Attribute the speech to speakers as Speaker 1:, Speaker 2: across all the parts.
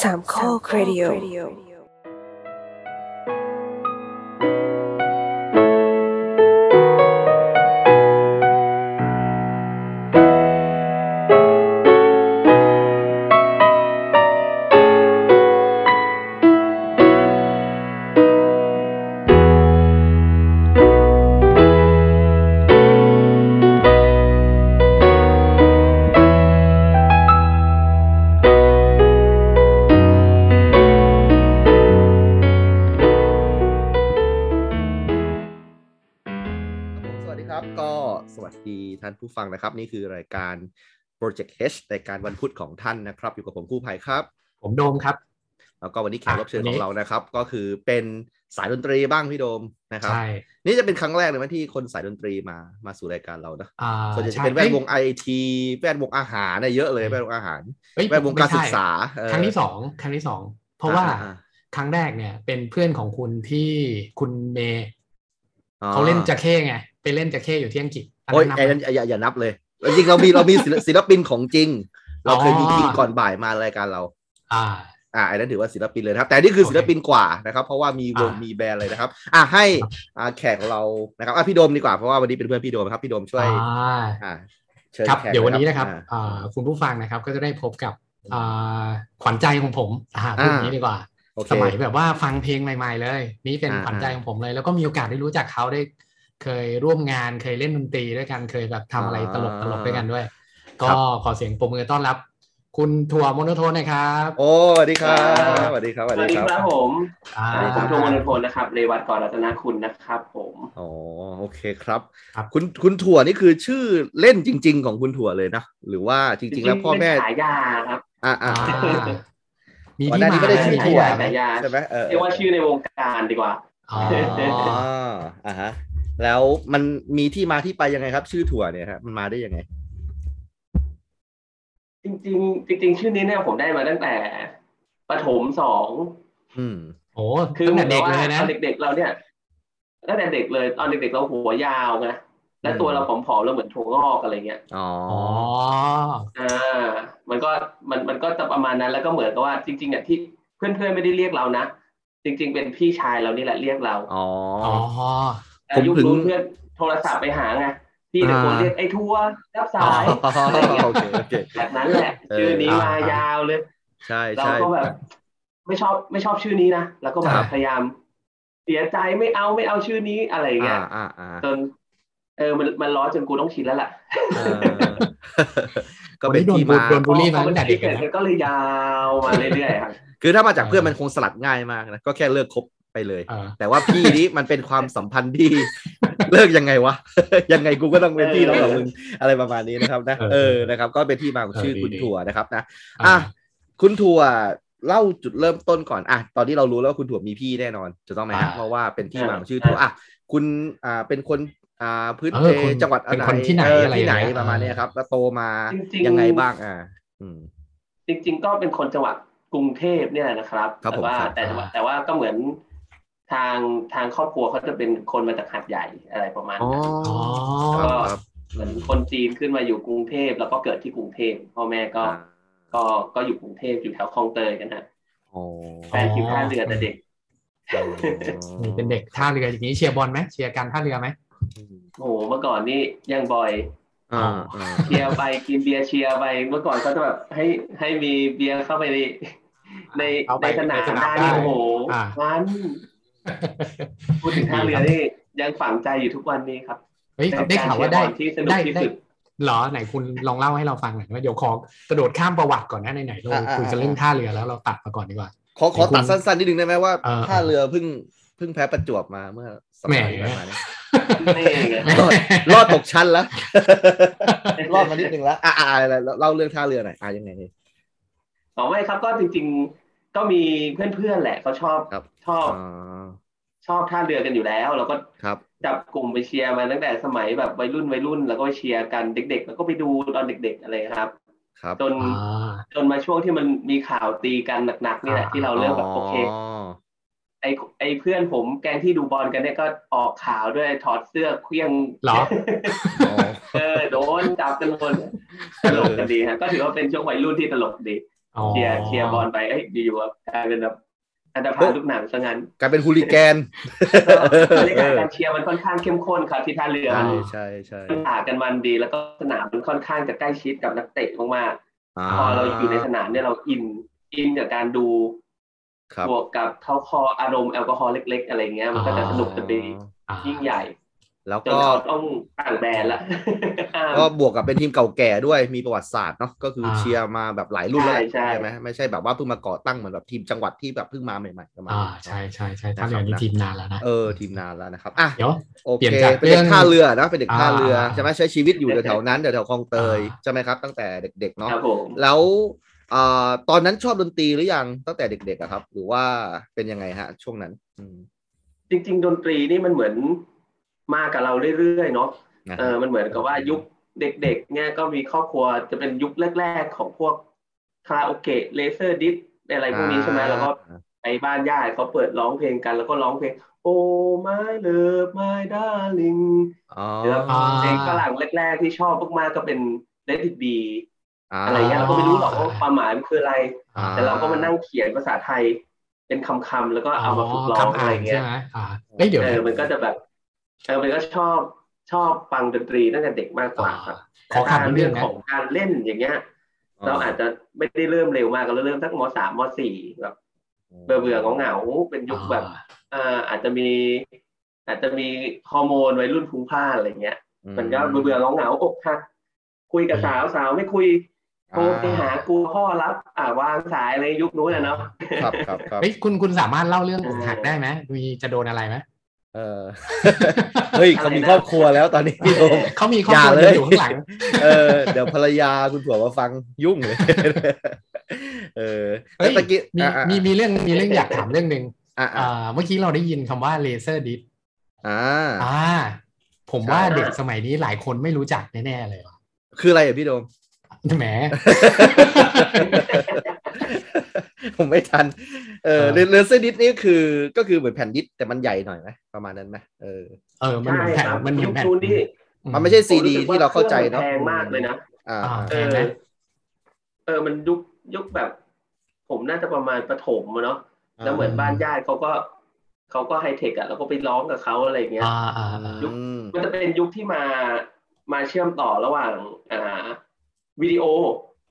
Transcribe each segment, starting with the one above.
Speaker 1: สามข้อครดิโอ
Speaker 2: ครับผมสวัสดีครับก็สวัสดีท่านผู้ฟังนะครับ นี่คือรายการ Project H รายการวันพุธของท่านนะครับ อยู่กับผมกู้ภัยครับ
Speaker 3: ผมโดมครับ
Speaker 2: แล้วก็วันนี้แขกรับเชิญ
Speaker 3: อ่ะ
Speaker 2: ขอ
Speaker 3: วันนี้
Speaker 2: งเรานะครับ ก็คือเป็นสายดนตรีบ้างพี่โดมนะครับ
Speaker 3: ใช่
Speaker 2: นี่จะเป็นครั้งแรกเลยมั้ยที่คนสายดนตรีมามาสู่รายการเรานะ
Speaker 3: อ่า
Speaker 2: ส่วนใหญ่จะ
Speaker 3: ใช่
Speaker 2: เป็นแวดวง
Speaker 3: เอ้ย
Speaker 2: ไอทีแวดวงอาหารนะเยอะเลยแวดวงอาหาร
Speaker 3: เอ้ย
Speaker 2: แวดวงการศึกษา
Speaker 3: ไม่ใช่ครั้งที่สองครั้งที่สองเพราะ
Speaker 2: อ่ะ
Speaker 3: ว่า
Speaker 2: อ่ะ
Speaker 3: ครั้งแรกเนี่ย เป็นเพื่อนของคุณที่คุณเมย์
Speaker 2: อ๋อ
Speaker 3: เขาเล่นจะเข้ไงไปเล่นจะเข้อยู่ที่อังกฤษอัน
Speaker 2: โอ้ยไอ้
Speaker 3: นั้นนับไหม
Speaker 2: นั่นอย่าอย่านับเลย จริงๆเรามีเรามีศิลปศิลปินของจริง เราเคยมี
Speaker 3: อ๋อ
Speaker 2: จริงก่อนบ่ายมารายการเรา
Speaker 3: อ่า
Speaker 2: อ่าอันนั้นถือว่าศิลปินเลยนะครับ แต่นี่คือศิลปินกว่านะครับ เพราะว่ามีวง
Speaker 3: อ่ามี
Speaker 2: มีแบรนด์เลยนะครับ อ่าให้อ่าแขกของเรานะครับอ่ะพี่โดมดีกว่าเพราะว่าวันนี้เป็นเพื่อนพี่โดมครับพี่โดมช่วย
Speaker 3: า
Speaker 2: อ่าเชิญ
Speaker 3: ครับ
Speaker 2: แขก
Speaker 3: เดี๋ยววันนี้นะครับ
Speaker 2: อ่า
Speaker 3: อ่าคุณผู้ฟังนะครับก็จะได้พบกับอ่าขวัญใจของผมอ่าพูดอย่างนี้ดีกว่า
Speaker 2: โอเค
Speaker 3: สมัยแบบว่าฟังเพลงใหม่ ๆ เลย นี่เป็น
Speaker 2: อ่า
Speaker 3: ขวัญใจของผมเลย แล้วก็มีโอกาสได้รู้จักเขาได้ เคยร่วมงานเคยเล่นดนตรีด้วยกันเคยแบบทำอะไรตลกตลกๆด้วยกันด้วย ก็ขอเสียงปรบมือต้อนรับ คุณถั่วโมโนโทนหนะครับ
Speaker 2: โอ้สวัสดีครับ
Speaker 3: ครับ
Speaker 2: สวัสดีครับ
Speaker 4: สวัสดีครับผม
Speaker 3: อ่า
Speaker 2: สวัสดี
Speaker 4: ผ
Speaker 2: ครั
Speaker 4: ม
Speaker 2: บ
Speaker 4: โทมนทนนะครับเรวัตกรรัตนาคุณนะครับผม
Speaker 2: อ๋อโอเคครับ
Speaker 3: ครับ
Speaker 2: คุณคุณถั่วนี่คือชื่อเล่นจริง ๆ ของคุณถั่วเลยนะหรือว่าจริง ๆ แล้วพ่อแม่
Speaker 4: เป็นฉายาครับ
Speaker 2: อ่าอ่า
Speaker 3: อ่ามี
Speaker 2: ก่อน
Speaker 3: ที่
Speaker 2: หน้านี้
Speaker 3: มา
Speaker 2: ก็ได้ชื่อ
Speaker 3: มี
Speaker 2: ถั่
Speaker 3: ที่
Speaker 2: ว
Speaker 3: มา
Speaker 4: ฉายา
Speaker 2: ใช่ไหมเออ
Speaker 4: เรียกว่าชื่อในวงการดีกว่า
Speaker 3: อ๋อ
Speaker 2: อ๋ออ่าฮะแล้วมันมีที่มาที่ไปยังไงครับ ชื่อถั่วเนี่ยครับมันมาได้ยังไง
Speaker 4: จริง ๆ จริง ๆ ชื่อนี้เนี่ยผมได้มาตั้งแต่ประถมสอง
Speaker 2: อืม
Speaker 3: โอ้
Speaker 4: คือ
Speaker 3: ตั้งแต่
Speaker 4: หมื
Speaker 3: เด็กเลย
Speaker 4: นบว่า
Speaker 3: นะ
Speaker 4: ตอนเด็ก ๆ เราเนี่ยตั้งแต่เด็กเลยตอนเด็ก ๆ เราหัวยาวไงและ
Speaker 2: อืม
Speaker 4: ตัวเราผอมๆเราเหมือนถั่วงอกอะไรเงี้ย
Speaker 2: อ๋อ
Speaker 3: อ๋
Speaker 2: อ
Speaker 3: อ
Speaker 4: อ่า มันก็มันมันก็จะประมาณนั้นแล้วก็เหมือนกับว่า จริงๆอ่ะที่เพื่อนๆไม่ได้เรียกเรานะจริง ๆ เป็นพี่ชายเรานี่แหละเรียกเรา
Speaker 2: อ๋อ
Speaker 3: อ๋อ
Speaker 2: ผม
Speaker 4: ยุค
Speaker 2: ถึง
Speaker 4: นู้นเพื่อนโทรศัพท์ไปหาไงพี่ตะโกนเรียกไอ้ทัวร์รับ สายอะไรเงี้ย
Speaker 2: โอเคโอเค
Speaker 4: แบบนั้นแหละ
Speaker 2: เออ
Speaker 4: ชื่อนี้
Speaker 3: อ่าม
Speaker 4: ายาวเลย
Speaker 2: ใช่
Speaker 4: เรา
Speaker 2: ใช่
Speaker 4: ก็แบบไม่ชอบไม่ชอบชื่อนี้นะแล้วก็แบ
Speaker 3: ครับ บ
Speaker 4: พยายาม เสียใจไม่เอาไม่เอาชื่อนี้อะไรเงี้
Speaker 2: อ่าย อ่าอ่า
Speaker 4: จนเออมันมันร้อนจนกูต้องชินแล้วล่ะ
Speaker 2: เอ อก็เป็นที่
Speaker 3: วัน
Speaker 2: มา
Speaker 3: นี้โดนบูลลี่มา
Speaker 4: พอ
Speaker 3: ตั้งแต่เด็ก
Speaker 4: ชิ
Speaker 3: เลย
Speaker 4: น
Speaker 3: นะ
Speaker 4: สร็จก็เลยยาวมาเรื่อยๆครับ
Speaker 2: คือถ้ามาจากเพื่อนมันคงสลัดง่ายมากนะ ก็แค่เลิกคบไปเลย
Speaker 3: เออ
Speaker 2: แต่ว่า พี่นี้มันเป็นความสัมพันธ์ที่ เลิกยังไงวะ ยังไงกูก็ต้องเป็นพี่น้องกับมึงอะไรประมาณนี้นะครับ นะเอ
Speaker 3: เอ
Speaker 2: อ
Speaker 3: อ
Speaker 2: นะครับ ก็เป็นที่มาของชื่อ
Speaker 3: เออดี
Speaker 2: คุณ
Speaker 3: ดี
Speaker 2: ถั่วนะครับนะ อ่ะคุณถั่วเล่าจุดเริ่มต้นก่อนอ่ะตอนนี้เรารู้แล้วว่าคุณถั่วมีพี่แน่นอนจะต้องไหมฮะ
Speaker 3: อ่า
Speaker 2: เพราะว่าเป็นที่มาของชื่อถั่วอ่ะคุณอ่าเป็นคนอ่าพื้น
Speaker 3: เอ
Speaker 2: เพ
Speaker 3: อคุณ
Speaker 2: จังหวัดอะ
Speaker 3: เป็น
Speaker 2: ไร
Speaker 3: คนที่ไหน
Speaker 2: เออ
Speaker 3: อะไร
Speaker 2: ที่ไหน
Speaker 3: อย่างเงี้ย
Speaker 2: ประมาณ
Speaker 3: เออ
Speaker 2: เนี้ยครับ แล้วโตมา
Speaker 4: จริงๆ
Speaker 2: ยังไงบ้างอ่าอืม
Speaker 4: จริง ๆ ก็เป็นคนจังหวัดกรุงเทพเนี่ยแหละนะครับ
Speaker 2: ครับ
Speaker 4: แต่
Speaker 2: ผม
Speaker 4: ว่า
Speaker 2: ครับ
Speaker 4: แต่ว่าแต่ว่าก็เหมือนทางทางครอบครัวเขาจะเป็นคนมาจากหัดใหญ่อะไรประมาณ
Speaker 2: อ๋อ
Speaker 4: นั้น
Speaker 3: อ๋อ
Speaker 2: ครับครับ
Speaker 4: เหมือนคนจีนขึ้นมาอยู่กรุงเทพแล้วก็เกิดที่กรุงเทพพ่อแม่ก็
Speaker 2: อ่า
Speaker 4: ก็ก็อยู่กรุงเทพอยู่แถวคลองเตยกันฮะ
Speaker 2: อ๋อ
Speaker 4: แฟนอยู่ท่าเรือแต่เด็ก
Speaker 3: นี่เป็นเด็กท่าเรืออย่างนี้เชียร์บอลไหมเชียร์การท่าเรือไหม
Speaker 4: โอ้โหเมื่อก่อนนี่ยังบ่อย
Speaker 2: อ่าอ่า
Speaker 4: เชียร์ไปกินเบียร์เชียร์ไปเมื่อก่อนก็จะแบบให้ให้มีเบียร์เข้าไปในใน
Speaker 3: เอาไป
Speaker 4: ในสนาม
Speaker 3: ในสนาม
Speaker 4: ได้นี่
Speaker 3: ได้
Speaker 4: โอ้โห
Speaker 3: อ่า
Speaker 4: มันพูดถึงท่าเรือนี่ยังฝังใจอยู่ทุกวันนี้ครับ
Speaker 3: เฮ้ย
Speaker 4: เป็น
Speaker 3: ได้ข่าวว่าได้
Speaker 4: การเชียร์บอลที่สนุก
Speaker 3: ได้
Speaker 4: ที่
Speaker 3: ได้
Speaker 4: สุด
Speaker 3: เหรอไหนคุณลองเล่าให้เราฟังหน่อยว่าเดี๋ยวขอกระโดดข้ามประวัติก่อนนะไหนๆเราคุยกันเรื่องท่าเรือแล้วเราตัดมาก่อนดีกว่า
Speaker 2: ขอขอตัดสั้นๆนิดนึงได้ไหมว่า
Speaker 3: เออ
Speaker 2: ท่าเรือเพิ่งเพิ่งแพ้ประจวบมาเมื่อสัปดาห์ที่
Speaker 3: แหม
Speaker 2: ผ่านมาเนี่ย
Speaker 4: นี่ไง
Speaker 2: รอดรอดตกชั้นแล้ว รอดมานิดนึงแล้ว อ่าอ่าอะไรเล่าเรื่องท่าเรือหน่อยอ่ายังไง
Speaker 4: อ๋อไม่ครับก็จริง ๆก็มีเพื่อนๆแหละเขาชอบ
Speaker 2: ครับ
Speaker 4: ชอบ
Speaker 2: อ๋อ
Speaker 4: ชอบท่าเรือกันอยู่แล้วเราก็
Speaker 2: ครับ
Speaker 4: จับกลุ่มไปเชียร์มาตั้งแต่สมัยแบบวัยรุ่นวัยรุ่น แล้วก็เชียร์กันเด็ก ๆ แล้วก็ไปดูตอนเด็ก ๆ อะไรครับ
Speaker 2: ครับ
Speaker 4: จน
Speaker 3: อ่า
Speaker 4: จนมาช่วงที่มันมีข่าวตีกันหนักๆนี่แหละ
Speaker 3: อ่า
Speaker 4: ที่เราเริ่มแบบโอเคไอไอเพื่อนผมแกงที่ดูบอลกันเนี่ยก็ออกข่าวด้วยถอดเสื้อเครื่อง
Speaker 3: เหร อ
Speaker 2: อ๋อ
Speaker 4: เออโดนจับกันหมดตลกกันดีฮะก็ถือว่าเป็นช่วงวัยรุ่นที่ตลกดี
Speaker 3: อ๋อ
Speaker 4: เชียร์เชียร์บอลไปเอ้ยอยู่ๆแบบกลายเป็นแบบอันดับพาลูกหนังซะ งั้น
Speaker 2: กลายเป็นฮูลิแกน
Speaker 4: บรรยากาศการเชียร์มันค่อนข้างเข้มข้นครับที่ท่าเรือ
Speaker 2: ใช่
Speaker 4: มัน
Speaker 2: ใช่ใช่
Speaker 4: ผ่ากันมันดี แล้วก็สนามมันค่อนข้างจะใกล้ชิดกับนักเตะมาก
Speaker 2: อ่า
Speaker 4: ๆพอเราอยู่ในสนามเนี่ยเราอินอินกับการดู
Speaker 2: ครับ
Speaker 4: บวกกับเท้าคออารมณ์แอลกอฮอล์เล็ก ๆ อะไรเงี้ยมันก็จะสนุกจะดี
Speaker 3: อ่า
Speaker 4: ยิ่งใหญ่
Speaker 2: แล้ว
Speaker 4: จน
Speaker 2: ก็
Speaker 4: เขาต้องต่างแบรนด์ละ
Speaker 2: ก็บวกกับเป็นทีมเก่าแก่ด้วยมีประวัติศาสตร์เนาะก็คือ
Speaker 3: อ่า
Speaker 2: เชียร์มาแบบหลายรุ่นแล้วแหละ
Speaker 4: ใช่ใช่
Speaker 2: ไหมไม่ใช่แบบว่าเพิ่งมาก่อตั้งเหมือนแบบทีมจังหวัดที่แบบเพิ่งมาใหม่ๆประมาณ
Speaker 3: อ่า
Speaker 2: นั้น
Speaker 3: ใช่ใช่ใช่ท่าเรือนี่
Speaker 2: นะครับ
Speaker 3: ทีมนานแล้วนะ
Speaker 2: เออทีมนานแล้วนะครับอ่ะ
Speaker 3: เดี๋ยว
Speaker 2: โอเค
Speaker 3: เปลี่ยนจาก
Speaker 2: เป็นเด็ก
Speaker 3: เรื่อง
Speaker 2: ท่าเรือนะเป็นเด็กท่าเรืออา ใช่ไหมใช้ชีวิตอยู่แถวๆนั้นแถวๆคลองเตย
Speaker 3: อ่า
Speaker 2: ใช่ไหมครับตั้งแต่เด็กๆเนาะ
Speaker 4: ครับผม
Speaker 2: แล้วอ่าตอนนั้นชอบดนตรีหรือยังตั้งแต่เด็กๆอะครับ หรือว่าเป็นยังไงฮะ ช่วงนั้นอืม
Speaker 4: จริง ๆ ดนตรีนี่มันเหมือนมากับเราเรื่อยๆเนาะ
Speaker 2: นะ
Speaker 4: เออ มันเหมือนกับว่ายุคเด็ก ๆ เนี่ยก็มีครอบครัวจะเป็นยุคแรก ๆ ของพวกคาราโอเกะเลเซอร์ดิสอะไรพวกนี้ใช่ไหมแล้วก็
Speaker 2: อ่า
Speaker 4: ไปบ้านญาติเขาเปิดร้องเพลงกันแล้วก็ร้องเพลง Oh my love my darling
Speaker 2: อ๋อ
Speaker 4: แล้ว
Speaker 3: อ่า
Speaker 4: เพลงฝรั่งแรก ๆ ที่ชอบมากๆก็เป็น Let it be
Speaker 2: อ่า
Speaker 4: อะไรเงี้ยเราก็ไม่รู้หรอกว่าความหมายมันคืออะไร
Speaker 3: อ่
Speaker 4: แต่เราก็มานั่งเขียนภาษาไทยเป็นคำๆแล้วก็เอามาฝึกร้อง
Speaker 3: คำ
Speaker 4: อะ
Speaker 3: อ่า
Speaker 4: ไร
Speaker 3: น
Speaker 4: เงี้
Speaker 3: ใช่
Speaker 4: ย
Speaker 3: ไหมอ่าเอ้ยเดี๋ยว
Speaker 4: เอ
Speaker 3: นะ
Speaker 4: อ มันก็จะแบบ เออ มันก็ชอบชอบฟังดนตรีตั้งแต่เด็กมากกว่าครับ
Speaker 3: ขอขับ
Speaker 4: แต่ถ้า
Speaker 3: เรื่
Speaker 4: เรื่
Speaker 3: อ
Speaker 4: อง ง
Speaker 3: นะ
Speaker 4: ของการเล่นอย่างเงี้ย เราอาจจะไม่ได้เริ่มเร็วมากเราเริ่มสักมสามมสี่แบบเบื่อเบื่อๆเหงาๆเป็นยุคแบบ
Speaker 3: อ่า
Speaker 4: อ่าอาจจะมี อาจจะมีฮอร์โมนวัยรุ่นพลุ่งพล่านอะไรเงี้ย มันก็เบื่อเบื่อๆเหงาๆอกหักคุยกับสาวสาวไม่คุยโทรไปหากูพ่อรับ อ่าวางสายอะไรยุคนู้นอะเนาะ
Speaker 2: ครับครับครับ
Speaker 3: เฮ้ยคุณคุณสามารถเล่าเรื่องอกหักได้ไหมมีจะโดนอะไรไหม
Speaker 2: เออเฮ้ยเขามีครอบครัวแล้วตอนนี้พี่โดม
Speaker 3: เขามีครอบครัว
Speaker 2: อย่าเลย
Speaker 3: เดียวอยู่ข้างหลัง
Speaker 2: เออเดี๋ยวภรรยาคุณผัวมาฟังยุ่งเลย เออ
Speaker 3: เฮ้ย
Speaker 2: แล้วตะกี้
Speaker 3: มี
Speaker 2: อ่ะอ่ะ
Speaker 3: มีมีเรื่องมีเรื่องอยากถามเรื่องหนึ่ง
Speaker 2: อ่ะอ่ะ
Speaker 3: อ่าเมื่อกี้เราได้ยินคำว่าเลเซอร์ดิส
Speaker 2: อ่า
Speaker 3: อ่า ผมว่า
Speaker 4: ใช่
Speaker 3: เด็กสมัยนี้หลายคนไม่รู้จักแน่ๆเลยว่ะ
Speaker 2: คืออะไรอ่ะพี่โดม
Speaker 3: แหม
Speaker 2: ผมไม่ทัน เออ
Speaker 3: เออ
Speaker 2: เลเซอร์ดิสนี่คือก็คือเหมือนแผ่นดิสแต่มันใหญ่หน่อยไหมประมาณนั้นไหมเออ
Speaker 3: เออมันเหมือน
Speaker 4: ใช่
Speaker 3: แผ่น
Speaker 4: ครับ
Speaker 3: มันเหมื
Speaker 4: ยุ
Speaker 3: อน
Speaker 4: ค
Speaker 3: แผ่น
Speaker 4: นู้นนี่
Speaker 2: มันไม่ใช่ซีดี
Speaker 4: ผมสึกว่
Speaker 2: ที่เราเข้าใจเนาะ
Speaker 4: ครื่องมัแพงมากเลยนะ
Speaker 2: อ่า
Speaker 3: อ่า
Speaker 2: อ่า
Speaker 3: แพงไหม
Speaker 4: เออ มันยุคยุคแบบ ผมน่าจะประมาณประถมอะเนาะ แล้วเหมือน
Speaker 3: อ่า
Speaker 4: บ้านญาติเขาก็เขาก็ไฮเทคอะแล้วก็ไปร้องกับเขาอะไรอย่างเงี้ย
Speaker 3: อ่าอ่าอ่า
Speaker 2: อืม
Speaker 4: มันจะเป็นยุคที่มามาเชื่อมต่อระหว่างอ่าวิดีโอ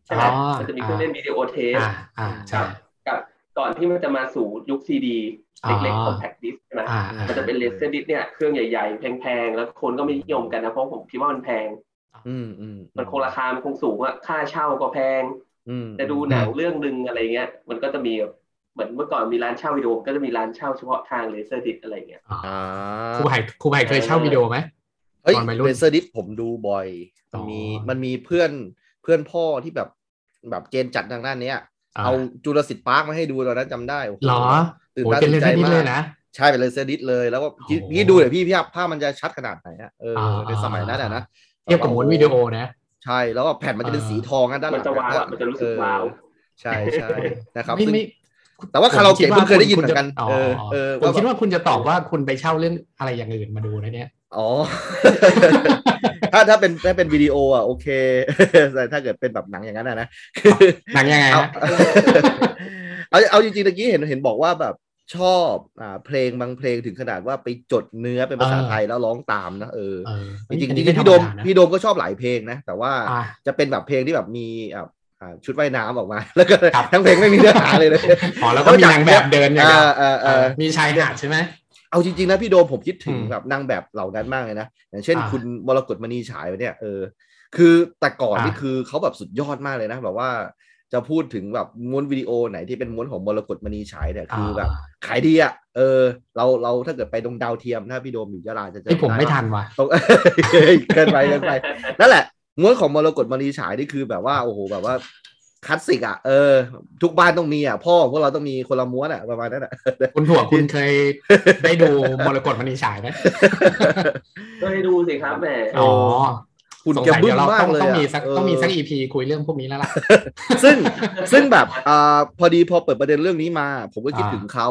Speaker 4: ใช่ไหม
Speaker 3: อ๋อ
Speaker 4: มันจะมีเครื่องเล่นวิดีโอเทป
Speaker 3: อ่าอ่าใช่
Speaker 4: กับก่อนที่มันจะมาสู่ยุคซีดี
Speaker 3: อ๋อ
Speaker 4: เล็กๆ compact disc ใช่ไหม
Speaker 3: อ่าอ่า
Speaker 4: มันจะเป็นเลเซอร์ดิสเนี่ยเครื่องใหญ่ๆ แพงๆ แล้วคนก็ไม่นิยมกันนะเพราะผมคิดว่ามันแพง
Speaker 2: อืมอืม
Speaker 4: มันคงราคามันคงสูงอะค่าเช่าก็แพง
Speaker 2: อืม
Speaker 4: แต่ดูหนังเรื่องหนึ่งอะไรเงี้ย มันก็จะมีแบบเหมือนเมื่อก่อนมีร้านเช่าวิดีโอก็จะมีร้านเช่าเฉพาะทางเลเซอร์ดิสอะไรเงี้ย
Speaker 2: อ่า
Speaker 3: ครูไผ่ครูไผ่เคยเช่าวิดีโอไหม
Speaker 2: เฮ้ย
Speaker 3: ตอนวัยรุ่น
Speaker 2: เลเซอร์ดิสผมดูบ่อยมันมี
Speaker 3: อ๋อ
Speaker 2: มันมีเพื่อนเพื่อนพ่อที่แบบแบบเจนจัดทางด้านเนี้ย เอาจูราสสิคพาร์คมาให้ดูตอนนั้นจำได้โโ
Speaker 3: เหรอ
Speaker 2: ตื่น
Speaker 3: โอ้ย
Speaker 2: ตา
Speaker 3: เป็น
Speaker 2: ตื่น
Speaker 3: เลเซ
Speaker 2: ใจ
Speaker 3: อร์ดิส
Speaker 2: มา
Speaker 3: เล
Speaker 2: ก
Speaker 3: ยนะ
Speaker 2: ใช่เป็นเลเซอร์ดิสเลยแล้วก็พี่
Speaker 3: โอ้โห
Speaker 2: พี่ดูเดี๋ยวพี่พี่ภาพภาพมันจะชัดขนาดไหนอะเอออา ในสมัยนั้นอะนะ
Speaker 3: เทียบกับม้วนวิดีโอนะ
Speaker 2: ใช่แล้วก็แผ่นมันจะเป็น
Speaker 3: เออ
Speaker 2: สีทองอะด้านห
Speaker 4: มั
Speaker 2: ลั
Speaker 4: น
Speaker 2: ง
Speaker 4: จะว้าวอะ
Speaker 2: อ
Speaker 4: มันจะรู้สึก
Speaker 2: เออ
Speaker 4: ว้าว
Speaker 2: ใช่ใช่นะครับ
Speaker 3: ไม่
Speaker 2: ซึ่ง
Speaker 3: ไม่
Speaker 2: แต่ว่าคาราโอเกะเพิ่งเคยได้ยินเหมือนกัน
Speaker 3: ผม
Speaker 2: เออ
Speaker 3: คิดว่า
Speaker 2: เออว่าแบบ
Speaker 3: คุณจะผมคิดว่าคุณจะตอบว่าคุณไปเช่าเรื่องอะไรอย่างอื่นมาดูนะเนี่ย
Speaker 2: อ๋อ ถ้าถ้าเป็นถ้าเป็นวิดีโออ่ะโอเค แต่ถ้าเกิดเป็นแบบหนังอย่างนั้นอะนะ คือ
Speaker 3: หนังยังไง
Speaker 2: เอา
Speaker 3: ฮะ
Speaker 2: เอาเอาจริงๆตะกี้เห็นเห็นบอกว่าแบบชอบอ่าเพลงบางเพลงถึงขนาดว่าไปจดเนื้อเป็นภาษา
Speaker 3: เออ
Speaker 2: ไทยแล้วร้องตามนะเออ
Speaker 3: เออ
Speaker 2: จริง
Speaker 3: อัน
Speaker 2: ๆจ
Speaker 3: นี้
Speaker 2: ริงๆพี่โดม
Speaker 3: ไธรรนะ
Speaker 2: พี่โดมก็ชอบหลายเพลงนะ แต่ว่า
Speaker 3: อ่ะ
Speaker 2: จะเป็นแบบเพลงที่แบบมีอ่ะอ่าชุดว่ายน้ำออกมา แล้วก็
Speaker 3: ครับ
Speaker 2: ทั้งเพลงไม่มีเนื้อหาเลยเลย
Speaker 3: อ๋อแล้วก็มีนางแบบ เดินอย่าง
Speaker 2: เอ
Speaker 3: เงี้ย
Speaker 2: อเออเออ
Speaker 3: มีชายหาดใช่ไหม
Speaker 2: เอาจริงๆนะพี่โดมผมคิดถึง
Speaker 3: อืม
Speaker 2: แบบนางแบบเหล่านั้นมากเลยนะ อย่างเช่น
Speaker 3: อ่า
Speaker 2: คุณวรกฎมณีฉายเนี่ยเออคือแต่ก่อน
Speaker 3: อ่า
Speaker 2: นี่คือเขาแบบสุดยอดมากเลยนะแบบว่าจะพูดถึงแบบม้วนวิดีโอไหนที่เป็นม้วนของมรกฎมณีฉายเนี่ยคือแบบขายดีอ่ะเออ เราเราถ้าเกิดไปตรงดาวเทียมถ้าพี่โดมอยู่ยะลาจะเจอ
Speaker 3: ไอยผมไม่ทันว่ะ
Speaker 2: ตรง เฮ้ย เกินไปเกินไป นั่นแหละม้วนของมรกตมณีฉายนี่คือแบบว่าโอ้โหแบบว่าคลาสสิกอ่ะเออ ทุกบ้านต้องมีอ่ะพ่อของพวกเราต้องมีคนละม้วนอ่ะประมาณนั้นอ่ะ
Speaker 3: คุณถั่วคุณเคยได้ดูมรกตมณีฉายไหม
Speaker 4: ก็ได้ดูสิครับแหม
Speaker 3: อ๋อ
Speaker 2: คุณ
Speaker 3: สง
Speaker 2: แก
Speaker 3: สัย
Speaker 2: บึ้
Speaker 3: เดี๋ย
Speaker 2: ม
Speaker 3: วเรา
Speaker 2: มาก
Speaker 3: ต้อง
Speaker 2: เลย
Speaker 3: ต้อง
Speaker 2: อะ
Speaker 3: มีสัก
Speaker 2: เ
Speaker 3: ต้องมีสักอีพีคุยเรื่องพวกนี้แล้วล่ะ
Speaker 2: ซึ่งซึ่งแบบอ่าพอดีพอเปิดประเด็นเรื่องนี้มา ผมก็คิด
Speaker 3: อ่า
Speaker 2: ถึงเขา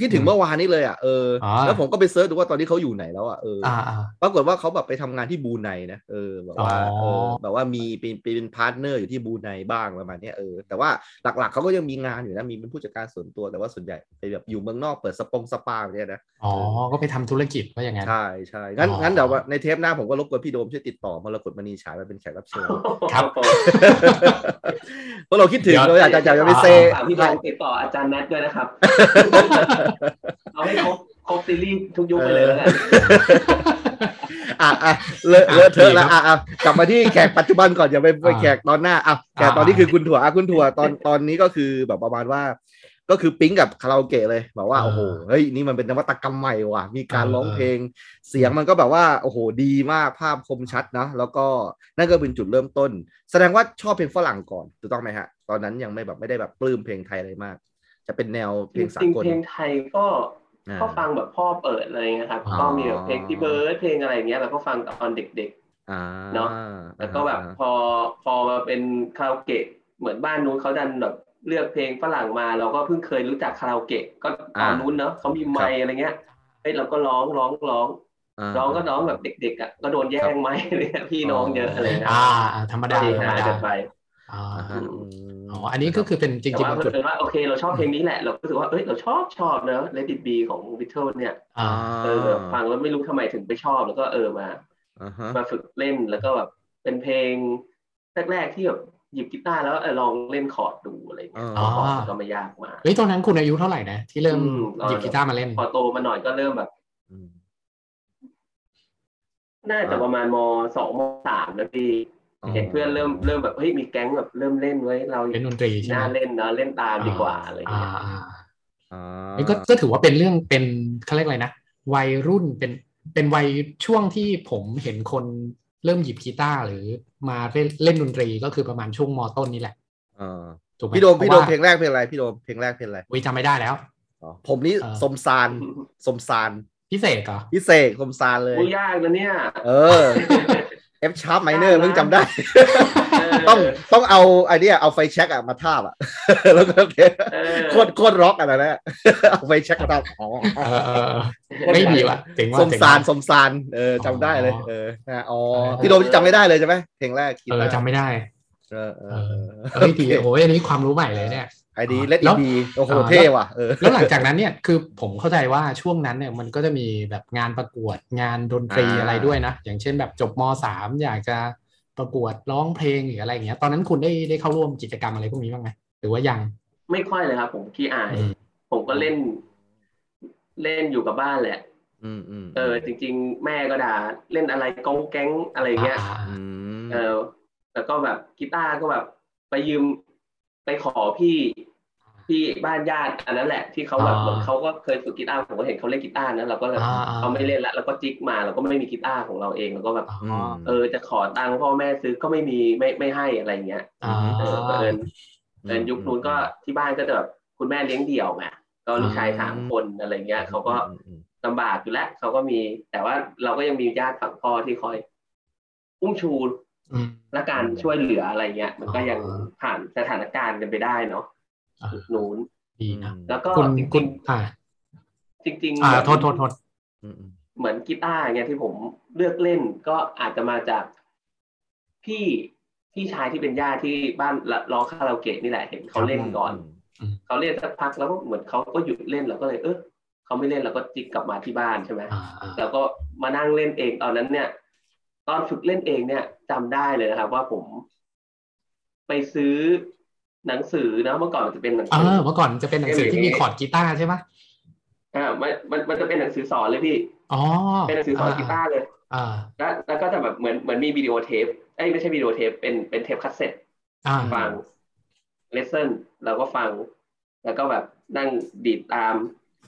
Speaker 2: คิดถึงเมื่อวานนี้เลยอ่ะเอออา แล้วผมก็ไปเซิร์ชดูว่าตอนนี้เขาอยู่ไหนแล้วอ่ะเอออ
Speaker 3: อ่าอ่า
Speaker 2: ปรากฏว่าเขาแบบไปทำงานที่บรูไนนะเออแบบว่า
Speaker 3: อ๋อ
Speaker 2: เออแบบว่ามีเป็นเป็นพาร์ทเนอร์อยู่ที่บรูไนบ้างประมาณเนี้ยเออแต่ว่าหลักๆเขาก็ยังมีงานอยู่นะมีเป็นผู้จัดการส่วนตัวแต่ว่าส่วนใหญ่ไปแบบอยู่เมืองนอกเปิดสปงสปาเนี่ยนะ
Speaker 3: อ๋อ ก็ไปทำธุรกิจว่าอย่างนั้น
Speaker 2: ใช่ใช่งั้น
Speaker 3: อ๋อ
Speaker 2: งั้นเดี๋ยวในเทปหน้าผมก็รบกวนพี่โดมช่วยติดต่อมรกตมณีฉายมาเป็นแขกรับเชิญ
Speaker 3: ครับ
Speaker 2: เพราะเราคิดถึง
Speaker 3: เดี๋ยว
Speaker 2: เราอยากจะอยากจะไปเซ
Speaker 4: ฝากพี่บอลติดต่ออาจารย์แนทด้วย นะครับ เอาให้ครบครบซีรีส์ทุกยุคไปเลยแล้วกัน
Speaker 2: อ่ะอ่ะเลอะเลอะเทอะแล้วอ่ะอ่ะกลับมาที่แขกปัจจุบันก่อนอย่าไปไป
Speaker 3: อ่า
Speaker 2: แขกตอนหน้าอ่ะแขกตอนนี้คือคุณถั่วอ่ะคุณถั่วตอนตอนนี้ก็คือแบบประมาณว่า ก็คือปิ๊งกับคาราโอเกะเลยแบบว่า
Speaker 3: เออ
Speaker 2: โอ้โหเฮ้ยนี่มันเป็นนวัตกรรมใหม่ว่ะ มีการ
Speaker 3: เออ
Speaker 2: ร้องเพลง เสียงมันก็แบบว่าโอ้โหดีมากภาพคมชัดนะแล้วก็นั่นก็เป็นจุดเริ่มต้น แสดงว่าชอบเพลงฝรั่งก่อนถูกต้องไหมฮะ ตอนนั้นยังไม่แบบไม่ได้แบบปลื้มเพลงไทยอะไรมาก จะเป็นแนวเพ
Speaker 4: จ
Speaker 2: ล
Speaker 4: ริ
Speaker 2: ง
Speaker 4: ง
Speaker 2: สา
Speaker 4: ๆ
Speaker 2: กล
Speaker 4: เพลงไทยก็
Speaker 2: อ่า
Speaker 4: ก็ฟังแบบพ่อเปิดอะไรเลยนะครับ
Speaker 2: อ๋อ
Speaker 4: ก็มีแบบเพลงพี่เบิร์ดเพลงอะไรอย่างเงี้ยเราก็ฟังตอนเด็ก
Speaker 2: อ่
Speaker 4: เนอะ ๆ แล้วก็แบบพอพอมาเป็นคาราโอเกะเหมือนบ้านนู้นเขาดันแบบเลือกเพลงฝรั่งมา เราก็เพิ่งเคยรู้จักคาราโอเกะก็ตอนนู้นเนาะเขามีไมค์อะไรเงี้ยเฮ้ยเราก็ร้องร้องร้อง
Speaker 2: า
Speaker 4: ร้องก็ร้องแบบเด็กๆอ่ะก็โดนแย่งไมค์อะไรเลยพี่น้องเยอะอะไรเงี้ย
Speaker 3: อ่าอ่าธรรมดา
Speaker 4: ก็เลย
Speaker 3: ธรรม
Speaker 4: หา
Speaker 3: ดา
Speaker 4: กันไป
Speaker 3: อ่า
Speaker 2: อ่าฮะ
Speaker 4: อื
Speaker 2: ม
Speaker 3: อ๋ออันนี้ก็คือเป็นจ
Speaker 4: แต่
Speaker 3: ริงๆ
Speaker 4: ว่า
Speaker 3: เป็นจุด
Speaker 4: เพื่อนว่าโอเคเราชอบเพลงนี้แหละ เราก็รู้สึกว่าเอ้ยเราชอบชอบเนอะ Let It Be ของ Beatles เนี่ย
Speaker 3: อ่า
Speaker 4: เออฟังแล้วไม่รู้ทำไมถึงไปชอบแล้วก็เออมา
Speaker 2: อ่าฮะ
Speaker 4: มาฝึกเล่นแล้วก็แบบเป็นเพลงแรกๆที่แบบหยิบกีตาร์แล้วเออลองเล่นคอร์ดดูอะไรเงี้ย
Speaker 2: า
Speaker 4: คอร์ดก็ไม่ยากมาก
Speaker 3: เฮ้ยตอนนั้นคุณอายุเท่าไหร่นะ ที่เริ่ม
Speaker 4: อืม
Speaker 3: หยิบกีตาร์มาเล่น
Speaker 4: พอโตมาหน่อยก็เริ่มแบบ
Speaker 2: อืม
Speaker 4: น่าจะ
Speaker 2: อ่า
Speaker 4: ประมาณมสองมสามแล้วพี่เห็นเพื่อนเริ่มเริ่มแบบเฮ้ยมีแก๊งแบบเริ่มเล่นไว้ยเรา
Speaker 3: เล่นดนตรีใช่ไหม
Speaker 4: น่าเล่นนะเล่นตามดีกว่าอะไร
Speaker 3: อ่า
Speaker 4: เงี้ย
Speaker 3: อ่า
Speaker 2: อ่า
Speaker 3: เฮ้ยก็ก็ถือว่าเป็นเรื่องเป็นเขาเรียกอะไรนะวัยรุ่นเป็นเป็นวัยช่วงที่ผมเห็นคนเริ่มหยิบกีตาร์หรือมาเล่นเล่นดนตรีก็คือประมาณช่วงมต้นนี่แหละ
Speaker 2: อ่า
Speaker 3: ถูกไหม
Speaker 2: พี่โดมพี่โดมเพล
Speaker 3: ง
Speaker 2: งแรกเพลงอะไรพี่โดมเพลงแรกเพลงอะไร
Speaker 3: วิจำไม่ได้แล้ว
Speaker 2: อ๋อผมนี่
Speaker 3: เออ
Speaker 2: สมสารสมสาร
Speaker 3: พิเศษเหรอ
Speaker 2: พิเศษสมสารเลย
Speaker 4: กูยากนะเนี่ย
Speaker 2: เออ F sharp minor
Speaker 4: ยากนะ
Speaker 2: มึงจำได้ ต้องต้องเอาไอเนี้ยเอาไฟแช็กอะมาทาบอะ แล้วก็เทป
Speaker 4: เออ
Speaker 2: โคตรโคตรร็อกอะนะ เอาไฟแช็กมาทาบอ๋อ
Speaker 3: เออเออเอ อไม่ดีว่ะเจ๋งว่ะ
Speaker 2: สม
Speaker 3: เจ๋ง
Speaker 2: สาร
Speaker 3: ว่ะ
Speaker 2: สมสารเออจำได้เลย
Speaker 3: อ๋อ
Speaker 2: เออนะอ๋อ
Speaker 3: เออ
Speaker 2: พี่โดมจำไม่ได้เลยใช่ไหมเพลงแรกกี
Speaker 3: เออ
Speaker 2: ตาร์
Speaker 3: จำไม่ได้
Speaker 2: เออเออเออ
Speaker 3: เฮ้ยดีโอ้ยอันนี้ความรู้ใหม่เลยเนี่ย
Speaker 2: ไอดี
Speaker 3: อ่า
Speaker 2: เลด
Speaker 3: แล้
Speaker 2: อี
Speaker 3: ว
Speaker 2: บีโอ้โห
Speaker 3: อ่า
Speaker 2: เท่ว่ะเออ
Speaker 3: แล้วหลังจากนั้นเนี่ย คือผมเข้าใจว่าช่วงนั้นเนี่ยมันก็จะมีแบบงานประกวดงานดนตรีอะไรด้วยนะ อย่างเช่นแบบจบมสามอยากจะประกวดร้องเพลงหรืออะไรอย่างเงี้ย ตอนนั้นคุณได้ได้เข้าร่วมกิจกรรมอะไรพวกนี้บ้างไหมหรือว่ายัง
Speaker 4: ไม่ค่อยเลยครับ ผมขี้อาย
Speaker 3: อืม
Speaker 4: ผมก็เล่น เล่นอยู่กับบ้านแหละ
Speaker 2: อืมอืม
Speaker 4: เออ จริง ๆ แม่ก็ด่าเล่นอะไรกองแก๊งอะไรเงี้ย
Speaker 3: อ่า
Speaker 2: อืม
Speaker 4: เออ แล้วก็แบบกีตาร์ก็แบบ ไปยืมไปขอพี่พี่บ้านญาติอันนั้นแหละ ที่เขาแบบ
Speaker 3: อ่า
Speaker 4: เหมือนเขาก็เคยฝึกกีตาร์ผมก็เห็นเขาเล่นกีตาร์นะเราก็เลย
Speaker 3: อ่าอ่า
Speaker 4: เขาไม่เล่นละแล้วก็จิกมาเราก็ไม่มีกีตาร์ของเราเองเราก็แบบ
Speaker 3: อ่า
Speaker 4: เออจะขอตังค์พ่อแม่ซื้อก็ไม่มีไม่ไม่ให้อะไรเงี้ย
Speaker 3: อ่า
Speaker 4: เออเผอิญ เดินยุคนู้นก็ที่บ้านก็จะแบบคุณแม่เลี้ยงเดี่ยวไงก็ลูกชายสามคนอะไรเงี้ยเขาก็
Speaker 2: อืม
Speaker 4: ลำบากอยู่แล้วเขาก็มี แต่ว่าเราก็ยังมีญาติฝั่งพ่อที่คอยอุ้มชู
Speaker 3: อืม
Speaker 4: และการช่วยเหลืออะไรเงี้ย มันก็ยังผ่านสถานการณ์กันไปได้เนาะ
Speaker 3: อ่า
Speaker 4: ยุคนู้น
Speaker 3: ดีนะ
Speaker 4: แล้วก็
Speaker 3: คุณ
Speaker 4: จริ
Speaker 3: คุณ
Speaker 4: ง
Speaker 3: อ่า
Speaker 4: ๆจริงๆ
Speaker 3: อ่า
Speaker 4: เหมือน
Speaker 3: โทษโทษโทษ
Speaker 2: อืมอืม
Speaker 4: เหมือนกีตาร์เงี้ยที่ผมเลือกเล่นก็อาจจะมาจากพี่พี่ชายที่เป็นญาติที่บ้านละร้องคาราโอเกะนี่แหละเห็นเขาเล่นก่อน เขาเล่นสักพักแล้วก็เหมือนเขาก็หยุดเล่นเราก็เลยเออเขาไม่เล่นเราก็จิกกลับมาที่บ้านใช่ไหม
Speaker 3: อ่าอ่า
Speaker 4: แล้วก็มานั่งเล่นเองตอนนั้นเนี่ย ตอนฝึกเล่นเองเนี่ยจำได้เลยนะครับ ว่าผม ไปซื้อหนังสือนะเมื่อก่อนมันจะเป็นหนัง
Speaker 3: เอ
Speaker 4: สื
Speaker 3: อเมื่อก่อนจะเป็นหนังสือที่มีคอร์ดกีตาร์ใช่ไหม
Speaker 4: อ่ามันมันมันจะเป็นหนังสือสอนเลยพี่
Speaker 3: อ๋อ
Speaker 4: เป็นหนังสือสอนกีตาร์เลย
Speaker 3: อ่า
Speaker 4: แล้วแล้วก็จะแบบเหมือนเหมือนมีวิดีโอเทปเอ้ยไม่ใช่วิดีโอเทปเป็นเป็นเทปคัสเซ็ต
Speaker 3: อ่า
Speaker 4: ฟังเลสเซนเราก็ฟัง แล้วก็แบบนั่งดีดตาม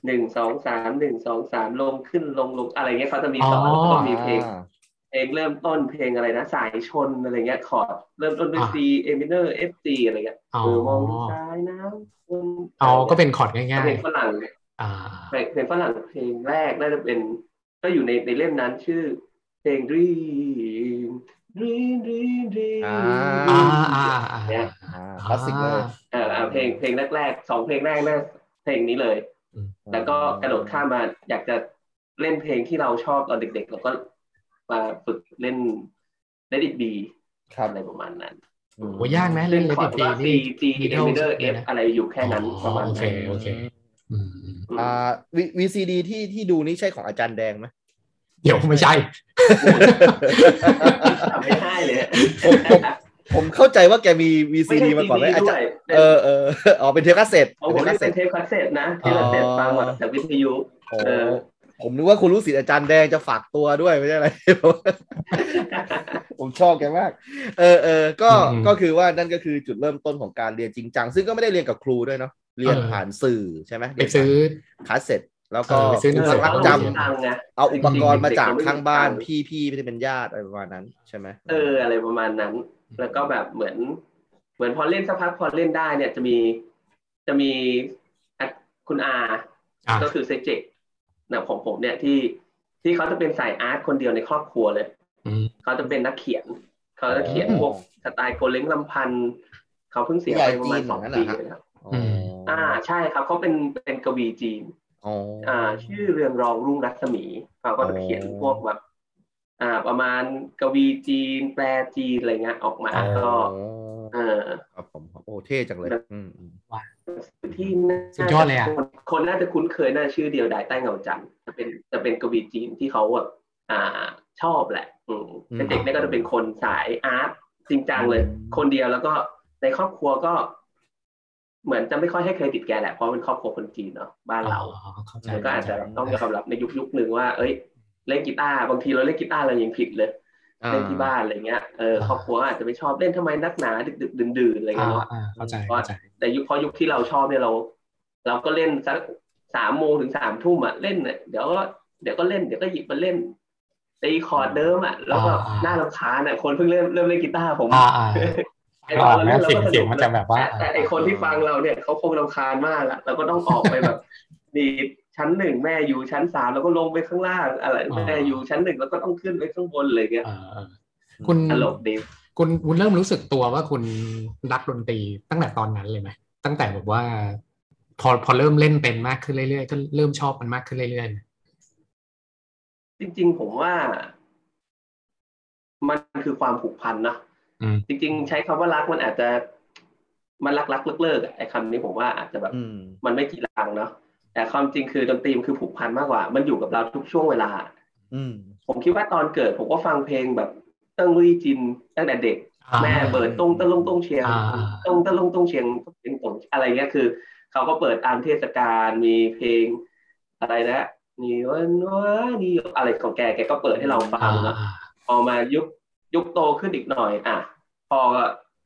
Speaker 4: หนึ่งสองสามหนึ่งสองสามลงขึ้นลงลงอะไรเงี้ยเขาจะมีสอนแล้วก็ต้องมีเพลง เพลงเริ่มต้นเพลงอะไรนะสายชนอะไรเงี้ยคอร์ดเริ่มต้นด้วย C A minor F G อะไรเงี้ย
Speaker 3: อ๋อ
Speaker 4: เออมองดูซ้ายนะมง
Speaker 3: อ๋อก็เป็นคอร์ดง่าย
Speaker 4: เพลงฝรั่งเนี่ย
Speaker 3: ๆ อ่า
Speaker 4: เพลงฝรั่งเพลงแรกน่าจะเป็น ก็อยู่ในในเล่มนั้นชื่อ เพลง Dream dream dream dream
Speaker 2: อ่า
Speaker 3: อ่า
Speaker 4: dream
Speaker 3: อ่าอ่า
Speaker 4: เนี่ย
Speaker 2: อ่าคลาสสิกเลย
Speaker 4: เอ่อเอาเพลงเพลงแรกๆสองเพลงแรกน่าเพลงนี้เลย แล้วก็กระโดดข้ามมาอยากจะเล่นเพลงที่เราชอบตอนเด็กๆแล้วก็มาฝึกเล่นเล่นอีกดี
Speaker 2: ครับ
Speaker 4: อะไรประมาณนั้น
Speaker 3: โหยากไหมเล่นเล
Speaker 4: คอ
Speaker 3: ดิ
Speaker 4: ร์ด
Speaker 3: ตี
Speaker 4: ว่า C
Speaker 3: นี่
Speaker 4: G A
Speaker 3: middle
Speaker 4: minor F
Speaker 3: นะ
Speaker 4: อะไรอยู่แค่นั้นประมาณ
Speaker 3: โอเค
Speaker 4: นั้น
Speaker 3: โอเค อืม
Speaker 4: อืม
Speaker 2: อ่า V- VCD ที่ที่ดูนี่ใช่ของอาจารย์แดง ไหม
Speaker 3: เดี๋ยว ไม่ใช่
Speaker 4: จำไม่ได้เลย
Speaker 2: ผมผม ผมเข้าใจว่าแกมี
Speaker 4: ไม่
Speaker 2: VCD
Speaker 4: ใช่
Speaker 2: มาก่อน
Speaker 4: CD
Speaker 2: ไหมอาจาร
Speaker 4: ด้ว
Speaker 2: ย์
Speaker 4: ย
Speaker 2: เออเออ อ๋อเป็นเทปคาสเซ็ต
Speaker 4: ของผ
Speaker 2: เป็
Speaker 4: ม
Speaker 2: นเทปคา
Speaker 4: นี่
Speaker 2: สเซ็ต
Speaker 4: เป็นเทปคาสเซ็ตนะเทปคาสเซ็ต
Speaker 2: อ๋อ
Speaker 4: ฟังแบบจากวิทยุ
Speaker 2: โอ้
Speaker 4: เออ
Speaker 2: ผมนึกว่าคุณรู้สิษย์อาจารย์แดงจะฝากตัวด้วยไม่ใช่อะไร ผมชอบแกมาก เออเออก็
Speaker 3: อืม
Speaker 2: ก็คือว่านั่นก็คือจุดเริ่มต้นของการเรียนจริงจัง ซึ่งก็ไม่ได้เรียนกับครูด้วยเนาะเรียน
Speaker 3: เออ
Speaker 2: ผ่านสื่อใช่ไหม
Speaker 3: ไปซื้อ
Speaker 2: คาสเซ็ตแล้วก็
Speaker 3: เออไปซื้อหนั
Speaker 2: อุ
Speaker 3: ง
Speaker 2: ป
Speaker 3: สือ
Speaker 2: กรณ์จ
Speaker 4: เตังค์นะ
Speaker 2: ำเอาอุปกรณ์มาจาก
Speaker 4: จริงๆ
Speaker 2: ข้างบ้านพี่พี่ไม่ได้เป็นญาติอะไรประมาณนั้นใช่ไหม
Speaker 4: เอออะไรประมาณนั้น แล้วก็แบบเหมือน เหมือนพอเล่นสักพักพอเล่นได้เนี่ยจะมีจะมีอ่ะคุณอา
Speaker 3: อ่ะ
Speaker 4: ก็คือเซเจกนะของผมเนี่ยที่ที่เขาจะเป็นสายอาร์ตคนเดียวในครอบครัวเลย
Speaker 3: อืม
Speaker 4: เขาจะเป็นนักเขียน เขาจะเขียนพวกสไตล์โกเล้งลำพันธ์เขาเพิ่งเสียไปประมาณสองปีแล้ว
Speaker 2: อ๋อ
Speaker 3: อืม
Speaker 4: อ่าใช่ครับเขาเป็นเป็นกวีจีน
Speaker 2: อ๋อ
Speaker 4: อ่าชื่อเรืองรองรุ่งรัศมีเขาก็จะเขียนพวกแบบอ่า ประมาณกวีจีน แปลจีนอะไรเงี้ยออกมา
Speaker 3: อ๋อ
Speaker 4: ก็เออ
Speaker 2: ครับผมโอ้เท่จังเลยอืมอืม
Speaker 4: ที่
Speaker 3: สุดยอดเลยอะ
Speaker 4: คนคนน่าจะคุ้นเคยน่าจะชื่อเดียวดายใต้เงาจันทร์จะเป็นจะเป็นกวีจีนที่เขาแบบอ่าชอบแหละ อืมแต่เด็กเนี่ยก็จะเป็นคนสายอาร์ตจริงจังเลย คนเดียวแล้วก็ในครอบครัวก็ เหมือนจะไม่ค่อยให้เครดิตแกแหละเพราะเป็นครอบครัวคนจีนเนาะบ้านเรา
Speaker 3: อ๋อเข้าใจ
Speaker 4: มันก็อาจจะต้องยอมรับในยุคยุคหนึ่งว่า เอ้ย เล่นกีตาร์บางทีเราเล่นกีตาร์เรายังผิดเลย
Speaker 2: อ่า
Speaker 4: เล่นที่บ้านอะไรเงี้ยเออครอบครัวอาจจะไม่ชอบเล่นทำไมนักหนาดึกดึกดื่นดื่นๆอะไร
Speaker 3: อ่า
Speaker 4: เงี้ยเนาะ
Speaker 3: อ่าเข้าใจเข้าใจ
Speaker 4: แต่ยุคพอยุคที่เราชอบเนี่ยเรา เราก็เล่นสักสามโมงถึงสามทุ่มอ่ะเล่นเนี่ยเดี๋ยวก็เดี๋ยวก็เล่นเดี๋ยวก็หยิบมาเล่นตีคอร์ดเดิมอ่ะแล้วก็
Speaker 3: อ่า
Speaker 4: น่ารำคาญอ่ะคนเพิ่งเริ่มเริ่มเล่นกีตาร์ผม
Speaker 3: อ่าอ่า
Speaker 4: ไอ้ตอนเรา
Speaker 3: แล้
Speaker 4: เล่
Speaker 3: วนเสียง
Speaker 4: เราก็ส
Speaker 3: เสีย
Speaker 4: นุ
Speaker 3: ง
Speaker 4: ก
Speaker 3: มัน
Speaker 4: นะ
Speaker 3: จะแบบว่า
Speaker 4: แต่แต่ไอคนที่ฟังเราเนี่ยเขาคงรำคาญมากละเราก็ต้องออกไปแบบ นี่ชั้นหนึ่งแม่อยู่ชั้นสามแล้วก็ลงไปข้างล่างอะไร
Speaker 3: อ๋อ
Speaker 4: แม่อยู่ชั้นหนึ่งแล้วก็ต้องขึ้นไปข้างบนเลยเงี้ย
Speaker 3: เออเออคุณ
Speaker 4: ตลกดี
Speaker 3: คุณคุณเริ่มรู้สึกตัวว่าคุณรักดนตรีตั้งแต่ตอนนั้นเลยไหมตั้งแต่แบบว่า พอพอเริ่มเล่นเป็นมากขึ้นเรื่อยๆก็เริ่มชอบมันมากขึ้นเรื่อยๆไหม
Speaker 4: จริง ๆ ผมว่า มันคือความผูกพันนะ
Speaker 3: อืม
Speaker 4: จริง ๆ ใช้คำว่ารักมันอาจจะ มันรักรักเลิกเลิกๆอะไอคำนี้ผมว่าอาจจะแบบ
Speaker 2: อืม
Speaker 4: มันไม่จีรังเนาะแต่ความจริงคือดนตรีมันคือผูกพันมากกว่า มันอยู่กับเราทุกช่วงเวลา
Speaker 2: อืม
Speaker 4: ผมคิดว่าตอนเกิด ผมก็ฟังเพลงแบบเตั้งลี่จินตั้งแต่เด็ก แม่เปิดตรงตะลงตรงเชียง
Speaker 3: อ่า
Speaker 4: ตรงตะลงตรงเชียงเป็นตรงอะไรเงี้ยคือเขาก็เปิดตามเทศกาลมีเพลง อะไรนะนี่วันว่านี่อะไรของแกแกก็เปิดให้เราฟั
Speaker 3: อ่าง
Speaker 4: เนอะ
Speaker 3: อ่า
Speaker 4: พอมายุคยุคโตขึ้นอีกหน่อย อ่ะพ่อก็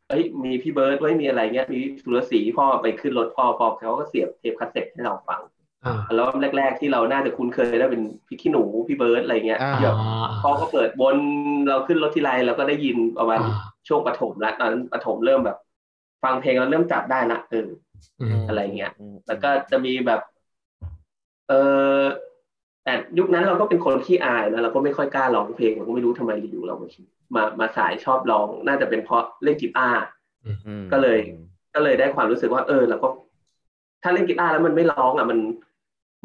Speaker 4: เอ้ยมีพี่เบิร์ดไว้ยมีอะไรเงี้ยมีสุรศรีพ่อไปขึ้นรถพ่อพ่อเขาก็เสียบเทปคาสเซ็ตให้เราฟัง
Speaker 3: อ่า
Speaker 4: อัลบั้มแรก ๆ ที่เราน่าจะคุ้นเคยได้เป็นพี่ขี้หนูพี่เบิร์ดอะไรเงี้ย
Speaker 2: อ่า
Speaker 4: ที่แบบ
Speaker 3: อ่า
Speaker 4: พ่อก็เปิดบนเราขึ้นรถทีไรเราก็ได้ยินประมาณ
Speaker 3: อ่า
Speaker 4: ช่วงปฐมละตอนนั้นปฐมเริ่มแบบ ฟังเพลงแล้วเริ่มจับได้ละเออ
Speaker 3: อืม
Speaker 4: อะไรเงี้ย แล้วก็จะมีแบบ เออแต่ยุคนั้นเราก็เป็นคนขี้อายนะเราก็ไม่ค่อยกล้าร้องเพลงเราก็ไม่รู้ทำไมอยู่ๆเรามามามาสายชอบร้อง น่าจะเป็นเพราะเล่นกีตาร์
Speaker 2: อืม
Speaker 4: ก็เลย ก็เลยได้ความรู้สึกว่า เออเราก็ ถ้าเล่นกีตาร์แล้วมันไม่ร้องอ่ะมัน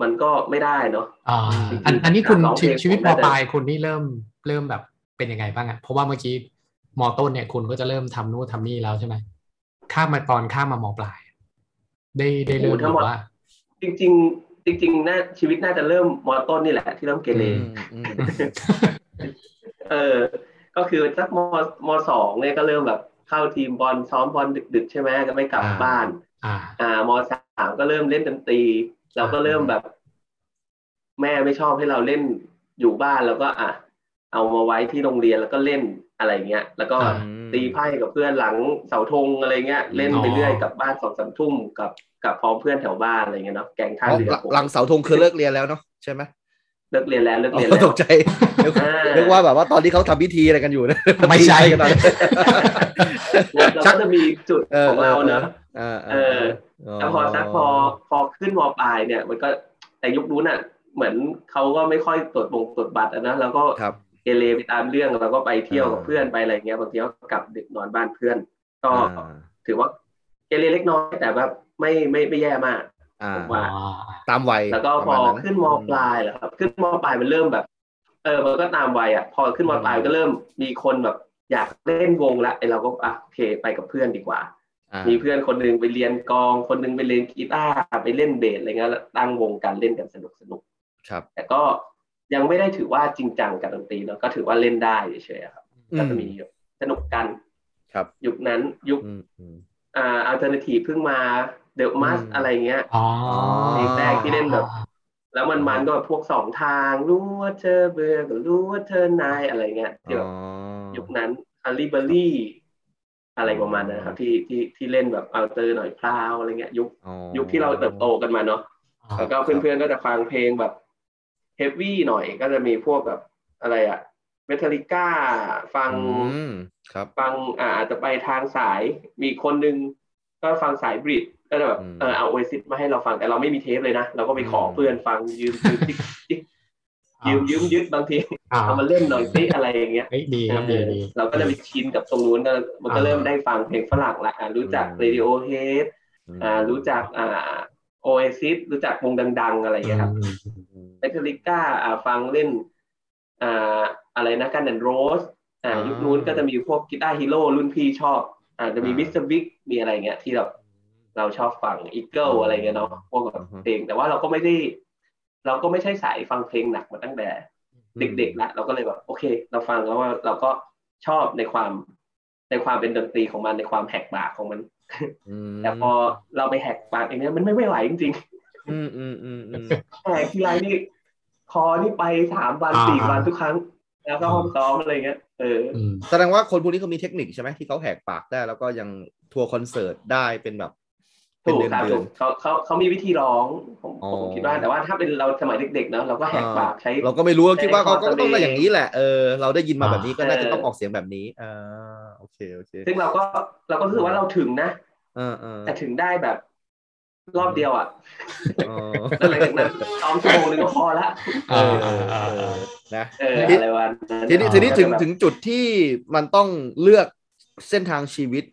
Speaker 4: มันก็ไม่ได้เนาะ
Speaker 3: อ่าอันอันนี้คุณ
Speaker 4: ร้องเพลง
Speaker 3: ชีวิตชีวิตม
Speaker 4: ผมน่าจะ
Speaker 3: ปลายคุณนี่เริ่มเริ่มแบบเป็นยังไงบ้างอะเพราะว่าเมื่อกี้มอต้นเนี่ย คุณก็จะเริ่มทำนู่นทำนี่แล้วใช่ไหมข้ามมาตอนข้ามมามอปลาย ได้ได้เริ่มหรือว่า
Speaker 4: จริง ๆ จริงๆน่าชีวิตน่าจะเริ่มมอต้นนี่แหละที่เริ่มเกเร
Speaker 2: อืมอืม
Speaker 4: เออ ก็คือสักมมสองเนี่ยก็เริ่มแบบเข้าทีมบอลซ้อมบอลดึก ๆ ใช่ไหมก็ไม่กลับ
Speaker 2: อ่า
Speaker 4: บ้าน
Speaker 3: อ่า
Speaker 4: อ่ามสามก็เริ่มเล่นดนตรี เราก็เริ่มแบบ แม่ไม่ชอบให้เราเล่นอยู่บ้านแล้วก็อ่ะเอามาไว้ที่โรงเรียนแล้วก็เล่นอะไรเงี้ย แล้วก็
Speaker 3: อ่า
Speaker 4: ตีไพ่กับเพื่อนหลังเสาธงอะไรเงี้ย เล่นไปเรื่อยกลับบ้านสองสามทุ่มกับกับพร้อมเพื่อนแถวบ้านอะไรเงี้ยเนาะแกงท่า
Speaker 2: อ๋อ
Speaker 4: เรือ
Speaker 2: หลัง
Speaker 4: ผม
Speaker 2: หลังเสาธงคือเลิกเรียนแล้วเนาะใช่ไหม
Speaker 4: เลิกเรียนแล้วเลิก
Speaker 2: อ๋
Speaker 4: เรียน
Speaker 2: อ
Speaker 4: แล้
Speaker 2: ต
Speaker 4: ว
Speaker 2: กใจนึกว่า
Speaker 4: อ่า
Speaker 2: นึกว่าแบบว่าตอนที่เขาทำพิธีอะไรกันอยู่นะ
Speaker 3: ไม่ใช่
Speaker 2: กันตอนนั้น
Speaker 4: เรา
Speaker 2: ชัก
Speaker 4: ก็จะมีจุด
Speaker 2: เออ
Speaker 4: ของเราเนาะ
Speaker 2: เออเอ
Speaker 4: เอ
Speaker 2: อ
Speaker 4: อ แล้วพอสักพอพอขึ้นมปลายเนี่ย มันก็แต่ยุคนู้นอ่ะ เหมือนเขาก็ไม่ค่อยตรวจบงตรวจบัตรอะนะแล้วก็
Speaker 2: ครับ
Speaker 4: เกเรไปตามเรื่องแล้วก็ไปเที่ยวกับเพื่อนไปอะไรเงี้ยบางทีก็กลับดึกนอนบ้านเพื่อน ก็ถือว่าเกเรเล็กน้อยแต่แบบไม่ไม่ไม่แย่มาก
Speaker 2: อ่า
Speaker 4: ผมว่า
Speaker 2: ตามวัย
Speaker 4: แล้วก็พอ
Speaker 2: ประาณ
Speaker 4: ขึ้นมปลายแหละครับ ขึ้นมปลายมันเริ่มแบบ เออมันก็ตามวัยอ่ะ พอขึ้นมปลายก็เริ่มมีคนแบบ อยากเล่นวงละไอเราก็อ่ะโอเคไปกับเพื่อนดีกว่า
Speaker 2: อ่า
Speaker 4: มีเพื่อนคนหนึงไปเรียนกลอง คนหนึงไปเรียนกีตาร์ไปเล่นเบสอะไรเงี้ยแล้วตั้งวงกันเล่นกันสนุกสนุก
Speaker 2: ครับ
Speaker 4: ๆแต่ก็ยังไม่ได้ถือว่าจริงจังกับดนตรีเนาะก็ถือว่าเล่นได้เฉยๆอะครับ
Speaker 2: อื
Speaker 4: ก็
Speaker 2: ม
Speaker 4: จะมีสนุกกัน
Speaker 2: ครับ
Speaker 4: ยุคนั้นยุค
Speaker 2: อืมอืม
Speaker 4: อ่าอัลเทอร์เนทีฟเพิ่งมาเดอะมัส
Speaker 2: อืม
Speaker 4: อะไรเงี้ย
Speaker 3: อ๋อ
Speaker 4: เพลงแรกที่เล่นแบบ แล้วมันมันก็แบบพวกสองทางรู้ว่าเธอเบื่อก็รู้ว่าเธอนายอะไรเงี้ยที่แบบ
Speaker 2: อ๋อ
Speaker 4: ยุคนั้นอาริเบอรี่อะไรประมาณนั้นครับที่ที่ที่เล่นแบบเอาเตอร์หน่อยพราวอะไรเงี้ยยุค
Speaker 2: อ๋อ
Speaker 4: ยุคที่เราเติบโตกันมาเนาะ
Speaker 3: อ่า
Speaker 4: แล้วก็เพื่อนๆก็จะฟังเพลงแบบเฮฟวี่หน่อยก็จะมีพวกแบบอะไรอะเมทัลิก้าฟัง
Speaker 2: อืมครับ
Speaker 4: ฟังอ่าอาจจะไปทางสายมีคนหนึงก็ฟังสายบริดก็จะแบบ
Speaker 2: อืม
Speaker 4: เออเอาโอเอซิสมาให้เราฟังแต่เราไม่มีเทปเลยนะเราก็ไปขอ
Speaker 2: อืม
Speaker 4: เพื่อนฟังยืมยืมติ๊กติ๊กยืม ยืมยึดบางที
Speaker 3: อ่า
Speaker 4: เอามาเล่นหน่อยสิอะไรอย่างเงี้ย
Speaker 3: เฮ้ยดี
Speaker 4: เอ
Speaker 3: ครับดี
Speaker 4: อ
Speaker 3: ดี
Speaker 4: เราก็จะไปชินกับตรงนู้นก็มันก็
Speaker 3: อ่า
Speaker 4: เริ่มได้ฟังเพลงฝรั่งละอ่ะรู้จักเรดิโอเฮด
Speaker 2: ม
Speaker 4: อ่ารู้จักอ่าโอเอซิสรู้จักวงดัง ๆ อะไรอย่างเงี้ยครับ
Speaker 3: อืม
Speaker 2: อืม
Speaker 4: เมทัลิก้าอ่าฟังเล่นอ่าอะไรนะกันแอนโรสอ่า
Speaker 2: อ่ายุ
Speaker 4: ยุคนู้นก็จะมีพวกกีตาร์ฮีโร่รุ่นพี่ชอบอ่าจะมี
Speaker 2: อ่ามิ
Speaker 4: มิสเตอร์บิ๊กมีอะไรเงี้ยที่เราเราชอบฟังอีเกิล
Speaker 2: อืม
Speaker 4: อะไรเงี้ยเนาะพวกแบบ
Speaker 2: อือฮึ
Speaker 4: เพลงแต่ว่าเราก็ไม่ได้ เราก็ไม่ใช่สายฟังเพลงหนักมาตั้งแต่เด็กๆละเราก็เลยแบบโอเค เราฟังแล้วว่าเราก็ชอบในความในความเป็นดนตรีของมันในความแหกปากของมัน
Speaker 2: ม
Speaker 4: แต่พอเราไปแหกปากเอย่างเนี้ยมันไม่ไม่ไหวจริงๆ
Speaker 2: อืมอืมอืมอืม
Speaker 4: แข่ทีไรนี่คอนี่ไปสามวัน
Speaker 3: อ่า
Speaker 4: สี่วันทุกครั้ง แล้วก็ห้องซ้อมอะไรเงี้ยเออ
Speaker 3: อืม
Speaker 2: แสดงว่าคนพวกนี้เขามีเทคนิคใช่ไหมที่เขาแหกปากได้ แล้วก็ยังทัวร์คอนเสิร์ตได้เป็นแบบ เป็น
Speaker 4: ถูก
Speaker 2: เดือน
Speaker 4: ครับ
Speaker 2: เดื
Speaker 4: ถู
Speaker 2: อน
Speaker 4: กเขาเขาเขามีวิธีร้องผม
Speaker 2: อ๋อ
Speaker 4: ผมคิดว่าแต่ว่าถ้าเป็นเราสมัยเด็กๆเนอะเราก็แหกปากใช้
Speaker 2: เราก็ไม่รู้เราคิดว่าเขา
Speaker 4: ใช้
Speaker 2: ก็
Speaker 4: ความ
Speaker 2: ต้องได้อย่างนี้แหละเออเราได้ยินมา
Speaker 3: อ่า
Speaker 2: แบบนี้ก็น่าจะ
Speaker 4: เออ
Speaker 2: ต้องออกเสียงแบบนี้อ่าโอเคโอเค
Speaker 4: ซึ่งเราก็เราก็รู้สึกว่าเราถึงนะ
Speaker 2: เออเออ
Speaker 4: แต่ถึงได้แบบ รอบเดียวอ่ะ
Speaker 2: อ๋อ
Speaker 4: แล้วหลังจากนั้นซ้อมชั่วโมงนึงก็พอละ
Speaker 3: เออเออเออเออ
Speaker 2: นะ
Speaker 4: เอออะไรวันนั้น
Speaker 2: ทีนี้ทีนี้ถึง
Speaker 4: แบบ
Speaker 2: ถึงจุดที่มันต้องเลือกเส้นทางชีวิต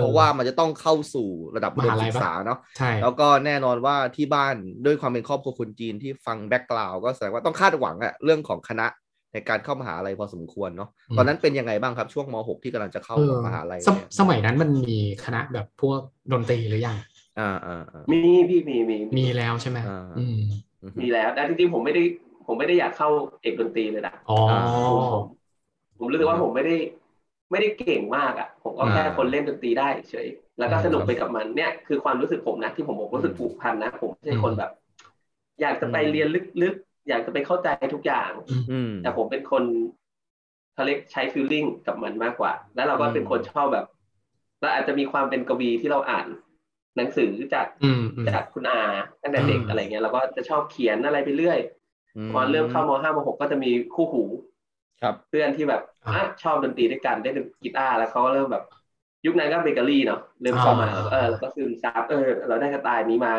Speaker 2: เพราะว่ามันจะต้องเข้าสู่ระดับ
Speaker 3: ม
Speaker 2: อุด
Speaker 3: หามลัย
Speaker 2: ศึก
Speaker 3: ปะ
Speaker 2: ษาเนาะ
Speaker 3: ใช่
Speaker 2: แล้วก็แน่นอนว่าที่บ้านด้วยความเป็นครอบครัวคนจีนที่ฟังแบ็กกราวก็แสดงว่าต้องคาดหวังอะเรื่องของคณะในการเข้ามหาลัยพอสมควรเนาะตอนนั้นเป็นยังไงบ้างครับช่วงม .6 ที่กำลังจะเข้า
Speaker 3: เออ
Speaker 2: มหาลัย
Speaker 3: สม
Speaker 2: เนี่ย
Speaker 3: สมัยนั้นมันมีคณะแบบพวกดนตรีหรือยัง
Speaker 2: อ่าอ่าอ่า
Speaker 4: มีพี่มีมี
Speaker 3: มีแล้วใช่ไหม
Speaker 2: อ่า
Speaker 3: อืม
Speaker 2: อืม
Speaker 4: มีแล้วแต่จริงๆผมไม่ได้ผมไม่ได้อยากเข้าเอกดนตรีเลยนะ
Speaker 3: อ๋อ
Speaker 4: ผมผมรู้สึกว่าผมไม่ได้ ไม่ได้เก่งมากอ่ะ ผมก็แค่
Speaker 2: อ่า
Speaker 4: คนเล่นดนตรีได้เฉย แล้วก็สนุ
Speaker 2: ค
Speaker 4: ก
Speaker 2: รับ
Speaker 4: ไปกับมันเนี่ยคือความรู้สึกผมนะที่ผมบอกรู้สึกผูกพันนะผมไม่ใช่คนแบบ อยากจะไป
Speaker 2: อืม
Speaker 4: เรียนลึกๆ อยากจะไปเข้าใจทุกอย่าง
Speaker 2: อืม
Speaker 4: แต่ผมเป็นคนเขาเรียกใช้ฟิลลิ่งกับมันมากกว่า แล้วเราก็เป็นคนชอบแบบเราอาจจะมีความเป็นกวีที่เราอ่าน หนังสือจาก
Speaker 3: อืมอืม
Speaker 4: จากคุณอาตั้งแต่เด็ก
Speaker 3: อืม
Speaker 4: อะไรเงี้ยเราก็จะชอบเขียนอะไรไปเรื่อยพอเริ่มเข้ามห้ามหกก็จะมีคู่หู
Speaker 2: ครับ
Speaker 4: เพื่อนที่แบบ
Speaker 3: อ่า
Speaker 4: อ่ะชอบดนตรีด้วยกันได้ดนกีตาร์แล้วเขาก็เริ่มแบบ ยุคนั้นก็เบเกอรี่เนาะเริ่มเข้ามา
Speaker 3: อ่า
Speaker 4: เออแล้วก็ซึมซับเออ เราได้สไตล์นี้มา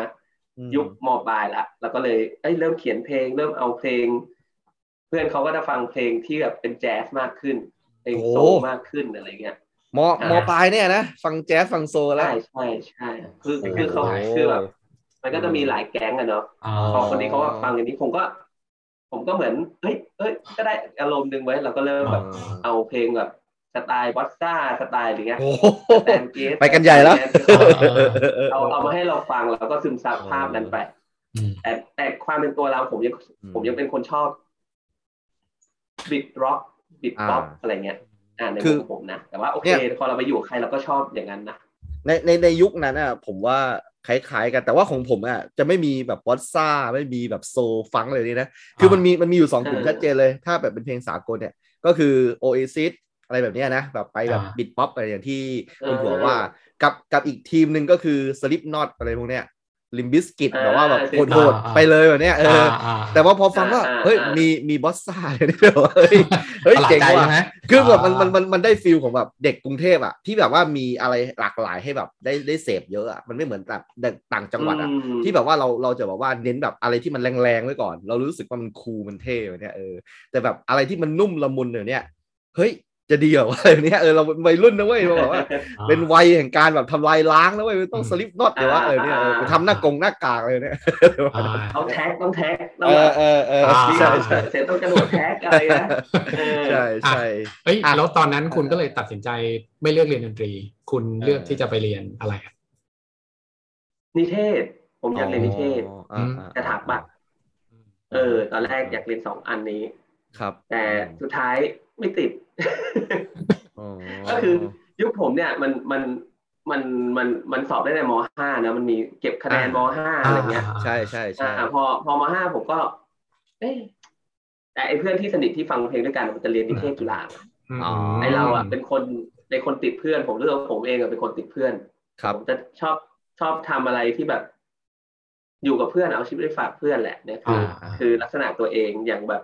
Speaker 2: อืม
Speaker 4: ยุคมปลายละเราก็เลยเอ้ยเริ่มเขียนเพลง เริ่มเอาเพลง เพื่อนเขาก็จะฟังเพลงที่แบบเป็นแจ๊สมากขึ้น เพลงโซลมากขึ้นอะไรเงี้ย
Speaker 2: มมปลายเนี่ยนะฟังแจ๊สฟังโซลแล้ว
Speaker 4: ใช่ใช่ใช่คือ
Speaker 2: โอ้โห
Speaker 4: คือเขาคือแบบมันก็จะมีหลายแก๊งอะเนาะ
Speaker 3: อ๋อ
Speaker 4: พอคนนี้เขาก็ฟังอย่างนี้ผมก็ ผมก็เหมือนเฮ้ยเอ้ยก็ได้อารมณ์หนึ่งไว้เราก็เริ่มแบบ เอาเพลงแบบสไตล์วัตซ่าสไตล์อะไรเงี้ย
Speaker 2: โอ้โห
Speaker 4: แตนเกส
Speaker 2: ไปกันใหญ่แล้ว
Speaker 4: เอา
Speaker 2: เออเออเออ
Speaker 4: เอาเอามาให้เราฟังแล้วก็ซึมซับภาพนั้นไป
Speaker 3: อืม
Speaker 4: แต่แต่ความเป็นตัวเราผมยัง
Speaker 2: อืม
Speaker 4: ผมยังเป็นคนชอบบิดร็อกบิดป๊อป
Speaker 2: อ่า
Speaker 4: อะไรเงี้ย อ่าใน
Speaker 2: คื
Speaker 4: มุ
Speaker 2: อ
Speaker 4: มของผมนะ แต่ว่าโอเค
Speaker 2: เนี่ย
Speaker 4: พอเราไปอยู่กับใครเราก็ชอบอย่างนั้นนะ
Speaker 2: ในในในยุคนั้นอ่ะผมว่าคล้ายๆกันแต่ว่าของผมอ่ะจะไม่มีแบบวอตซ่าไม่มีแบบโซลฟังก์เลยนี่นะ คือมันมีมันมีอยู่สองกลุ่ม
Speaker 4: เออ
Speaker 2: ชัดเจนเลยถ้าแบบเป็นเพลงสากลเนี่ยก็คือ Oasis อะไรแบบเนี้ยนะแบบไปแบบบิดป๊อปอะไรอย่างที่คุณหัวว่า กับกับอีกทีมหนึ่งก็คือ Slipknot อะไรพวกเนี้ย ลิมบิสกิตแบบว่าแบบ
Speaker 4: อ่า
Speaker 2: โหดๆไปเลยแบบเนี้ยเออ
Speaker 3: อ่า
Speaker 2: แต่ว่าพอฟังว่า
Speaker 4: อ่า
Speaker 2: เฮ้ย
Speaker 4: อ่ามี
Speaker 2: มีมีบอสซ่าเลยเนี่ยเฮ้ยเฮ้ย
Speaker 3: ประหลาด
Speaker 2: เจ๋ง
Speaker 3: ใจ
Speaker 2: ว่ะ
Speaker 3: ใช่ไหม
Speaker 2: คือแบบมันมันมันมันได้ฟิลของแบบเด็กกรุงเทพอะที่แบบว่ามีอะไรหลากหลายให้แบบได้ได้เสพเยอะอะมันไม่เหมือนแบบต่างจังหวัดอะ
Speaker 4: ม
Speaker 2: ที่แบบว่าเราเราจะแบบว่าเน้นแบบอะไรที่มันแรงๆไว้ก่อน เรารู้สึกว่ามันคูลมันเท่เนี่ยเออแต่แบบอะไรที่มันนุ่มละมุนเนี่ยเนี่ยเฮ้ยจะดีเหรอวะอะไรเนี่ยเออเราวัยรุ่นนะเว้ยเราแบบว่า
Speaker 3: อ่า
Speaker 2: เป็นวัยแห่งการแบบทำลายล้างนะเว้ยมันต้อง
Speaker 3: อืม
Speaker 2: สลิปน็อตหรือว่าเออเนี่ยเออไปทำหน้ากงหน้ากากเลยเนี่ย
Speaker 3: อ่า
Speaker 4: ต้องแท็กต้องแท็กต้
Speaker 2: เอ
Speaker 4: องแบ
Speaker 2: อบ เออเออ
Speaker 3: อ่า
Speaker 2: ใช่ใช่
Speaker 4: เสร็จต้องกระโดดแท็กอะไรนะเออ
Speaker 2: ใช่ใช่
Speaker 3: เอ้ย
Speaker 2: อ่ะ
Speaker 3: แล้วตอนนั้นคุณ
Speaker 2: เออ
Speaker 3: ก็เลยตัดสินใจไม่เลือกเรียนดนตรี คุณเลือก
Speaker 2: เออ
Speaker 3: ที่จะไปเรียนอะไรอ่ะ
Speaker 4: นิเทศ ผมอยากเรียนนิเทศ
Speaker 2: อ๋ออ่าๆ
Speaker 4: สถาปัตย์ เออ ตอนแรกอยากเรียนสองอันนี้
Speaker 2: ครับ
Speaker 4: แต่สุดท้ายไม่ติด
Speaker 2: อ๋อ
Speaker 4: ก็คือยุคผมเนี่ยมันมันมันมันมันสอบได้ในมห้านะมันมีเก็บคะแนนม
Speaker 2: อ่า
Speaker 4: ห้าอะไรเงี้ย
Speaker 2: ใช่ใช่ใช่
Speaker 4: อ่าพอพอมห้าผมก็ เอ๊ะแต่ไอ้เพื่อนที่สนิทที่ฟังเพลงด้วยกันมันจะเรียนนิเทศจุฬา
Speaker 3: อืม
Speaker 2: อ๋อ
Speaker 4: ไอ้เราอ่ะเป็นคนเป็นคนติดเพื่อน ผมเลือกว่าผมเองอะเป็นคนติดเพื่อน
Speaker 2: ครับ
Speaker 4: ผมจะชอบชอบทำอะไรที่แบบ อยู่กับเพื่อนเอาชีวิตไปฝากเพื่อนแหละเนี่ยคืออา
Speaker 3: อ่า
Speaker 4: คือลักษณะตัวเองอย่างแบบ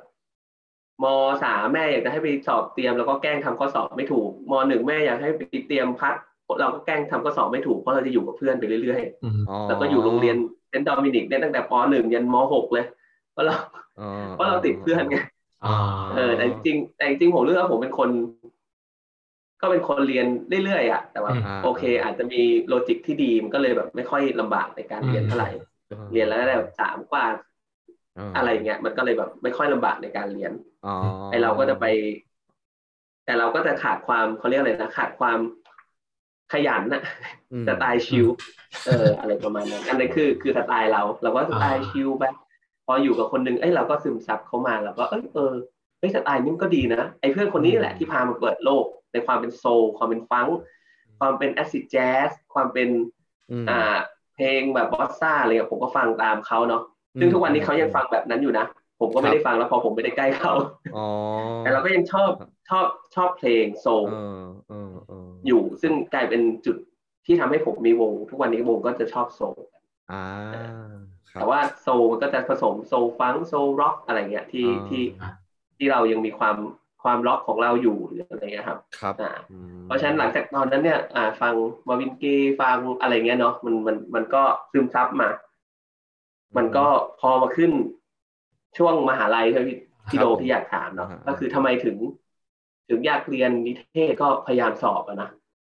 Speaker 4: มสามแม่อยากจะให้ไปสอบเตรียมแล้วก็แกล้งทำข้อสอบไม่ถูกมหนึ่งแม่อยากให้ไปเตรียมพักเราก็แกล้งทำข้อสอบไม่ถูกเพราะเราจะอยู่กับเพื่อนไปเรื่อย
Speaker 3: อืม
Speaker 4: ๆแล้วก็อยู่โรงเรียนเซนต์ดอมินิกเนี่ยตั้งแต่ปหนึ่งยันมหกเลยเพราะเราเพราะเราติดเพื่อนไง
Speaker 3: อ่า
Speaker 4: เออแต่จริงๆแต่จริงๆผมเลือกว่าผมเป็นคน ก็เป็นคนเรียนเรื่อยๆอ่ะแต่ว่า
Speaker 3: อืม
Speaker 4: โอเค อาจจะมีโลจิกที่ดีมันก็เลยแบบไม่ค่อยลำบากในการเรียนเท่าไหร่ เรียนแล้วได้แบบสามกว่าอะไรเงี้ยมันก็เลยแบบไม่ค่อยลำบากในการเรียนไอเราก็จะไป แต่เราก็จะขาดความเขาเรียกอะไรนะขาดความขยันนะสไตล์ชิลเออ อะไรประมาณนั้นอันนั้นคือคือสไตล์เรา เราก็สไตล์ชิลไปพออยู่กับคนหนึงเอ้ยเราก็ซึมซับเขามาเราก็เอยเออเฮ้ยสไตล์นี้มันก็ดีนะไอ้เพื่อนคนนี้แหละที่พามาเปิดโลก ในความเป็นโซลความเป็นฟังก์ความเป็นแอซิดแจ๊สความเป็น อ่า เพลงแบบบอสซ่าอะไรเงี้ยผมก็ฟังตามเขาเนาะซึ่งทุกวันนี้เขายังฟังแบบนั้นอยู่นะ ผมก็ไม่ได้ฟังแล้วพอผมไม่ได้ใกล้เขา
Speaker 2: อ๋อ
Speaker 4: แต่เราก็ยังชอบชอบชอบเพลงโซล
Speaker 2: เออเออเอออ
Speaker 4: อยู่ ซึ่งกลายเป็นจุดที่ทำให้ผมมีวง ทุกวันนี้วงก็จะชอบโซล
Speaker 2: อ่าครับ
Speaker 4: แต่ว่าโซลมันก็จะผสมโซลฟังก์โซลร็อกอะไรเงี้ยที่
Speaker 2: อ่า
Speaker 4: ที่ที่เรายังมีความความร็อกของเราอยู่หรืออะไรเงี้ยครับ
Speaker 2: ครับ
Speaker 4: อ่า
Speaker 2: อืม
Speaker 4: เพราะฉะนั้นหลังจากตอนนั้นเนี่ยอ่าฟังมาวินเกย์ฟังอะไรเงี้ยเนาะมันมันมันก็ซึมซับมา มันก็พอมาขึ้นช่วงมหาลัยใช่ไหมพี่พี่โด
Speaker 2: ครับผม
Speaker 4: ที่อยากถามเนาะ
Speaker 2: อ่า
Speaker 4: ก็คือทำไมถึง ถึงอยากเรียนนิเทศก็พยายามสอบอะนะ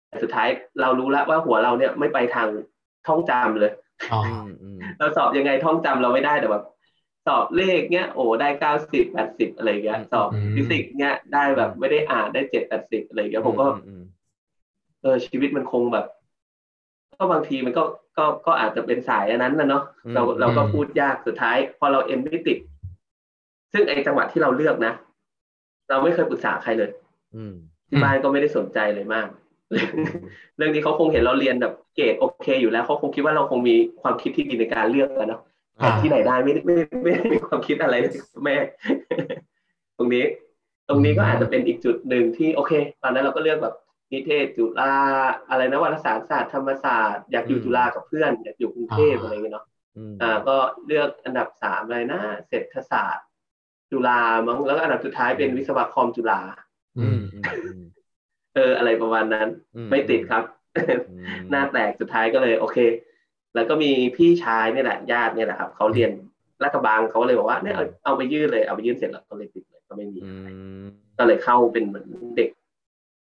Speaker 4: แต่สุดท้ายเรารู้แล้วว่าหัวเราเนี่ยไม่ไปทางท่องจำเลย
Speaker 3: อ๋อ
Speaker 2: อืมอืม
Speaker 4: เราสอบยังไงท่องจำเราไม่ได้แต่แบบสอบเลขเนี้ยโอ้ได้เก้าสิบแปดสิบอะไรเงี้ยสอบฟิสิกส์เนี้ยได้แบบไม่ได้อ่านได้เจ็ดแปดสิบอะไรเงี้ยผมก็
Speaker 2: อืม
Speaker 4: เออชีวิตมันคงแบบ ก็บางทีมันก็ก็ก็อาจจะเป็นสายอันนั้นนะเนาะ
Speaker 2: อืม
Speaker 4: เราเราก็พูดยากสุดท้าย พอเราเอ็นไม่ติด ซึ่งไอ้จังหวะที่เราเลือกนะ เราไม่เคยปรึกษาใครเลย
Speaker 2: อืม
Speaker 4: ที่บ้านก็ไม่ได้สนใจเลย มาก เรื่องนี้เขาคงเห็นเราเรียนแบบเกรดโอเค อยู่แล้วเขาคงคิดว่าเราคงมีความคิดที่ดีในการเลือกแล้วเนาะแต่ที่ไหนได้ไม่ได้ไม่ไม่ไม่ได้มีความคิดอะไรเลยแม่ ตรงนี้ ตรงนี้ก็อาจจะเป็นอีกจุดหนึ่งที่โอเค ตอนนั้นเราก็เลือกแบบนิเทศจุฬาอะไรนะวารสารศาสตร์ธรรมศาสตร์อยากอยู่จุฬากับเพื่อนอยากอยู่กรุงเทพอะไรอย่างเงี้ยเนาะ
Speaker 2: อืม
Speaker 4: อ่า ก็เลือกอันดับสามอะไรนะเศรษฐศาสตร์ จุฬามั้งแล้วก็อันดับสุดท้ายเป็นวิศวะคอมจุฬา
Speaker 3: อื
Speaker 2: อื
Speaker 3: ม
Speaker 2: มอืมอืม
Speaker 4: เอออะไรประมาณนั้น
Speaker 2: อื
Speaker 4: ไม่ติดครับ
Speaker 2: อืม
Speaker 4: หน้าแตกสุดท้ายก็เลยโอเค แล้วก็มีพี่ชายเนี่ยแหละญาติเนี่ยแหละครับเขาเรียนรัฐบาลเขาเลยบอกว่าเนี่ยเอาเอาไปยื่นเลยเอาไปยื่นเสร็จแล้วก็เลยติดเลยก็ไม่มี
Speaker 2: อืม
Speaker 4: ก็เลยเข้าเป็นเหมือนเด็ก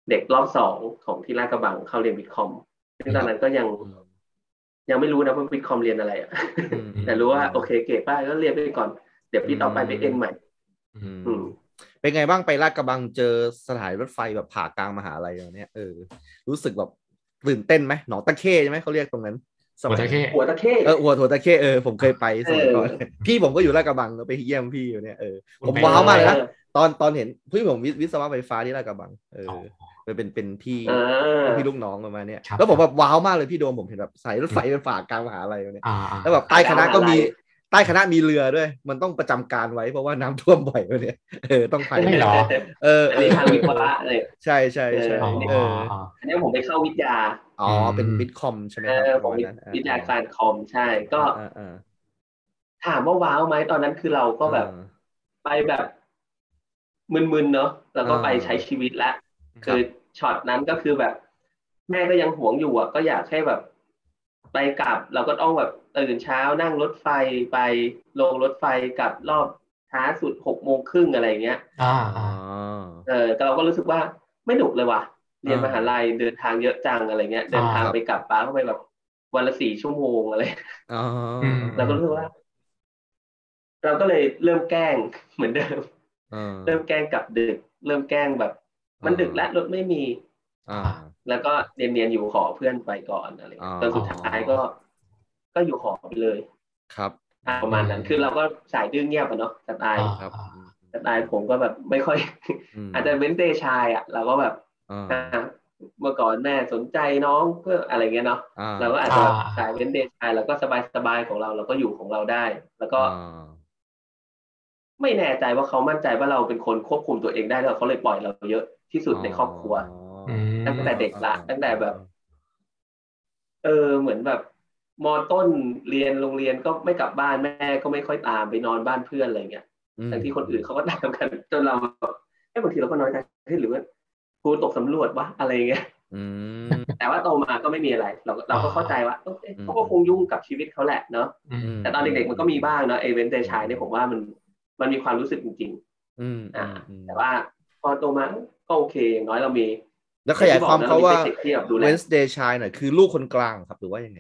Speaker 4: เด็กรอบสองของที่ลาดกระบังเข้าเรียนวิทย์คอมซึ่งตอนนั้นก็ยังยังไม่รู้นะว่าวิทย์คอมเรียนอะไรอะ
Speaker 2: อืม
Speaker 4: แต่รู้ว่าโอเคเกรดป้ายก็เรียนไปก่อนเดี๋ยวปีต่อไปไปเอ็นใหม่
Speaker 3: อืม
Speaker 4: อืม
Speaker 2: เป็นไงบ้างไปลาดกระบังเจอสถานรถไฟแบบผ่ากลางมหาลัยเราเนี่ยเออรู้สึกแบบตื่นเต้นไหมหนองตะเข้ใช่ไหมเขาเรียกตรงนั้นส
Speaker 3: หั
Speaker 2: มั
Speaker 3: วย ตะเข้
Speaker 4: หัวตะเข้
Speaker 2: เออหัวหัวตะเข้เออผมเคยไปสมัยก่อน
Speaker 4: เออ
Speaker 2: พี่ผมก็อยู่ลาดกระบังไปเยี่ยมพี่อยู่เนี่ยเออ
Speaker 3: คุ
Speaker 2: ผม
Speaker 3: ณไป
Speaker 2: ว้าวมากเลยนะ
Speaker 4: เออ
Speaker 2: ตอนตอนเห็นพี่ผมวิศวิศวะไฟฟ้าที่ลาดกระบังเออ
Speaker 3: อ๋อ
Speaker 2: ไปเป็นเป็นพี่
Speaker 4: เออ
Speaker 2: พี่ลูกน้องประมาณเนี้ย
Speaker 3: ครับ
Speaker 2: แล้วผมแบบว้าวมากเลยพี่โดมผมเห็นแบบสายรถไฟเป็นผ่ากลางมหาลัยเนี่ย
Speaker 3: อ่า
Speaker 2: แล้วแบบใต้คณะก็มี ใต้คณะมีเรือด้วย มันต้องประจำการไว้เพราะว่าน้ำท่วมบ่อยวันเนี้ยเออต้องไป
Speaker 3: ไม่หรอ
Speaker 2: เออ
Speaker 4: อั
Speaker 2: เอน อ
Speaker 4: นี้ทางวิเคราะห์เลย
Speaker 2: ใช่ใช่ใช่
Speaker 3: อ๋อ
Speaker 2: เออ
Speaker 3: อ๋อ
Speaker 4: อันนี้ผมไปเข้าวิทยา
Speaker 2: อ๋อเป็นบิตคอมใช่ไหม
Speaker 4: เอ
Speaker 2: ครับ
Speaker 4: อผม
Speaker 2: ประณนั้น
Speaker 4: วิทยาการคอมใช่ ก็
Speaker 2: เออเออ
Speaker 4: ถามว่าว้าวไหมตอนนั้นคือเราก็แบบไปแบบมึนๆเนาะแล้วก็ไปใช้ชีวิต
Speaker 2: รั
Speaker 4: ละ
Speaker 2: บ
Speaker 4: คือช็อตนั้นก็คือแบบ แม่ก็ยังหวงอยู่อ่ะก็อยากให้แบบ ไปกลับ เราก็ต้องแบบตื่นเช้านั่งรถไฟไปลงรถไฟกลับรอบช้าสุดหกโมงครึ่งอะไรอย่างเงี้ย
Speaker 3: อ่า
Speaker 2: อ๋
Speaker 3: อ่า
Speaker 2: อ
Speaker 4: เออแต่เราก็รู้สึกว่าไม่หนุกเลยว่ะ เรียน
Speaker 2: อ่าม
Speaker 4: หาลัยเดินทางเยอะจังอะไรเงี้ย เดินทาง
Speaker 2: ครับ
Speaker 4: ไปกลับป้าก็ไปแบบวันละสี่ชั่วโมงอะไร
Speaker 2: อ๋อ
Speaker 4: เราก็รู้สึกว่า เราก็เลยเริ่มแกล้งเหมือนเดิม
Speaker 2: เออ
Speaker 4: เริ่มแกล้งกลับดึก เริ่มแกล้งแบบ มันดึกแล้วรถไม่มี
Speaker 2: อ่า
Speaker 4: แล้วก็เนียนๆอยู่ขอเพื่อนไปก่อนอะไรเงี้ย
Speaker 2: อ๋อ
Speaker 4: จนสุดท้ายก็ ก็อยู่ขอไปเลย
Speaker 2: ครับ
Speaker 4: อ่ะประมาณนั้น คือเราก็สายดื้อเงียบอะเนาะสไตล์
Speaker 2: ครับ
Speaker 4: สไตล์ผมก็แบบไม่ค่อย
Speaker 2: ม
Speaker 4: อาจจะเว้นเตชายอ่ะเราก็แบบ
Speaker 2: อ่า
Speaker 4: อ่ะเมื่อก่อนแม่สนใจน้องเพื่ออะไรเงี้ยเนาะ
Speaker 2: อ่
Speaker 4: เราก็อาจจะสายเว้นเดชายแล้วก็สบายสบายๆของเราเราก็อยู่ของเราได้ แล้วก็
Speaker 2: อ่า
Speaker 4: ไม่แน่ใจว่าเขามั่นใจว่าเราเป็นคนควบคุมตัวเองได้แล้วเขาเลยปล่อยเราเยอะที่สุดในครอบครัว
Speaker 3: อืม
Speaker 4: ตั้งแต่เด็กละตั้งแต่แบบ เออ เหมือนแบบมอต้นเรียนโรงเรียนก็ไม่กลับบ้านแม่ก็ไม่ค่อยตามไปนอนบ้านเพื่อนอะไรเงี้ยทั้งที่คนอื่นเขาก็ตามกันจนเราแบบเอ้ยบางทีเราก็น้อยใจเฮ้ยหรือว่ากูตกสำรวจวะอะไรเงี้ย
Speaker 2: อืม
Speaker 4: แต่ว่าโตมาก็ไม่มีอะไร เราก็เราก็เข้าใจว่าโอเค
Speaker 2: อืม
Speaker 4: เขาก็คงยุ่งกับชีวิตเขาแหละเนาะ
Speaker 3: อืม
Speaker 4: แต่ตอนเด็กๆมันก็มีบ้างเนาะเอเวนเตชายเนี่ยผมว่ามันมันมีความรู้สึกจริง
Speaker 2: อืม
Speaker 4: อ่า
Speaker 2: อืม
Speaker 4: ๆ แต่ว่าพอโตมาก็โอเคอย่างน้อยเรามี
Speaker 2: แล้วขยายความเขาว่า
Speaker 4: เรมีเทคนิคที่แบบดูแล
Speaker 2: Wednesday ชายหน่อยคือลูกคนกลางครับหรือว่ายังไง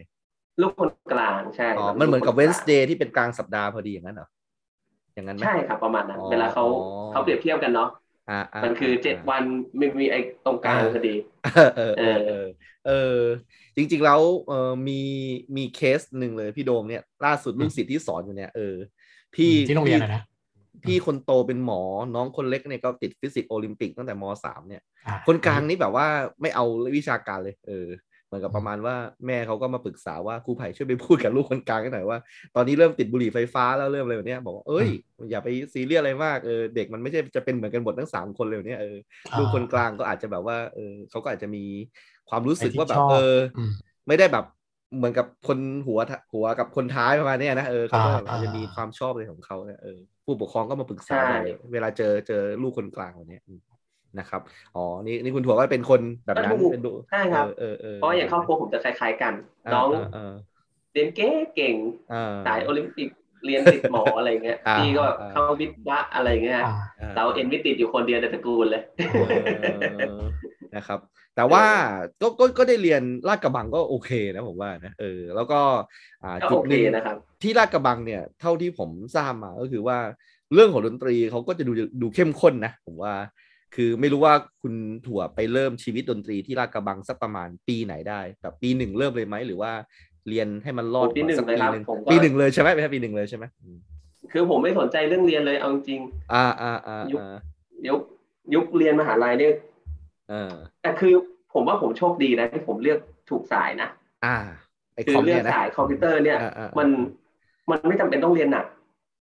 Speaker 4: ลูกคนกลางใช่
Speaker 2: อ๋อ
Speaker 4: รา
Speaker 2: มันเหมือนกับ
Speaker 4: ลูคกลาง
Speaker 2: Wednesday ที่เป็นกลางสัปดาห์พอดีอย่างนั้นเหรออย่างนั้นไหม
Speaker 4: ใช่ครับประมาณนั้น
Speaker 2: อ๋อ
Speaker 4: เวลาเขา
Speaker 2: อ๋อ
Speaker 4: เขาเปรียบเทียบกันเนาะ
Speaker 2: อ่าา
Speaker 4: มันคือเจ็ด
Speaker 2: า
Speaker 4: วันมันมีไอ้ตรงกลาง
Speaker 2: อ่า
Speaker 4: พอดี
Speaker 2: เออเออเออเออเออจริงๆแล้วเออมีมีเคสหนึ่งเลยพี่โดมเนี่ย ล่าสุดลูกศิษย์ที่สอนอยู่เนี่ยเออพี่
Speaker 3: ที่โรงเรียนอะนะ
Speaker 2: พี่คนโตเป็นหมอน้องคนเล็กเนี่ยก็ติดฟิสิกส์โอลิมปิกตั้งแต่มสามเนี่ย
Speaker 3: อ่ะ
Speaker 2: คนกลางนี่แบบว่าไม่เอาวิชาการเลย เออ เหมือนกับประมาณว่าแม่เขาก็มาปรึกษาว่าครูไผ่ช่วยไปพูดกับลูกคนกลางให้หน่อยว่า ตอนนี้เริ่มติดบุหรี่ไฟฟ้าแล้วเริ่มอะไรแบบเนี้ยบอกว่าเอ้ยอย่าไปซีเรียสอะไรมากเออเด็กมันไม่ใช่จะเป็นเหมือนกันหมดทั้งสามคนเลยแบบเนี้ยเออลูกคนกลางก็อาจจะแบบว่าเออเขาก็อาจจะมีความรู้สึกว่าแบบเออ
Speaker 3: ม
Speaker 2: ไม่ได้แบบเหมือนกับคนหัวทะหัวกับคนท้ายประมาณเนี้ยนะเออเขาก็แบบ
Speaker 3: อ่า
Speaker 2: อาจจะมีความชอบอะไรของเขาเนี่ยเออผู้ปกครองก็มาปรึกษา
Speaker 4: ใช่
Speaker 2: บ่อยเวลาเจอเจอลูกคนกลางวันเนี้ยนะครับอ๋อนี่นี่คุณถั่วก็เป็นคนแบบนั้นเป็นดู
Speaker 4: ใช่ครับ
Speaker 2: เออเออ
Speaker 4: เพราะว่าอย่างครอบครัวผมจะคล้ายๆกัน น้อง
Speaker 2: เออ
Speaker 4: เรียนเก่งเก่ง
Speaker 2: เออ
Speaker 4: สายโอลิมปิกเรียนติดหมออะไรเงี้ย
Speaker 2: อ่า
Speaker 4: พี่ก็แบบเข้าวิทย์วะอะไรเงี้ย
Speaker 3: อ่า
Speaker 4: เราเอ็นไม่ติดอยู่คนเดียวในตระกูลเลย
Speaker 2: เออ นะครับ แต่ว่าก็ก็ก็ได้เรียนลาดกระบังก็โอเคนะผมว่านะเออ แล้วก็อ่า
Speaker 4: ก็
Speaker 2: จุดห
Speaker 4: โอเค
Speaker 2: นึ่ง
Speaker 4: นะครับ
Speaker 2: ที่ลาดกระบังเนี่ยเท่าที่ผมทราบมาก็คือว่าเรื่องของดนตรีเขาก็จะดูดูเข้มข้นนะผมว่า คือไม่รู้ว่าคุณถั่วไปเริ่มชีวิตดนตรีที่ลาดกระบังสักประมาณปีไหนได้แบบปีหนึ่งเริ่มเลยไหมหรือว่าเรียนให้มันรอด
Speaker 4: โอ้ปีหนึ่ง
Speaker 2: สัก
Speaker 4: เลย
Speaker 2: ปี
Speaker 4: ครับ
Speaker 2: หนึ่ง
Speaker 4: ผมก็
Speaker 2: ปีหนึ่งเลยใช่ไหมไม่ใช่ปีหนึ่งเลยใช่ไหมอืม
Speaker 4: คือผมไม่สนใจเรื่องเรียนเลยเอาจริง
Speaker 2: อ่าอ่าอ่า
Speaker 4: ยุค
Speaker 2: อ่า
Speaker 4: ๆยุคยุคเรียนมหาลัยเนี่ย
Speaker 2: เออ
Speaker 4: แต่คือผมว่าผมโชคดีนะที่ผมเลือกถูกสายนะ
Speaker 2: อ่าไอ
Speaker 4: คื
Speaker 2: คอม
Speaker 4: เลื
Speaker 2: เนี่ย
Speaker 4: ก
Speaker 2: นะ
Speaker 4: สายคอมพิวเตอร์เนี่ย
Speaker 2: อ่าอ่า
Speaker 4: มันมันไม่จำเป็นต้องเรียนหนัก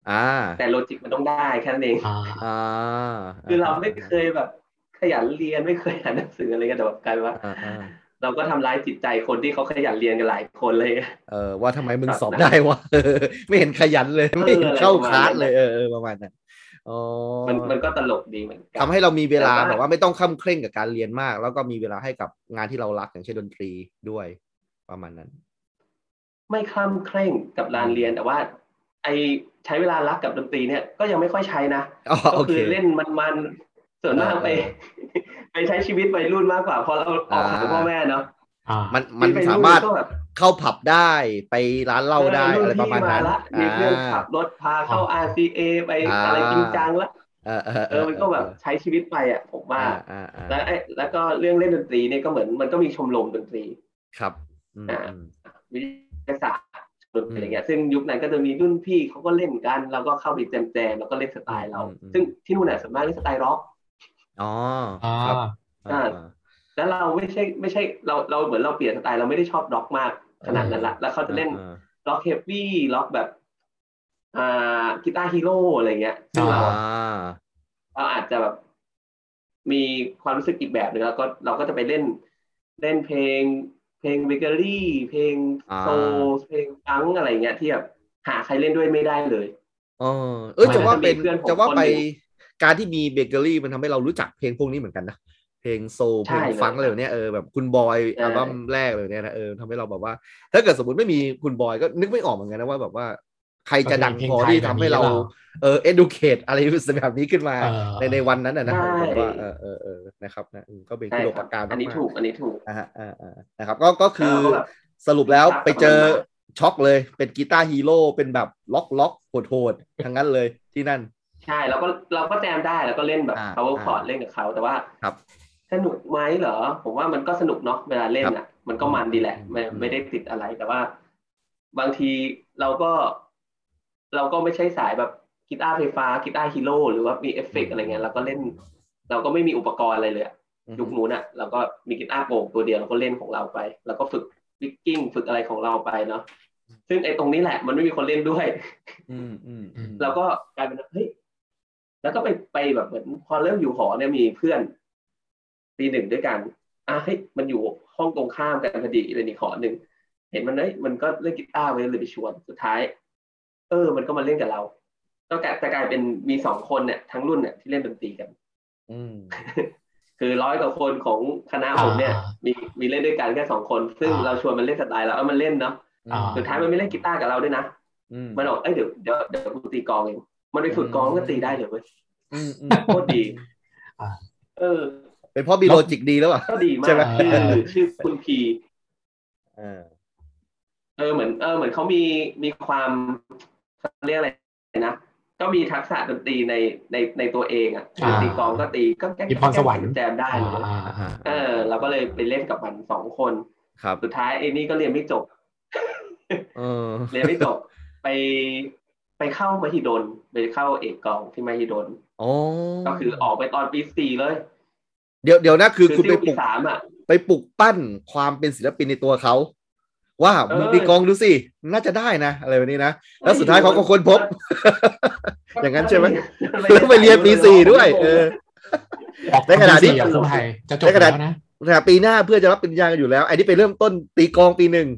Speaker 2: อ่า
Speaker 4: แต่โลจิกมันต้องได้แค่นั้นเอง
Speaker 3: อ่า
Speaker 2: อ่า
Speaker 4: คือเราไม่เคยแบบ ขยันเรียนไม่เคยอ่านหนังสืออะไรกันแต่แบบกลายเป็นว่า
Speaker 2: อ่าอ่า
Speaker 4: เราก็ทำร้ายจิตใจคนที่เขาขยันเรียนกันหลายคนเลย
Speaker 2: เออว่าทำไมมึง
Speaker 4: ครับ
Speaker 2: สอบได้วะ ไม่เห็นขยันเลย ไม่เห็น
Speaker 4: เออ
Speaker 2: เข้า
Speaker 4: ประมา
Speaker 2: ค
Speaker 4: ณ
Speaker 2: ลาส
Speaker 4: นั้น
Speaker 2: เลยเออเออประมาณนั้นอ๋อ
Speaker 4: มันมันก็ตลกดีเหมือนกั
Speaker 2: ทำ
Speaker 4: น
Speaker 2: ให้เรามีเวลาแบ
Speaker 4: แต่ว่า
Speaker 2: บว่าไม่ต้องค่ำเคร่งกับการเรียนมาก แล้วก็มีเวลาให้กับงานที่เรารักอย่างเช่นดนตรีด้วย ประมาณนั้น
Speaker 4: ไม่คล่ำเคร่งกับลานเรียนแต่ว่า ไอใช้เวลารักกับดนตรีเนี่ยก็ยังไม่ค่อยใช้นะ
Speaker 2: อ๋อ
Speaker 4: ก็
Speaker 2: โอ
Speaker 4: คื
Speaker 2: เค
Speaker 4: อเล่นมันๆส่วนมาก
Speaker 2: เออ
Speaker 4: ไป ไปใช้ชีวิตวัยรุ่นมากกว่าเพอเราออกจาก
Speaker 2: อ่า
Speaker 4: พ่อแม่เนาะ
Speaker 3: อ่า
Speaker 2: มันมัน
Speaker 4: วัย
Speaker 2: สามารถ
Speaker 4: ก็แบบ
Speaker 2: เข้าผับได้ไปร้านเหล้าได้อะไรประมาณนั้น
Speaker 4: เออรุ่นพี่มาละมีเพื่อนขับรถพาเข้า RCA ไปอะไรจริงจังละ
Speaker 2: อ่าเออ
Speaker 4: เออมันก็แบบใช้ชีวิตไปอ่ะผมว่า
Speaker 2: อ่าอ่า
Speaker 4: แล้วไอ้แล้วก็เรื่องเล่นดนตรีเนี่ยก็เหมือนมันก็มีชมรมดนตรี
Speaker 2: ครับอืม
Speaker 4: อ่า
Speaker 2: อืม
Speaker 4: วิทยาศาสตร์ดน
Speaker 2: อืม
Speaker 4: ตรีอะไรเงี้ยซึ่งยุคนั้นก็จะมีรุ่นพี่เขาก็เล่นกันเราก็เข้าไปแจมแจมๆแล้วก็เล่นสไตล์เรา
Speaker 2: อืมอืม
Speaker 4: ซึ่งที่นู่นน่ะส่วนมากเล่นสไตล์ร็อก
Speaker 2: อ๋อ
Speaker 3: อ่า
Speaker 2: ครับ
Speaker 4: อ่า
Speaker 2: อ่า
Speaker 4: แล้วเราไม่ใช่ไม่ใช่เราเราเหมือนเราเปลี่ยนสไตล์เราไม่ได้ชอบร็อกมากขนาดนั้นละแล้วเขาจะเล่น
Speaker 2: อ่า
Speaker 4: ร็อกเฮฟวี่ร็อกแบบ อ่ากีตาร์ฮีโร่อะไรเงี้ยซึ่งเรา
Speaker 2: อ่า
Speaker 4: เราอาจจะแบบมีความรู้สึกอีกแบบหนึ่งแล้วก็เราก็จะไปเล่น เล่นเพลง เพลงเบเกอรี่ เพลง
Speaker 2: อ่า
Speaker 4: โซลเพลงฟังก์อะไรเงี้ยที่แบบหาใครเล่นด้วยไม่ได้เลย
Speaker 2: เออเอย
Speaker 4: มัน
Speaker 2: จะว่าเป็น
Speaker 4: จะมีเพื่อนผม
Speaker 2: จะว่าไป
Speaker 4: คนหนึ่
Speaker 2: การที่มีเบเกอรี่มันทำให้เรารู้จักเพลงพวกนี้เหมือนกันนะ เพลงโซล
Speaker 4: ใช่
Speaker 2: เพลงฟังก์อะไรแบบเนี้ยเออแบบคุณบอย
Speaker 4: ใช่
Speaker 2: อัลบั้มแรกเลยเนี่ยนะเออทำให้เราแบบว่า ถ้าเกิดสมมติไม่มีคุณบอยก็นึกไม่ออกเหมือนกันนะว่าแบบว่า ใครจะดังพอที่ทำให้เราเออ educate อะไรแบบนี้ขึ้นมา
Speaker 3: เออ
Speaker 2: ในในวันนั้นนะนะ
Speaker 4: ใช่
Speaker 2: ผมว่าเออเออเออนะครับนะอืมก็เป็น
Speaker 4: ใช่
Speaker 2: คุณ
Speaker 4: ครั
Speaker 2: ป
Speaker 4: บ
Speaker 2: การ
Speaker 4: อันนี้
Speaker 2: มากๆ
Speaker 4: ถูกอันนี้ถูก
Speaker 2: นะฮะอ่าอ่านะครับก็ก็คือ
Speaker 4: แล้วก็แบบ
Speaker 2: สรุปแล้วไปเจอช็อกเลยเป็นกีตาร์ฮีโร่เป็นแบบล็อกล็อกโหดโหดๆทั้งนั้นเลยที่นั่น
Speaker 4: ใช่เราก็เราก็แจมได้แล้วก็เล่นแบบ
Speaker 2: อ่า
Speaker 4: power chord เล่นกับเขาแต่ว่า
Speaker 2: ครับ
Speaker 4: สนุกไหมเหรอ ผมว่ามันก็สนุกเนาะเวลาเล่นอ่ะ มันก็มันดีแหละไม่
Speaker 2: อืม
Speaker 4: ไม่ได้ติดอะไรแต่ว่า บางทีเราก็ เราก็ไม่ใช่สายแบบกีตาร์ไฟฟ้ากีตาร์ฮีโร่หรือว่ามีเอฟเฟกต์อะไรเงี้ยเราก็เล่น เราก็ไม่มีอุปกรณ์อะไรเลยอะยุคนู้นอ่ะเราก็มีกีตาร์โปร่งตัวเดียวเราก็เล่นของเราไป แล้วก็ฝึกวิกกิ้งฝึกอะไรของเราไปเนาะซึ่งไอ้ตรงนี้แหละ มันไม่มีคนเล่นด้วย
Speaker 2: อืมอืมอืม
Speaker 4: เราก็กลายเป็นว่าเฮ้ย แล้วก็ไปไปแบบเหมือนพอเริ่มอยู่หอเนี่ยมีเพื่อนปีหนึ่งด้วยกัน อ่ะเฮ้ยมันอยู่ห้องตรงข้ามกันพอดีเลยนี่หอหนึ่ง เห็นมันเฮ้ยมันก็เล่นกีตาร์ไว้เลยไปชวนสุดท้าย เออ มันก็มาเล่นกับเราก็กลายจะกลายเป็นมีสองคนเนี่ยทั้งรุ่นเนี่ยที่เล่นดนตรีกัน
Speaker 2: อืม
Speaker 4: คือร้อยกว่าคนของคณะผมเนี่ย
Speaker 3: อ่า
Speaker 4: มีมีเล่นด้วยกันแค่สองคน ซึ่ง
Speaker 3: อ่า
Speaker 4: เราชวนมันเล่นสไตล์เราเอามันเล่นเนาะ
Speaker 3: อ่า
Speaker 4: สุดท้ายมันไม่เล่นกีตาร์กับเราด้วยนะ
Speaker 2: อืม
Speaker 4: มันบอกเอ้ยเดี๋ยวเดี๋ยวเดี๋ยวกูตีกลองเองมันไปฝึกกลองก็ตีได้เลยเว้ย
Speaker 2: อืมอืม
Speaker 4: โคตรดี
Speaker 3: อ่า
Speaker 4: เออ
Speaker 2: เป็นเพราะบีโลจิกดีแล้วอ่ะ
Speaker 4: ก็ดีมา
Speaker 2: ใช่
Speaker 4: ก
Speaker 2: ไหม
Speaker 4: ชื่อชื่อคุณพี
Speaker 2: เออ
Speaker 4: เออเหมือนเออเหมือนเขามีมีความเขาเรียกอะไรนะ ก็มีทักษะดนตรีในในในตัวเองอ่ะคือตีกลองก็ตีก็แก้
Speaker 3: มีพรสวรรค์
Speaker 4: แจมได้เลย
Speaker 3: อ่าอ่า
Speaker 4: เออเราก็เลยไปเล่นกับมันสองคน
Speaker 2: ครับ
Speaker 4: สุดท้ายไอ้นี่ก็เรียนไม่จบ
Speaker 2: เออ
Speaker 4: เรียนไม่จบ ไปไปเข้ามหิดลไปเข้าเอกกลองที่มหิดล
Speaker 2: อ๋อ
Speaker 4: ก็คือออกไปตอนปีสี่เลย
Speaker 2: เดี๋ยวเดี๋ยวนะคือคุณ
Speaker 4: ซิ่
Speaker 2: ไปป
Speaker 4: วปี
Speaker 2: ลุก
Speaker 4: สามอ่ะ
Speaker 2: ไปปลุกปั้นความเป็นศิลปินในตัวเขา ว่า
Speaker 4: เออ
Speaker 2: มึงตีกลองดูสิ น่าจะได้นะ อะไรแบบนี้นะ แล้วสุดท้ายเขาก็ค้นพบ อย่างนั้นใช่ไหม แล้วไปเรียนปีสี่ด้วย เออ
Speaker 3: บอก
Speaker 2: ในขณะที่
Speaker 3: ปีสี่อะครูไทยจะจบ
Speaker 2: ในขณะ
Speaker 3: แล้วนะ
Speaker 2: แต่ปีหน้าเพื่อจะรับปริญญากันอยู่แล้วไอ้นี่ไปเริ่มต้นตีกลองปีหนึ่ง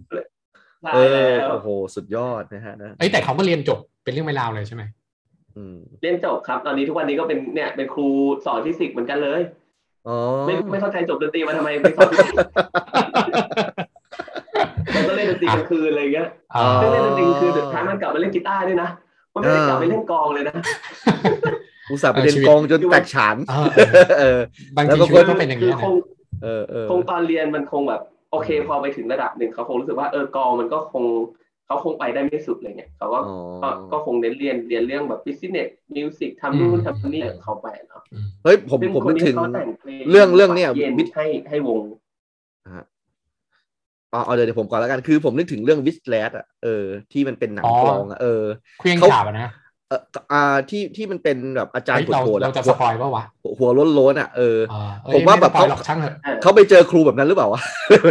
Speaker 2: เอ
Speaker 4: เอ
Speaker 2: อ
Speaker 4: อ
Speaker 2: โอ้โห สุดยอดนะฮะนะ
Speaker 3: เอ้ยแต่เขาก็เรียนจบเป็นเรื่องไม่ราวเลยใช่ไหม
Speaker 2: อืม
Speaker 4: เรียนจบครับ ตอนนี้ทุกวันนี้ก็เป็นเนี่ยเป็นครูสอนฟิสิกส์เหมือนกันเลย
Speaker 2: อ๋อ
Speaker 4: ไม่ไม่เข้าใจจบดนตรีมาทำไมไปสอนฟิสิกส์มันก็เล่นดนตรีกลางคืนอะไรอย่างเงี้ย
Speaker 3: อ่า
Speaker 4: ซึ่งเล่นดนตรีกลางคืนสุดท้ายมันกลับมาเล่นกีตาร์ด้วยนะมันไม่ได้กลับไปเล่นกลองเลยนะ
Speaker 2: อุตส่าห์ไปเรียนกลองจนแตกฉาน
Speaker 3: เออเออบาง
Speaker 2: แล้ว
Speaker 3: ที
Speaker 2: ก็
Speaker 3: ชีวิตก็เป็นอย่าง
Speaker 4: คื
Speaker 3: นี้
Speaker 4: อ
Speaker 3: นะ
Speaker 4: คง
Speaker 2: เออเออ
Speaker 4: คงตอนเรียนมันคงแบบ โอเค พอไปถึงระดับหนึ่งเขาคงรู้สึกว่าเออกลองมันก็คงเขาคงไปได้ไม่สุดเลยเนี่ยเขาก็
Speaker 2: อ๋อ
Speaker 4: ก็ก็คงเน้นเรียนเรียนเรื่องแบบฟิสิกส์มิวสิกทำนู่นทำนี่เขาไปเนาะ
Speaker 2: เฮ้ยผม
Speaker 4: ซึ่ง
Speaker 2: ผม
Speaker 4: คน
Speaker 2: นึก
Speaker 4: ที่
Speaker 2: ถึง
Speaker 4: ขาแต่พล
Speaker 2: เรื่องเรื่องเนี่ย
Speaker 4: เย็น
Speaker 2: วิทย์
Speaker 4: ให้ให้วง
Speaker 2: อ๋อเอาเดี๋ยวเดี๋ยวผมก่อนแล้วกันคือผมนึกถึงเรื่องวิสแลดอ่ะเออที่มันเป็นหนังกลองอ่ะเออ
Speaker 3: เครื่อง
Speaker 2: เขา
Speaker 3: ฉาบอะนะ
Speaker 2: เอออ่าที่ที่มันเป็นแบบอาจาร
Speaker 3: เฮ้
Speaker 2: ย์
Speaker 3: ยเรา
Speaker 2: โหดๆ
Speaker 3: เรา
Speaker 2: อ่ะ
Speaker 3: จะสปอยล์ปะวะ
Speaker 2: หัวหัวล้นล้นๆอ่ะเออ
Speaker 3: เออเอ้ย
Speaker 2: ผมว่าแบบ
Speaker 3: ไสปอยล์หรอกช่างเถอะ
Speaker 2: เขาไปเจอครูแบบนั้นหรือเปล่าวะ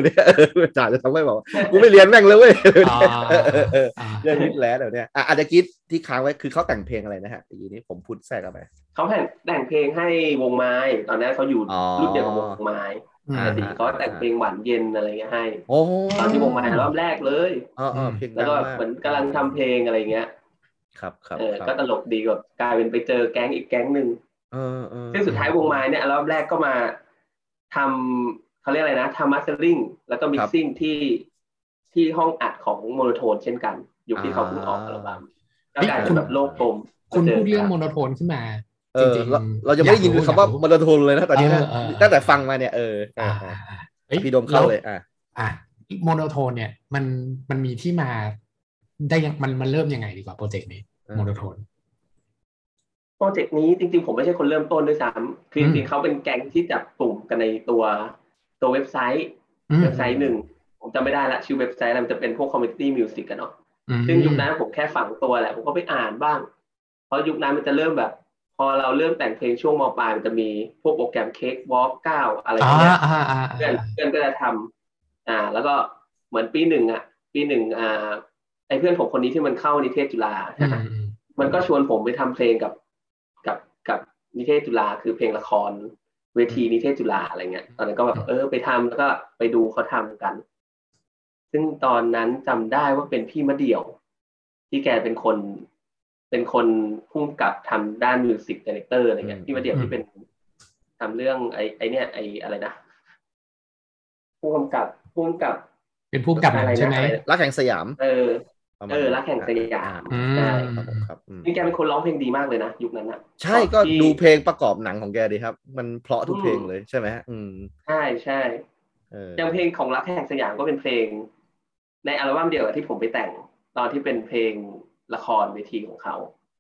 Speaker 2: เนี่ยเอออาจารย์จะทำให้แบบว่ากูไม่เรียนแม่ง เลยเว้ย
Speaker 3: อ่า
Speaker 2: เออเออเออ
Speaker 3: อ่า
Speaker 2: เรื่องวิสแลดเดี๋ยวเนี่ยอ่ะอาจจะคิดที่ค้างไว้คือเขาแต่งเพลงอะไรนะฮะทีนี้ผมพูดแทรกเข้าไป
Speaker 4: เขาแต่งแต่งเพลงให้วงไม้ ตอนนั้นเขาอยู่
Speaker 2: อ๋อ
Speaker 4: รุ่นเดียวกับวงไม้
Speaker 3: อืม
Speaker 2: อ่า
Speaker 4: สีเขาแต่งเพลงหวานเย็นอะไรเงี้ยให้
Speaker 2: โอ้
Speaker 4: ตอนที่วงไม้อัลบั้มแรกเลย
Speaker 2: เออเออเพลง
Speaker 4: แล้วก็เหมือนกำลังทำเพลงอะไรเงี้ย
Speaker 2: ครับครับ
Speaker 4: เออ
Speaker 2: ครับ
Speaker 4: ก็ตลกดีแบบกลายเป็นไปเจอแก๊งอีกแก๊งหนึ่ง
Speaker 2: เออเออ
Speaker 4: ซึ่งสุดท้ายวงไม้เนี่ยอัลบั้มแรกก็มาทำเขาเรียกอะไรนะทำมาสเตอริงแล้วก็มิกซิ่งที่ที่ห้องอัดของโมโนโทนเช่นกัน อยู่ที่เขาเพิ่งออกอัลบั้มก็กลายเป็นแบบโลกกลม
Speaker 3: คุณพูดเรื่องโมโนโทนขึ้นมา
Speaker 2: เออ
Speaker 3: จริงๆ
Speaker 2: เราเราจะไม่ได้ยิน
Speaker 3: อยากรู้
Speaker 2: คำว่า
Speaker 3: อยากรู้
Speaker 2: มรดกเลยนะตอนนี้นะ
Speaker 3: เออเออ
Speaker 2: ตั้งแต่ฟังมาเนี่ยเอออ่ะ
Speaker 3: อ่า
Speaker 2: อ่ะ
Speaker 3: อ่าเอ้ย
Speaker 2: พี่โดมเข้าเลย
Speaker 3: แว
Speaker 2: อ่ะ
Speaker 3: อ่ะโมโนโทนเนี่ยมันมันมีที่มาได้ยังมันมันเริ่มยังไงดีกว่าโปรเจกต์นี้โมโนโทน
Speaker 4: โปรเจกต์นี้จริงๆ ผมไม่ใช่คนเริ่มต้นด้วยซ้ำคือจริงๆเขาเป็นแก๊งที่จับกลุ่มกันในตัวตัวเว็บไซต์
Speaker 3: อืม
Speaker 4: เว็บไซต์หนึ่ง ผมจำไม่ได้ละชื่อเว็บไซต์อะไรมันจะเป็นพวกคอมมิ n ตี้มิวสิกกันเนาะ
Speaker 3: อืม
Speaker 4: ซึ่งยุคนั้นผมแค่ฝังตัวแหละ ผมก็ไปอ่านบ้าง เพราะยุคนั้นมันจะเริ่มแบบ พอเราเริ่มแต่งเพลงช่วงมปลายมันจะมีพวกโปรแกรมเค้กวอล์กเก้าอะไรอ
Speaker 3: อ่า
Speaker 4: ย่างเงี้ย
Speaker 3: อ่าอ่า
Speaker 4: เพื่อนเพื่อนก็จะทำอ่า แล้วก็เหมือนปีหนึ่งอ่ะ ปีหนึ่งอ่า ไอเพื่อนผมคนนี้ที่มันเข้านิเทศจุฬา
Speaker 3: อื
Speaker 4: ใช่ไหม
Speaker 3: มอืม
Speaker 4: มันก็ชวนผมไปทำเพลงกับกับกับนิเทศจุฬาคือเพลงละคร เวทีนิเทศจุฬาอะไรเงี้ยตอนนั้นก็แบบเออไปทำแล้วก็ไปดูเขาทำกัน ซึ่งตอนนั้นจำได้ว่าเป็นพี่มะเดี่ยว ที่แกเป็นคนเป็นคนพุ่มกับทำด้านมิวสิกดีเลเตอร์อะไรเงี้ย
Speaker 2: อืม
Speaker 4: พี่มะเดี่ยวที่เป็นทำเรื่องไอ้ไอ้เนี่ยไอ้อะไรนะผู้กำกับผู้กำกับ
Speaker 3: เป็นผู้กำกับหนังใช่ไหม
Speaker 4: อะไรนะ
Speaker 2: รักแห่งสยาม
Speaker 4: เออ
Speaker 2: ประมาณ
Speaker 4: เออรักแห่งสยาม
Speaker 2: อ่
Speaker 3: ใช่
Speaker 2: ครับผมครับอืม
Speaker 4: นี่แกเป็นคนร้องเพลงดีมากเลยนะยุคนั้นอะ
Speaker 2: ใช่ก็ดูเพลงประกอบหนังของแกดีครับ มันเพราะทุกเพลงเลยใช่ไหมฮะอืม
Speaker 4: ใช่ใช่
Speaker 2: เออ
Speaker 4: อย่างเพลงของรักแห่งสยามก็เป็นเพลง ในอัลบั้มเดียวกับที่ผมไปแต่ง ตอนที่เป็นเพลงละครเวทีของเขา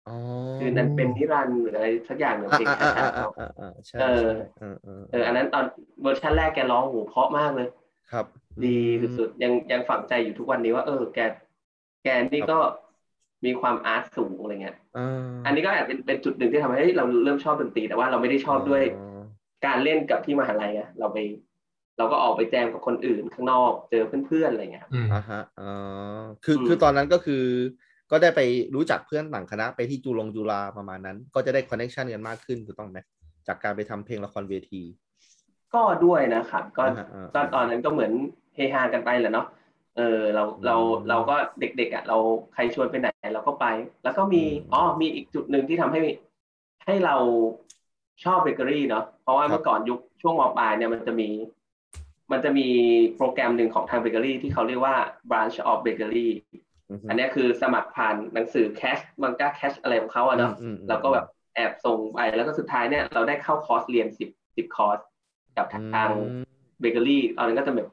Speaker 2: อ๋อ
Speaker 4: คือนั้นเป็นนิรันดร์หรืออะไรสักอย่างหนึ่งเพลง
Speaker 2: อ่า
Speaker 4: ช้
Speaker 2: อ่าอ่า
Speaker 4: าๆ
Speaker 2: อ่า
Speaker 4: เนาะ
Speaker 2: อ่าอ่าใช่
Speaker 4: เออ
Speaker 2: ใช่เออเออ
Speaker 4: เอออันนั้นตอนเวอร์ชันแรกแกร้องโหเพราะมากเลย
Speaker 2: ครับ
Speaker 4: ดีสุดๆยังยังฝังใจอยู่ทุกวันนี้ว่า เออ แก แก
Speaker 2: ค
Speaker 4: นี่
Speaker 2: รับ
Speaker 4: ก็มีความอาร์ตสูงอะไรเงี้ย
Speaker 2: อ่า
Speaker 4: อันนี้ก็อาจเป็นเป็นจุดหนึ่งที่ทำให้เฮ้ยเราเริ่มชอบดนตรีแต่ว่าเราไม่ได้ชอบด้วย การเล่นกับที่มหาลัยอะเราไป เราก็ออกไปแจมกับคนอื่นข้างนอกเจอเพื่อนๆอะไรเงี้ยครับ
Speaker 3: อืม
Speaker 2: อ่าฮะอ๋อคือ
Speaker 4: อืม
Speaker 2: คือตอนนั้นก็คือ ก็ได้ไปรู้จักเพื่อนต่างคณะไปที่จุลงจุฬาประมาณนั้น ก็จะได้คอนเนคชันกันมากขึ้นถูกต้องไหมจากการไปทำเพลงละครเวที
Speaker 4: ก็ด้วยนะครับก็
Speaker 2: อ่าฮะา
Speaker 4: ก็ตอนนั้นก็เหมือนเฮฮากันไปแหละเนาะเออเราเรา
Speaker 2: อืม
Speaker 4: เราก็เด็กๆอ่ะเราใครชวนไปไหนเราก็ไป แล้วก็มี
Speaker 2: อืม
Speaker 4: อ๋อมีอีกจุดหนึ่งที่ทำให้ให้เราชอบเบเกอรี่เนาะเพราะว่า
Speaker 2: ครับ
Speaker 4: เมื่อก่อนยุคช่วงมปลายเนี่ยมันจะมี มันจะมีโปรแกรมหนึ่งของทางเบเกอรี่ที่เขาเรียกว่า branch of bakery
Speaker 2: ฮึ
Speaker 4: อันเนี้ยคือสมัครผ่านหนังสือแคชมังกาแคชอะไรของเขาอะเนาะ
Speaker 2: อืมอืม
Speaker 4: เราก็แบบแอบส่งไปแล้วก็สุดท้ายเนี่ยเราได้เข้าคอร์สเรียนสิบสิบคอร์สกับทาง
Speaker 2: อืม
Speaker 4: เบเกอรี่ตอนนั้นก็จะแบบ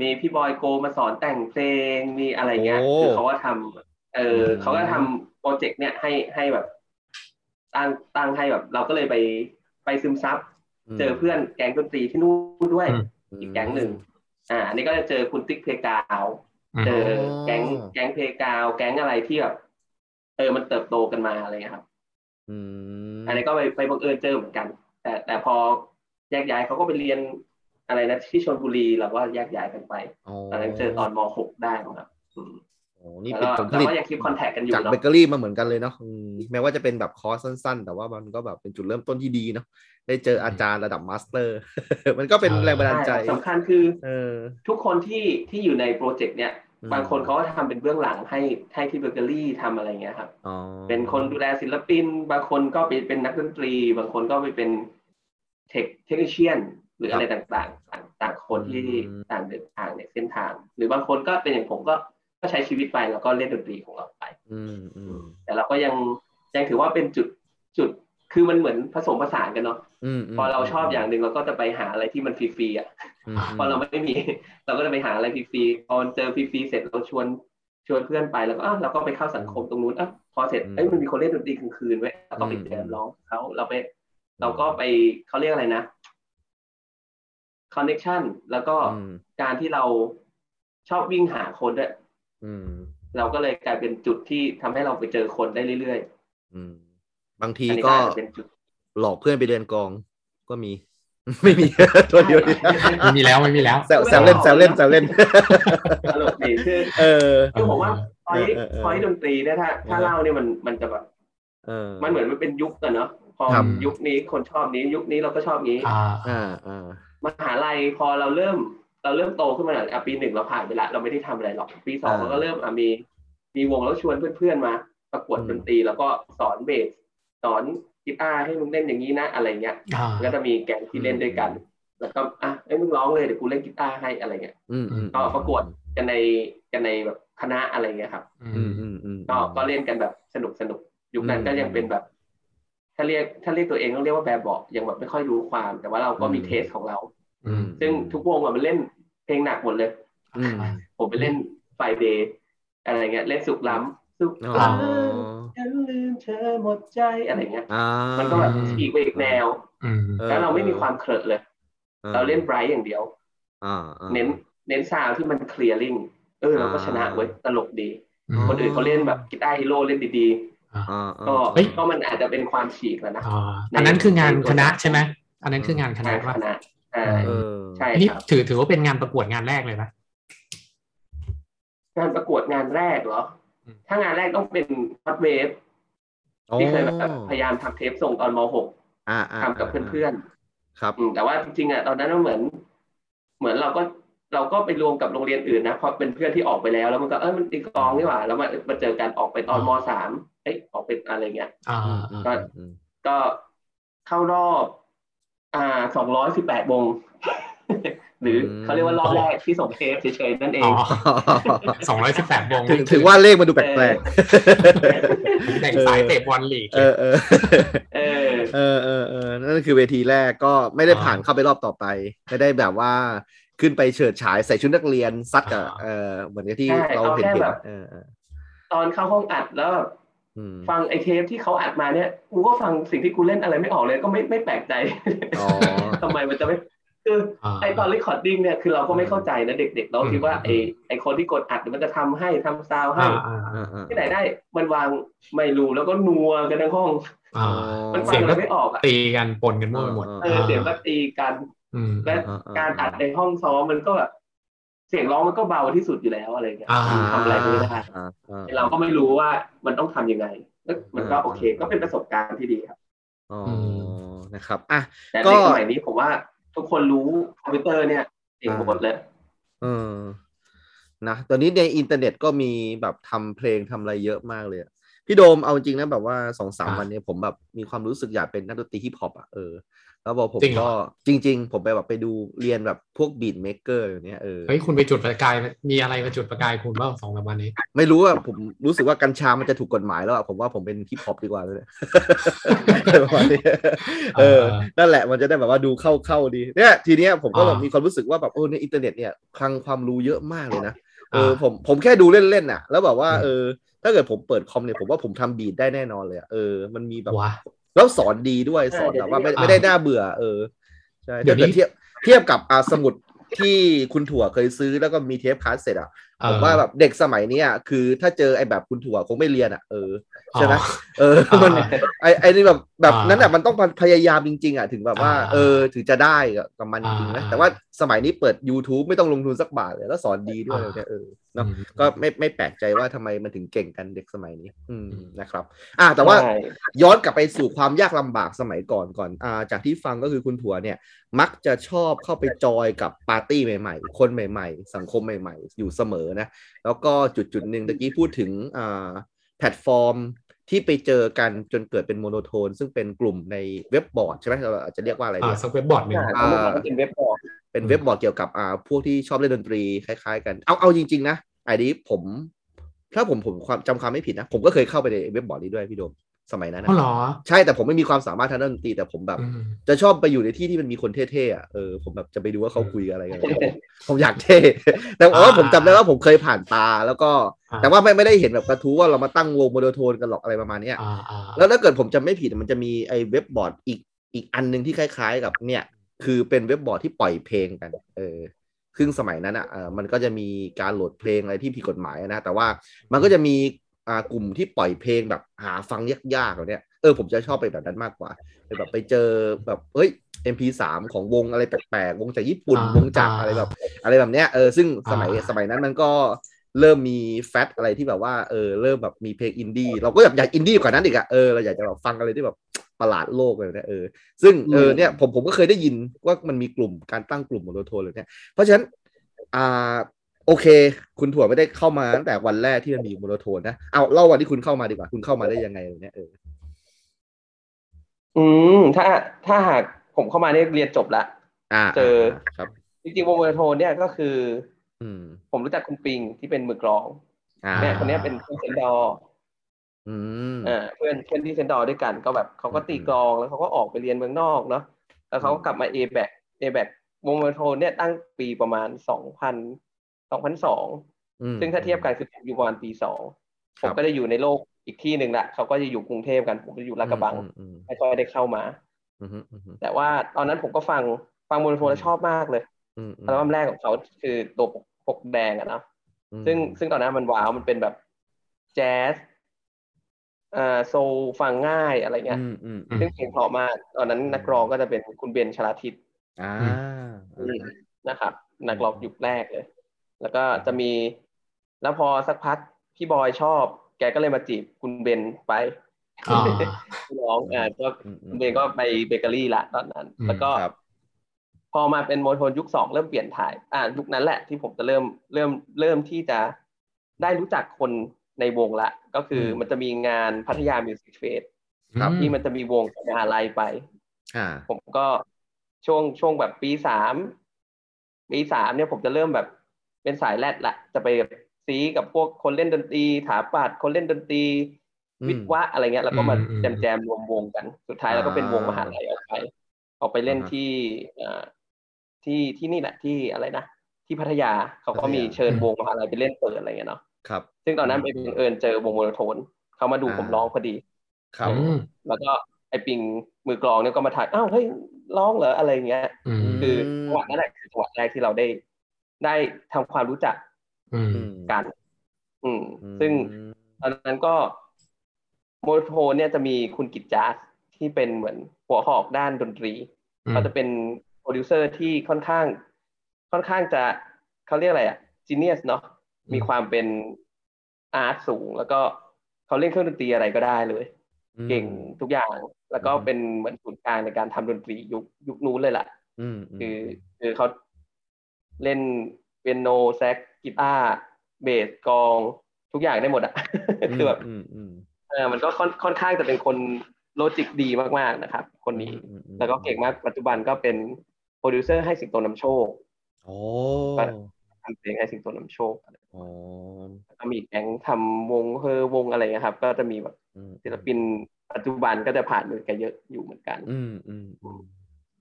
Speaker 4: มีพี่บอยโกมาสอนแต่งเพลงมีอะไรเงี้ย
Speaker 2: โอ้
Speaker 4: คือเขาก็ทำเอออ
Speaker 2: ม
Speaker 4: เขาก็ทำโปรเจกต์เนี่ยให้ให้แบบตั้งตั้งให้แบบ เราก็เลยไปไปซึมซับเจอเพื่อนแก๊งดนตรีที่นู่นด้วย
Speaker 3: อืม
Speaker 4: อีกแก๊งหนึ่งอ่าอันนี้ก็จะเจอคุณติ๊กเพกาว
Speaker 3: อืม
Speaker 4: เจอ
Speaker 2: อ
Speaker 4: แก๊งแก๊งเพกาว แก๊งอะไรที่แบบเออมันเติบโตกันมาอะไรเงี้ยครับ
Speaker 2: อืม
Speaker 4: อันนี้ก็ไปไปบังเอิญเจอเหมือนกัน แต่แต่พอแยกย้ายเขาก็ไปเรียนอะไรนะที่ชลบุรีเราก็แยกย้ายกันไปตอนนั้นเจอตอนม .6 ได้มั้งครับอืม
Speaker 2: โอ้นี่
Speaker 4: แล้ว
Speaker 2: เป็นผ
Speaker 4: ก็
Speaker 2: ลผ
Speaker 4: เรา
Speaker 2: ลิต
Speaker 4: ก็ยังคีบคอนแทคกันอยู่
Speaker 2: จาก
Speaker 4: เนาะ
Speaker 2: เบเกอรี่มาเหมือนกันเลยเนาะอืมแม้ว่าจะเป็นแบบคอร์สสั้น ๆ แต่ว่ามันก็แบบเป็นจุดเริ่มต้นที่ดีเนาะได้เจออาจารย์ระดับมาสเตอร์ มันก็เป็นแรงบันดาลใจ
Speaker 4: ใช่สำคัญคือ
Speaker 2: เออ
Speaker 4: ทุกคนที่ที่อยู่ในโปรเจกต์เนี่ย
Speaker 2: อืม
Speaker 4: บางคนเขาก็ทำเป็นเบื้องหลังให้ให้ที่เบเกอรี่ทำอะไรเงี้ยครับ
Speaker 2: อ๋อ
Speaker 4: เป็นคนดูแลศิลปิน บางคนก็ไปเป็นนักดนตรี บางคนก็ไปเป็นเทคเทคนิเชียน หรือ
Speaker 2: ครับ
Speaker 4: อะไรต่างๆต่างต่างคนที่
Speaker 2: อืม
Speaker 4: ต่างเดินทางในเส้นทาง หรือบางคนก็เป็นอย่างผมก็ก็ใช้ชีวิตไปแล้วก็เล่นดนตรีของเราไป
Speaker 2: อืมอืม
Speaker 4: แต่เราก็ยังยังถือว่าเป็นจุดจุดคือมันเหมือนผสมผสานกันเนาะ
Speaker 2: อืม
Speaker 4: พอเราชอบอย่างหนึ่งเราก็จะไปหาอะไรที่มันฟรีๆอ่ะ
Speaker 2: ม
Speaker 4: พอเราไม่มี เราก็จะไปหาอะไรฟรีๆพอเจอฟรีๆเสร็จเราชวนชวนเพื่อนไปแล้วก็อ่ะเราก็ไปเข้าสังคมตรงนู้นอ่ะพอเสร็จเอ้ยมันมีคนเล่นดนตรีกลางคืนไว้ยเราก็ไปแจมร้องเขาเราไป เราก็ไปเขาเรียกอะไรนะคอนเน็ชันแล้วก็
Speaker 2: อืม
Speaker 4: การที่เราชอบวิ่งหาคนด้วย
Speaker 2: อืม
Speaker 4: เราก็เลยกลายเป็นจุดที่ทำให้เราไปเจอคนได้เรื่อย
Speaker 2: อืมบาง
Speaker 4: ๆ
Speaker 2: ที
Speaker 4: อันนี้ก็
Speaker 2: ก็
Speaker 4: อาจจะเป็นจุด
Speaker 2: หลอกเพื่อนไปเดินกองก็ มี ไม่มี ตัวเดียวดิ
Speaker 3: ไม่มีแล้วไม่มีแล้ว
Speaker 2: แซวแซวเล่นแซวเล่นแซว เล่น
Speaker 4: ตลกดีคือ
Speaker 2: เออ
Speaker 4: คือผมว่าพอย
Speaker 2: เออเออเออ
Speaker 4: พอยดนตรีเนี่ยถ้า ถ้า
Speaker 2: เออ
Speaker 4: เล่าเนี่ยมันมันจะแบบ
Speaker 2: เออ
Speaker 4: มันเหมือนมันเป็นยุคกันเนาะพอ
Speaker 2: ครับ
Speaker 4: ยุคนี้คนชอบนี้ ยุคนี้เราก็ชอบนี้
Speaker 3: อ่า
Speaker 2: อ่าอ่า
Speaker 4: มหาลัยพอเราเริ่ม เราเริ่มโตขึ้นมาหน่อยอ่ะปีหนึ่งเราผ่านไปละเราไม่ได้ทำอะไรหรอกปีสอง
Speaker 2: อ่า
Speaker 4: เราก็เริ่มอ่ะมี มีวงแล้วชวนเพื่อนๆมา ประกวด
Speaker 2: อืม
Speaker 4: ดนตรีแล้วก็สอนเบสสอนกีตาร์ให้มึงเล่นอย่างนี้นะอะไรเงี้ย
Speaker 3: อ่า
Speaker 4: ก็จะมีแก๊งที่เล่นด้วยกัน แล้วก็อ่ะเอ้ยมึงร้องเลยเดี๋ยวกูเล่นกีตาร์ให้อะไรเงี้ย
Speaker 2: อืมอืม
Speaker 4: ก็ประกวด กันในกันในแบบคณะอะไรเงี้ยครับ
Speaker 2: อืมอืมอืม
Speaker 4: ก็ก็เล่นกันแบบสนุกสนุกยุคนั้น
Speaker 2: อืม
Speaker 4: ก็ยังเป็นแบบ ถ้าเรียกถ้าเรียกตัวเองต้องเรียกว่าแบบเบาะยังแบบไม่ค่อยรู้ความ แต่ว่าเราก็มี
Speaker 2: อืม
Speaker 4: เทสของเรา
Speaker 3: อืม
Speaker 4: ซึ่งทุกวงอะมันเล่นเพลงหนักหมดเลย
Speaker 2: อืม
Speaker 4: ผมไปเล่นไฟเดย์อะไรเงี้ยเล่นสุกล้ำสุก
Speaker 2: อ๋อ
Speaker 4: ล้ำฉันลืมเธอหมดใจอะไรเงี้ย
Speaker 2: อ่า
Speaker 4: มันก็แบบ
Speaker 3: อืม
Speaker 4: ฉีกไปอีกแนว
Speaker 3: อืม
Speaker 2: ออ
Speaker 4: แล้วเราไม่มีความเคลิดเลย เราเล่นไบรท์อย่างเดียว
Speaker 2: อ่าอ่า
Speaker 4: เน้นเน้นซาวด์ที่มันเคลียร์ลิงเออเราก็ชนะเว้ยตลกดี
Speaker 2: อ๋อ
Speaker 4: คนอื่นเขาเล่นแบบกีตาร์ฮีโร่เล่นดี
Speaker 2: อ่า
Speaker 4: ๆ ก็
Speaker 3: เฮ้ย
Speaker 4: ก็มันอาจจะเป็นความฉีกแหล้วนะ
Speaker 3: อ่าอันนั้นคืองานคณะใช่ไหมอันนั้นคืองานคณะ
Speaker 4: งาน
Speaker 3: ว่า
Speaker 4: คณะอ่า
Speaker 2: เออ
Speaker 4: ใช่
Speaker 3: อันนี้
Speaker 4: ครับ
Speaker 3: ถือถือว่าเป็นงานประกวดงานแรกเลยนะ
Speaker 4: งานประกวดงานแรกเหรอ
Speaker 3: อืม
Speaker 4: ถ้างานแรกต้องเป็นฮอตเวฟ ที่เคยแบบพยายามทำเทปส่งตอนม
Speaker 2: อ่าอ่า
Speaker 4: .6 ทำกับเพื่อน
Speaker 2: ครับ
Speaker 4: ๆอืมแต่ว่าจริงๆอ่ะตอนนั้นมันเหมือน เหมือนเราก็เราก็ไปรวมกับโรงเรียนอื่นนะเพราะเป็นเพื่อนที่ออกไปแล้ว แล้วมันก็เออมันตีกลองนี่หว่า แล้วมามาเจอกันออกไปตอนมสามเอ้ยออกไปอะไรเงี้ย
Speaker 3: อ่า
Speaker 2: อืมอืมอืม
Speaker 4: ก็เข้ารอบ อ่าสองร้อยสิบแปดวง หรือเขาเรียกว่ารอบแรกที่ส่งเทปเฉยๆนั่นเอ
Speaker 3: อ๋
Speaker 4: ง
Speaker 3: อสองร้อยสิบแปดวง
Speaker 2: ถึงถึงว่าเลขมันดูแปลก
Speaker 3: แบ่งสายเตะบอลลีก
Speaker 2: ๆเออเออ
Speaker 4: เออ
Speaker 2: เออเออเออนั่นคือเวทีแรกก็ไม่ได้ผ่าน
Speaker 3: อ่า
Speaker 2: เข้าไปรอบต่อไปไม่ได้แบบว่าขึ้นไปเฉิดฉายใส่ชุดนักเรียนซัดกับ
Speaker 3: อ่า
Speaker 2: เออเหมือนกับที่
Speaker 4: ใช่
Speaker 2: เรา
Speaker 4: เอา
Speaker 2: เห็น
Speaker 4: แค่
Speaker 2: เห็น
Speaker 4: แบบ
Speaker 2: เออเออ
Speaker 4: ตอนเข้าห้องอัดแล้วแบบ
Speaker 2: อืม
Speaker 4: ฟังไอเทปที่เขาอัดมาเนี่ยกูก็ฟังสิ่งที่กูเล่นอะไรไม่ออกเลยก็ไม่ไม่แปลกใจ
Speaker 2: อ๋อ
Speaker 4: ทำไมมันจะไม่คือไอตอนรีคอร์ดดิ้งเนี่ยคือเราก็ไม่เข้าใจนะเด็กๆ เราคิดว่าไอไอคนที่กดอัดมันจะทำให้ทำซาวให้
Speaker 3: อ่าอ่าอ่า
Speaker 4: ที่ไหนได้มันวางไม่รู้แล้วก็นัวกันทั้งห้อง
Speaker 3: อ่า
Speaker 4: มันฟั
Speaker 3: เสี
Speaker 4: ง
Speaker 3: ยง
Speaker 4: อะไร
Speaker 3: ก็
Speaker 4: ไม่ออกอ่ะ
Speaker 3: ตีกันปนกันมั่วไปหมด
Speaker 4: เออเสียงก็ตีกัน
Speaker 3: อืม
Speaker 4: และการอัดในห้องซ้อมมันก็แบบเสียงร้องมันก็เบาที่สุดอยู่แล้วอะไรเงี้ย
Speaker 3: อ่า
Speaker 4: ทำอะไรไม่ได้
Speaker 2: อ่าอ่า
Speaker 4: เราก็ไม่รู้ว่ามันต้องทำยังไงแล้วมันก็โอเค ก็เป็นประสบการณ์ที่ดีครับ
Speaker 2: อ๋อนะครับอ่ะ
Speaker 4: แต่
Speaker 2: ก็
Speaker 4: ในสมัยนี้ผมว่าทุกคนรู้คอมพิวเตอร์เนี่ยเก่งหมดเลย
Speaker 2: เออนะตอนนี้ในอินเทอร์เน็ตก็มีแบบทำเพลงทำอะไรเยอะมากเลยอะพี่โดมเอาจริงนะแบบว่าสองสามวันเนี้ผมแบบมีความรู้สึกอยากเป็นนักดนตรีฮิปฮอปอ่ะเออแล้วบอกผม
Speaker 3: จริงเหร
Speaker 2: ก็
Speaker 3: อ
Speaker 2: จริง ๆ ผมไปแบบไปดูเรียนแบบพวกบีทเมกเกอร์อย่างเนี้ยเออ
Speaker 3: เฮ้ยคุณไปจุดประกายมีอะไรมาจุดประกายคุณบ้างสองสามวันนี้
Speaker 2: ไม่รู้ว่าผมรู้สึกว่ากัญชามันจะถูกกฎหมายแล้วอะผมว่าผมเป็นฮิปฮอปดีกว่าเลย ประมาณนี้เออ นั่นแหละมันจะได้แบบว่าดูเข้าเข้าดีเนี่ยทีเนี้ยผมก็แบบ
Speaker 3: อ่ามี
Speaker 2: มีความรู้สึกว่าแบบโอ้ในอินเทอร์เน็ตเนี่ยคลังความรู้เยอะมากเลยนะเอออา ผมผมแค่ดูเล่นๆน่ะ แล้วแบบว่า
Speaker 3: อืม
Speaker 2: เออ ถ้าเกิดผมเปิดคอมเนี่ยผมว่าผมทำบีดได้แน่นอนเลยอะเออมันมีแบบ
Speaker 3: ว้า
Speaker 2: แล้วสอนดีด้วยสอน
Speaker 4: ใช่
Speaker 2: แบบว่าไม่
Speaker 3: อ่า
Speaker 2: ไม่ได้น่าเบื่อ เออใช่
Speaker 3: เดี๋
Speaker 2: ถ้า
Speaker 3: ยวนี้
Speaker 2: เกิดเทียบเทียบกับอาสมุดที่คุณถั่วเคยซื้อแล้วก็มีเทปคาสเซ็ตอ่ะผมว่าแบบเด็กสมัยเนี้ยคือถ้าเจอไอ้แบบคุณถั่วคงไม่เรียนอ่ะเออ ใช่ไหม เออ
Speaker 3: อ่ามั
Speaker 2: มัน ไอ้ไอ้นี่แบบแบบ
Speaker 3: อ่า
Speaker 2: นั้นอ่ะมันต้องพยายามจริงๆอ่ะถึงแบบว่า
Speaker 3: อ่า
Speaker 2: เออถึงจะได้กับมันจริงๆนะ
Speaker 3: อ่า
Speaker 2: แต่ว่าสมัยนี้เปิด YouTube ไม่ต้องลงทุนสักบาทเลยแล้วสอนดีด้วยเนี่ยเออเนาะก็ไม่ไม่แปลกใจว่าทำไมมันถึงเก่งกันเด็กสมัยนี้ อืมนะครับ อ่าแต่ว่าย้อนกลับไปสู่ความยากลำบากสมัยก่อนก่อนอ่าจากที่ฟังก็คือคุณถัวเนี่ย มักจะชอบเข้าไปจอยกับปาร์ตี้ใหม่ๆ คนใหม่ๆ สังคมใหม่ๆ อยู่เสมอนะ แล้วก็จุดจุดๆหนึ่งตะกี้พูดถึงอ่าแพลตฟอร์มที่ไปเจอกันจนเกิดเป็นโมโนโทน ซึ่งเป็นกลุ่มในเว็บบอร์ดใช่ไหมเราอาจจะเรียกว่าอะไร
Speaker 3: อ่า
Speaker 2: ดี
Speaker 3: สักเว็บบอร์ดหนึ่ง
Speaker 4: ใช่เขาบอกว่าเป็นเว็บบอร์ด
Speaker 2: เป็นเว็บบอร์ดเกี่ยวกับอ่าพวกที่ชอบเล่นดนตรีคล้ายๆ กัน เอาเอาจริง ๆ นะไอ้นี้ผม ถ้าผมผมความจำความไม่ผิดนะ ผมก็เคยเข้าไปในเว็บบอร์ดนี้ด้วยพี่โดมสมัยนั้นนะ
Speaker 3: อ๋อเหรอ
Speaker 2: ใช่แต่ผมไม่มีความสามารถทางด้านดนตรีแต่ผมแบบ
Speaker 3: อืม
Speaker 2: จะชอบไปอยู่ในที่ที่มันมีคนเท่ๆอ่ะเออผมแบบจะไปดูว่าเขา
Speaker 3: อืม
Speaker 2: คุยอะไรกัน ผมอยากเท่ แต่ว่า
Speaker 3: อ่า
Speaker 2: ผมจำได้ว่าผมเคยผ่านตาแล้วก็
Speaker 3: อ่
Speaker 2: แต่ว่าไม่ไม่ได้เห็นแบบกระทู้ว่าเรามาตั้งวงโมโนโทนกันหรอกอะไรประมาณเนี้ย
Speaker 3: อ่าอ่า
Speaker 2: แล้วถ้าเกิดผมจำไม่ผิดมันจะมีไอ้เว็บบอร์ดอีกอีกอันหนึ่งที่คล้าย ๆ กับเนี่ย คือเป็นเว็บบอร์ดที่ปล่อยเพลงกัน เออซึ่งสมัยนั้นอ่ะเออมันก็จะมีการโหลดเพลงอะไรที่ผิดกฎหมายนะแต่ว่ามันก็จะมีอ่ากลุ่มที่ปล่อยเพลงแบบหาฟังยากๆแบบเนี้ยเออผมจะชอบไปแบบนั้นมากกว่า ไปแบบไปเจอแบบเฮ้ย MP3 ของวงอะไรแปลกๆ วงจากญี่ปุ่น วงจากอะไรแบบ อะไรแบบเนี้ยเออซึ่งสมัยสมัยนั้นมันก็เริ่มมีแฟตอะไรที่แบบว่าเออเริ่มแบบมีเพลงอินดี้เราก็แบบอยากอินดี้กว่านั้นอีกอะเออเราอยากจะแบบฟังอะไรที่แบบประหลาดโลกเลยเนี่ยเออซึ่งเออเนี่ยผมผมก็เคยได้ยินว่ามันมีกลุ่มการตั้งกลุ่มโมโนโทนเลยเนี่ยเพราะฉะนั้นอ่าโอเค คุณถั่วไม่ได้เข้ามาตั้งแต่วันแรกที่มันมีโมโนโทนนะเอาเล่าวันที่คุณเข้ามาดีกว่าคุณเข้ามาได้ยังไงเลยเนี่ยเออ
Speaker 4: อืมถ้าถ้าหากผมเข้ามาเนี่ยเรียนจบละ
Speaker 2: อ่า
Speaker 4: เจอ
Speaker 2: ครับ
Speaker 4: จริงๆวงเวอร์โทนเนี่ยก็คือ
Speaker 2: อืม
Speaker 4: ผมรู้จักคุณปิงที่เป็นมือกลอง
Speaker 2: อ่า
Speaker 4: เนี่ยคนเนี้ยเป็นเพื่อนเซนดอร์
Speaker 2: อืม
Speaker 4: อ่าเพื่อนเพื่อนที่เซนดอร์ด้วยกันก็แบบเขาก็ตีกลองแล้วเขาก็ออกไปเรียนเมืองนอกเนาะแล้วเขาก็กลับมาเอแบกเอแบกวงเวอร์โทนเนี่ยตั้งปีประมาณสองพันสองพันสอง
Speaker 2: อืม
Speaker 4: ซึ่งถ้าเทียบกันคือผมอยู่ประมาณปีสอง
Speaker 2: ค
Speaker 4: ผ
Speaker 2: รับ
Speaker 4: มก็จะอยู่ในโลกอีกที่หนึ่งละเขาก็จะอยู่กรุงเทพกันผมจะอยู่ลาดกระบัง
Speaker 2: อืม
Speaker 4: ไม่ค่อยได้เข้ามา
Speaker 2: อืมอืมอืมอืม
Speaker 4: แต่ว่าตอนนั้นผมก็ฟังฟังวงเวอร์โทนแล้วชอบมากเลย
Speaker 2: อืม
Speaker 4: อัลบั้มแรกของเขาคือตัวปกปกแดงอะเนาะซึ่งซึ่งตอนนั้นมันว้าวมันเป็นแบบแจ๊สเอ่อโซลฟังง่ายอะไรเงี้ย
Speaker 2: อืมอืม
Speaker 3: อืม
Speaker 4: ซึ่งเพลงเพราะมาก ตอนนั้นนักร้องก็จะเป็นคุณเบนชลาทิศ
Speaker 2: อ่า
Speaker 4: นะครับ นักร้องยุคแรกเลย แล้วก็จะมี แล้วพอสักพักพี่บอยชอบ แกก็เลยมาจีบคุณเบนไป
Speaker 3: อ่า
Speaker 4: ร้ องอ่าก็เบย์ก็ไปเบเกอรี่ละตอนนั้น
Speaker 3: อืม
Speaker 4: แล้วก็
Speaker 2: ครับ
Speaker 4: พอมาเป็นโมโทนยุคสองเริ่มเปลี่ยนถ่าย อ่ายุคนั้นแหละที่ผมจะเริ่มเริ่มเริ่มที่จะได้รู้จักคนในวงละ ก็คืออ
Speaker 2: ม
Speaker 4: มันจะมีงานพัทยามิวสิกเฟส
Speaker 2: ครับ
Speaker 4: ที่มันจะมีวงมหาลัยไป
Speaker 2: อ่า
Speaker 4: ผมก็ช่วงช่วงแบบปีสามปีสามเนี่ยผมจะเริ่มแบบเป็นสายแรดละ จะไปซีกับพวกคนเล่นดนตรีถาปัดคนเล่นดนตรี
Speaker 2: อืม
Speaker 4: วิทวะอะไรเงี้ยแล้วก็มา
Speaker 3: อืมอืม
Speaker 4: แจมแจมรวมวงกัน สุดท้ายแล้วก็เป็นวงมหาลัยออกไป ออกไปเล่น
Speaker 2: อ่าฮะ
Speaker 4: ที่เอ่อที่ที่นี่แหละที่อะไรนะที่พัทยาเขาก็
Speaker 2: พัทยามี
Speaker 4: มีเชิญวงมหาลัยไปเล่นเปิดอะไรเงี้ยเนาะ
Speaker 2: ครับ
Speaker 4: ซึ่งตอนนั้นไปบังเอิญเจอวงโมโนโทนเขามาดู
Speaker 2: อ่า
Speaker 4: ผมร้องพอดี
Speaker 2: ครับ
Speaker 3: อืม
Speaker 4: แล้วก็ไอปิงมือกลองเนี่ยก็มาถักอ้าวเฮ้ยร้องเหรออะไรเงี้ย
Speaker 3: อืม
Speaker 2: ม
Speaker 4: คือจังหวะนั่นแหละคือจังหวะแรกที่เราได้ ได้ทำความรู้จัก
Speaker 3: อืม
Speaker 2: อืม
Speaker 4: กัน อืม
Speaker 2: อืม
Speaker 4: ซึ่งตอนนั้นก็โมโทเนี่ยจะมีคุณกิจจาสที่เป็นเหมือนหัวหอกด้านดนตรี เขาจะเป็นโปรดิวเซอร์ที่ค่อนข้าง ค่อนข้างจะเขาเรียกอะไรอะจีเนียสเนาะ
Speaker 3: ม
Speaker 4: มีความเป็นอาร์ตสูง แล้วก็เขาเล่นเครื่องดนตรีอะไรก็ได้เลย เก่งทุกอย่าง แล้วก็เป็นเหมือนศูนย์กลางในการทำดนตรียุคยุคนู้นเลยล่ะ
Speaker 2: อืมม
Speaker 4: คือคือเขาเล่นเปียโนแซกกีตาร์เบสกลองทุกอย่างได้หมดอะ คือแบบ
Speaker 2: มอืม
Speaker 4: เออมันก็ค่อนค่อนข้างจะเป็นคนโลจิกดีมากๆนะครับ คนนี้
Speaker 2: อืมอืม
Speaker 4: แล้วก็เก่งมากปัจจุบันก็เป็นโปรดิวเซอร์ให้สิงโตนำโชค
Speaker 2: โอ้
Speaker 4: ทำเพลงให้สิงโตนำโชค
Speaker 2: อ๋อ
Speaker 4: แล้วก็มีแก๊งทำวงเฮอวงอะไรเงี้ยครับ ก็จะมีแบบ
Speaker 2: อืม
Speaker 4: ศิลปินปัจจุบันก็จะผ่านมือกันเยอะอยู่เหมือนกัน
Speaker 2: อืมอืมอืม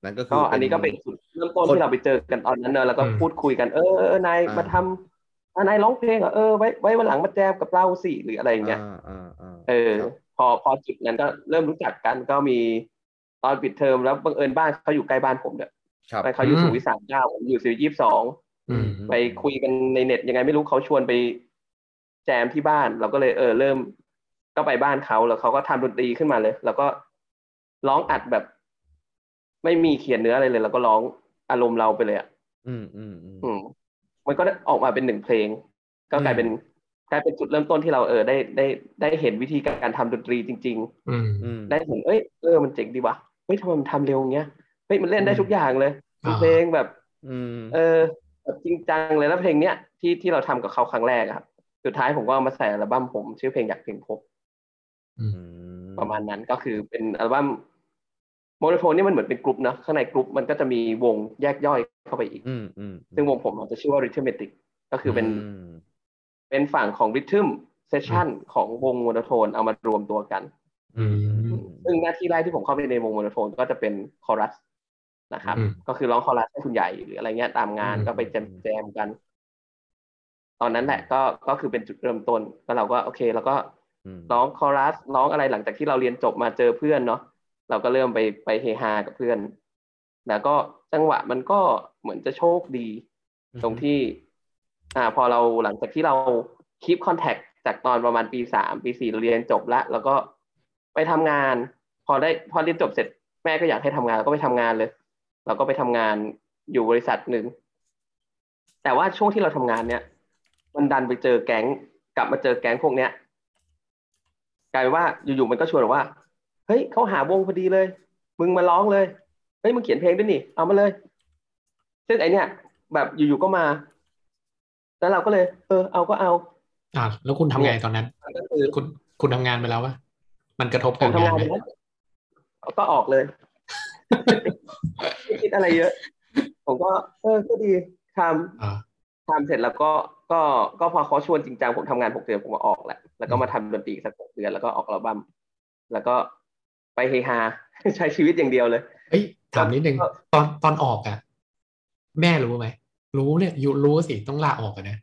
Speaker 2: นั่นก็คื
Speaker 4: ก็อันนี้ก็เป็นจุดเริ่มต้น
Speaker 2: คน
Speaker 4: ที่เราไปเจอกันตอนนั้นเนอะแล้วก็
Speaker 3: อืม
Speaker 4: พูดคุยกันเออเออเออนาย
Speaker 2: อ่าม
Speaker 4: มาทำอ่ะนายร้องเพลงเหรอเออไว้ไว้วันหลังมาแจมกับเราสิหรืออะไรอย่างเงี้ย
Speaker 2: อ่าอ่าอ่า
Speaker 4: เออ
Speaker 2: ครับ
Speaker 4: พอพอจุดนั้นก็เริ่มรู้จักกันก็มีตอนปิดเทอมแล้วบังเอิญบ้านเขาอยู่ใกล้บ้านผมเด้อ
Speaker 2: ครับ
Speaker 4: บ้านเขาอยู่สุขวิทสามเก้าผมอยู่สุขวิทยี่สิบสอง
Speaker 3: อืม
Speaker 4: ไปคุยกันในเน็ตยังไงไม่รู้เขาชวนไปแจมที่บ้านเราก็เลยเออเริ่มก็ไปบ้านเขาแล้วเขาก็ทำดนตรีขึ้นมาเลย แล้วก็ร้องอัดแบบ ไม่มีเขียนเนื้ออะไรเลย แล้วก็ร้องอารมณ์เราไปเลยอ่ะ
Speaker 2: อืมอืมอืม
Speaker 4: อืมมันก็ได้ออกมาเป็นหนึ่งเพลง ก็กลายเป็นกลายเป็นจุดเริ่มต้นที่เราเออได้ได้ได้เห็นวิธีการทำดนตรีจริง
Speaker 3: อืม
Speaker 2: อืม
Speaker 4: ๆ ได้เห็นเอ้ยเออมันเจ๋งดีวะเฮ้ยทำไมมันทำเร็วอย่างเงี้ยเฮ้ยมันเล่นได้ทุกอย่างเลย
Speaker 3: อ่า
Speaker 4: เพลงแบบ
Speaker 2: อืม
Speaker 4: เออแบบจริงจังเลยแล้วเพลงเนี้ยที่ที่เราทำกับเขาครั้งแรกอะครับสุดท้ายผมก็เอามาใส่อัลบั้มผม ชื่อเพลงอยากเพลงพบประมาณนั้นก็คือเป็นอัลบั้มโมโนโทนนี่มันเหมือนเป็นกลุ่มนอะข้างในกลุ่มมันก็จะมีวงแยกย่อยเข้าไปอีก
Speaker 2: อืมอืม
Speaker 4: ซึ่งวงผมอาจจะชื่อว่าริทเมติกก็คือเป็น
Speaker 2: ม
Speaker 4: เป็นฝั่งของริทึมเซสชันของวงโมโนโทนเอามารวมตัวกัน
Speaker 2: อืมอืม
Speaker 4: ซึ่งหน้าที่แรกที่ผมเข้าไปในวงโมโนโทนก็จะเป็นคอรัสนะครับ
Speaker 3: อืม
Speaker 4: ก็คือร้องคอรัสให้คุณใหญ่หรืออะไรเงี้ยตามงาน
Speaker 3: อืม
Speaker 4: ก็ไปแจมแจมๆกัน ตอนนั้นแหละก็ก็คือเป็นจุดเริ่มต้นแล้วเราก็โอเคแล้วก็
Speaker 2: อืม
Speaker 4: ร้องคอรัสร้องอะไรหลังจากที่เราเรียนจบมาเจอเพื่อนเนาะเราก็เริ่มไปไปเฮฮากับเพื่อน แล้วก็จังหวะมันก็เหมือนจะโชคดี ตรงที่ อ่า พอเราหลังจากที่เราคีปคอนแทคจากตอนประมาณปีสามปีสี่เราเรียนจบละแล้วก็ไปทำงาน พอได้พอเรียนจบเสร็จแม่ก็อยากให้ทำงานเราก็ไปทำงานเลย เราก็ไปทำงานอยู่บริษัทหนึ่งแต่ว่าช่วงที่เราทำงานเนี่ย มันดันไปเจอแก๊ง กลับมาเจอแก๊งพวกเนี้ยกลายเป็นว่าอยู่ๆมันก็ชวนบอกว่าเฮ้ยเขาหาวงพอดีเลย มึงมาร้องเลยเฮ้ยมึงเขียนเพลงด้วยนี่เอามาเลย ซึ่งไอเนี้ยแบบอยู่ๆก็มา แล้วเราก็เลย เออ เอาก็เอา
Speaker 3: อ่าแล้วคุณทำไงตอนนั้น
Speaker 4: ก็คือ
Speaker 3: คุณคุณทำงานไปแล้ววะมันกระทบ
Speaker 4: ผ
Speaker 3: กับ
Speaker 4: ม
Speaker 3: งาง
Speaker 4: ทำาน น
Speaker 3: ไหม
Speaker 4: ไปแล้วก็ออกเลย ไม่คิดอะไรเยอะ ผมก็ เออ ก็ดีท
Speaker 3: อ่า
Speaker 4: ำทำเสร็จแล้วก็ก็ก็พอเขาชวนจริงจังผมทำงานหกเดือนผมก็ออกแหละแล้วก็มาทำดนตรีอีกสักหกเดือนแล้วก็ออกอัลบั้มแล้วก็ไปเฮฮา ใช้ชีวิตอย่างเดียวเลย
Speaker 3: เอ้ยถามนิดนึง
Speaker 4: ก็
Speaker 3: ตอนตอนออกอะแม่รู้ไหมรู้เนี่ยอยู่รู้สิต้องลาออกอะนะ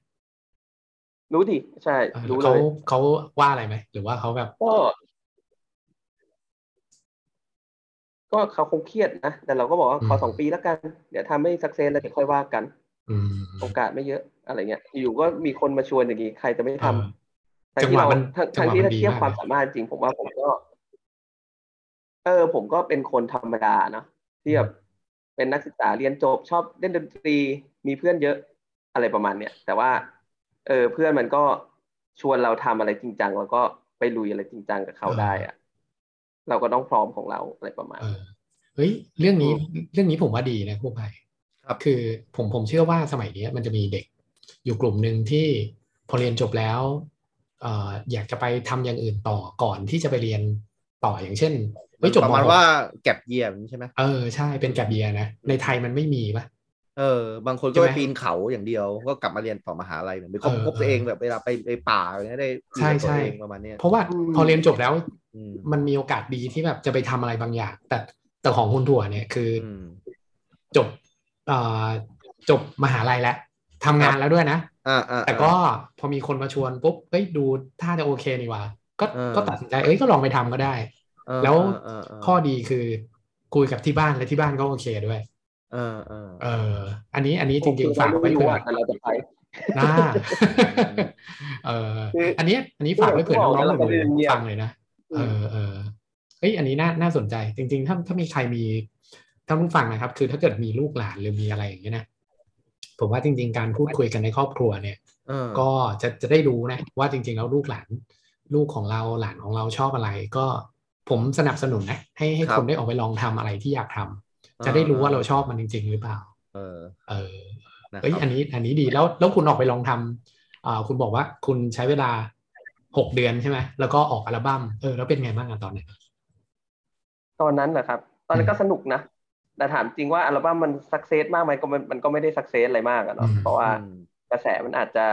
Speaker 4: รู้ดิใช่
Speaker 3: เออ
Speaker 4: รู้เล
Speaker 3: เขา
Speaker 4: ย
Speaker 3: เขาว่าอะไรไหมหรือว่าเขาแบบ
Speaker 4: ก็ ก็เขาคงเครียดนะ แต่เราก็บอกว่า
Speaker 3: อืม
Speaker 4: ขอสองปีแล้วกัน เดี๋ยวทำให้สักเซนแล้วเดี๋ยวค่อยว่ากัน
Speaker 3: อืม
Speaker 4: โอกาสไม่เยอะ อะไรเงี้ย อยู่ก็มีคนมาชวนอย่างนี้ ใครจะไม่ทำ
Speaker 3: เออ
Speaker 4: ทั้งที่เรา
Speaker 3: จังหวะมัน
Speaker 4: ทั้ง
Speaker 3: จังหวะ
Speaker 4: ทั้งที่
Speaker 3: มัน
Speaker 4: ถ้า
Speaker 3: ดี
Speaker 4: เทียบ
Speaker 3: มาก
Speaker 4: ค
Speaker 3: นะ
Speaker 4: วามสามารถจริง ผมว่าผมก็ เออ ผมก็เป็นคนธรรมดาเนาะที่แบบเป็นนักศึกษาเรียนจบชอบเล่นดนตรี มีเพื่อนเยอะ อะไรประมาณเนี้ย แต่ว่า เออ เพื่อนมันก็ชวนเราทำอะไรจริงจังแล้วก็ไปลุยอะไรจริงจังกับเขาได้อะ เราก็ต้องพร้อมของเราอะไรประมาณ
Speaker 3: เออเฮ้ยเรื่องนี้เรื่องนี้ผมว่าดีนะครูภัย
Speaker 2: ครับ
Speaker 3: คือผมผมเชื่อว่าสมัยเนี้ยมันจะมีเด็กอยู่กลุ่มหนึ่งที่พอเรียนจบแล้วเอ่ออยากจะไปทำอย่างอื่นต่อก่อนที่จะไปเรียนต่ออย่างเช่นเฮ้ยจบ
Speaker 2: ประ
Speaker 3: ม
Speaker 2: มาณ
Speaker 3: หก
Speaker 2: ว่าแก็บเยียมใช่ไหม
Speaker 3: เออใช่เป็นแกบเบียนะ ในไทยมันไม่มีปะ
Speaker 2: เออ บางคนก็ไป
Speaker 3: ใช่ไหม
Speaker 2: ปีนเขาอย่างเดียว ก็กลับมาเรียนต่อมหาลัยเหมือนไปคบ
Speaker 3: เออ
Speaker 2: คบตัวเองแบบเวลาไปไปป่าอะไรเงี้ยได้อยู่กับ
Speaker 3: ใช่
Speaker 2: ตัว
Speaker 3: ใช่
Speaker 2: เองประมาณเนี้ย
Speaker 3: เพราะว่า
Speaker 4: อืม
Speaker 3: พอเรียนจบแล้ว
Speaker 2: อืม
Speaker 3: มันมีโอกาสดีที่แบบจะไปทำอะไรบางอย่าง แต่แต่ของคุณถั่วเนี่ยคืออ
Speaker 2: อืม
Speaker 3: จบเอ่อจบมหาลัยแล้วทำ
Speaker 2: ค
Speaker 3: งา
Speaker 2: รั
Speaker 3: น
Speaker 2: บ
Speaker 3: แล้วด้วยนะ
Speaker 2: อ่าอ่า
Speaker 3: แต่ก็พอมีคนมาชวนปุ๊บเอ้ยดูท่าจะโอเคนี่หว่า ก็
Speaker 2: เออ
Speaker 3: ก็ตัดสินใจเอ้ยก็ลองไปทำก็ได้
Speaker 2: อ่า
Speaker 3: แล้ว
Speaker 2: อ่าา
Speaker 3: ข้อดีคือคุยกับที่บ้านและที่บ้านก็โอเคด้วย
Speaker 2: อ่าอ่า
Speaker 3: เออ อันนี้อันนี้จริงๆฝากไว้
Speaker 4: ม่รู้
Speaker 3: เผื่อ
Speaker 4: ว่าเราจะไป
Speaker 3: นะเออ
Speaker 4: คืออั
Speaker 3: อันนี้อันนี้ฝากไว้เผื่อน้องๆห
Speaker 4: เราก็
Speaker 3: นู
Speaker 4: เรียนเงีย
Speaker 3: ๆ
Speaker 4: บ
Speaker 3: ฟังเลยนะ เออเออเอ้ยอันนี้น่าน่าสนใจ จริง ๆ ถ้าถ้ามีใครมีท่านผู้ฟังนะครับ คือถ้าเกิดมีลูกหลานหรือมีอะไรอย่างเงี้ยนะผมว่าจริง ๆ การพูดคุยกันในครอบครัวเนี่ย
Speaker 2: เออ
Speaker 3: ก็จะจะได้รู้นะว่าจริง ๆ แล้วลูกหลาน ลูกของเราหลานของเราชอบอะไร ก็ผมสนับสนุนนะให้ให้คนได้ออกไปลองทำอะไรที่อยากทำจะได้รู้ว่าเราชอบมันจริง ๆ หรือเปล่า
Speaker 2: เออ
Speaker 3: เออ
Speaker 2: นะค
Speaker 3: เอ้ย
Speaker 2: รับ
Speaker 3: อันนี้อันนี้ดีแล้วแล้วคุณออกไปลองทำอ่าคุณบอกว่าคุณใช้เวลาหกเดือนใช่ไหมแล้วก็ออกอัลบั้มเออแล้วเป็นไงบ้างอะตอนนั้น
Speaker 4: ตอนนั้นเหรอครับ ตอนนั้น
Speaker 3: อืม
Speaker 4: ก็สนุกนะ แต่ถามจริงว่าอัลบั้มมันสักเซสมากไหมก็มันมันก็ไม่ได้สักเซสอะไรมากอะเนาะ
Speaker 3: อืม
Speaker 4: เพราะว่า
Speaker 2: อืม
Speaker 4: กระแสมันอาจจะ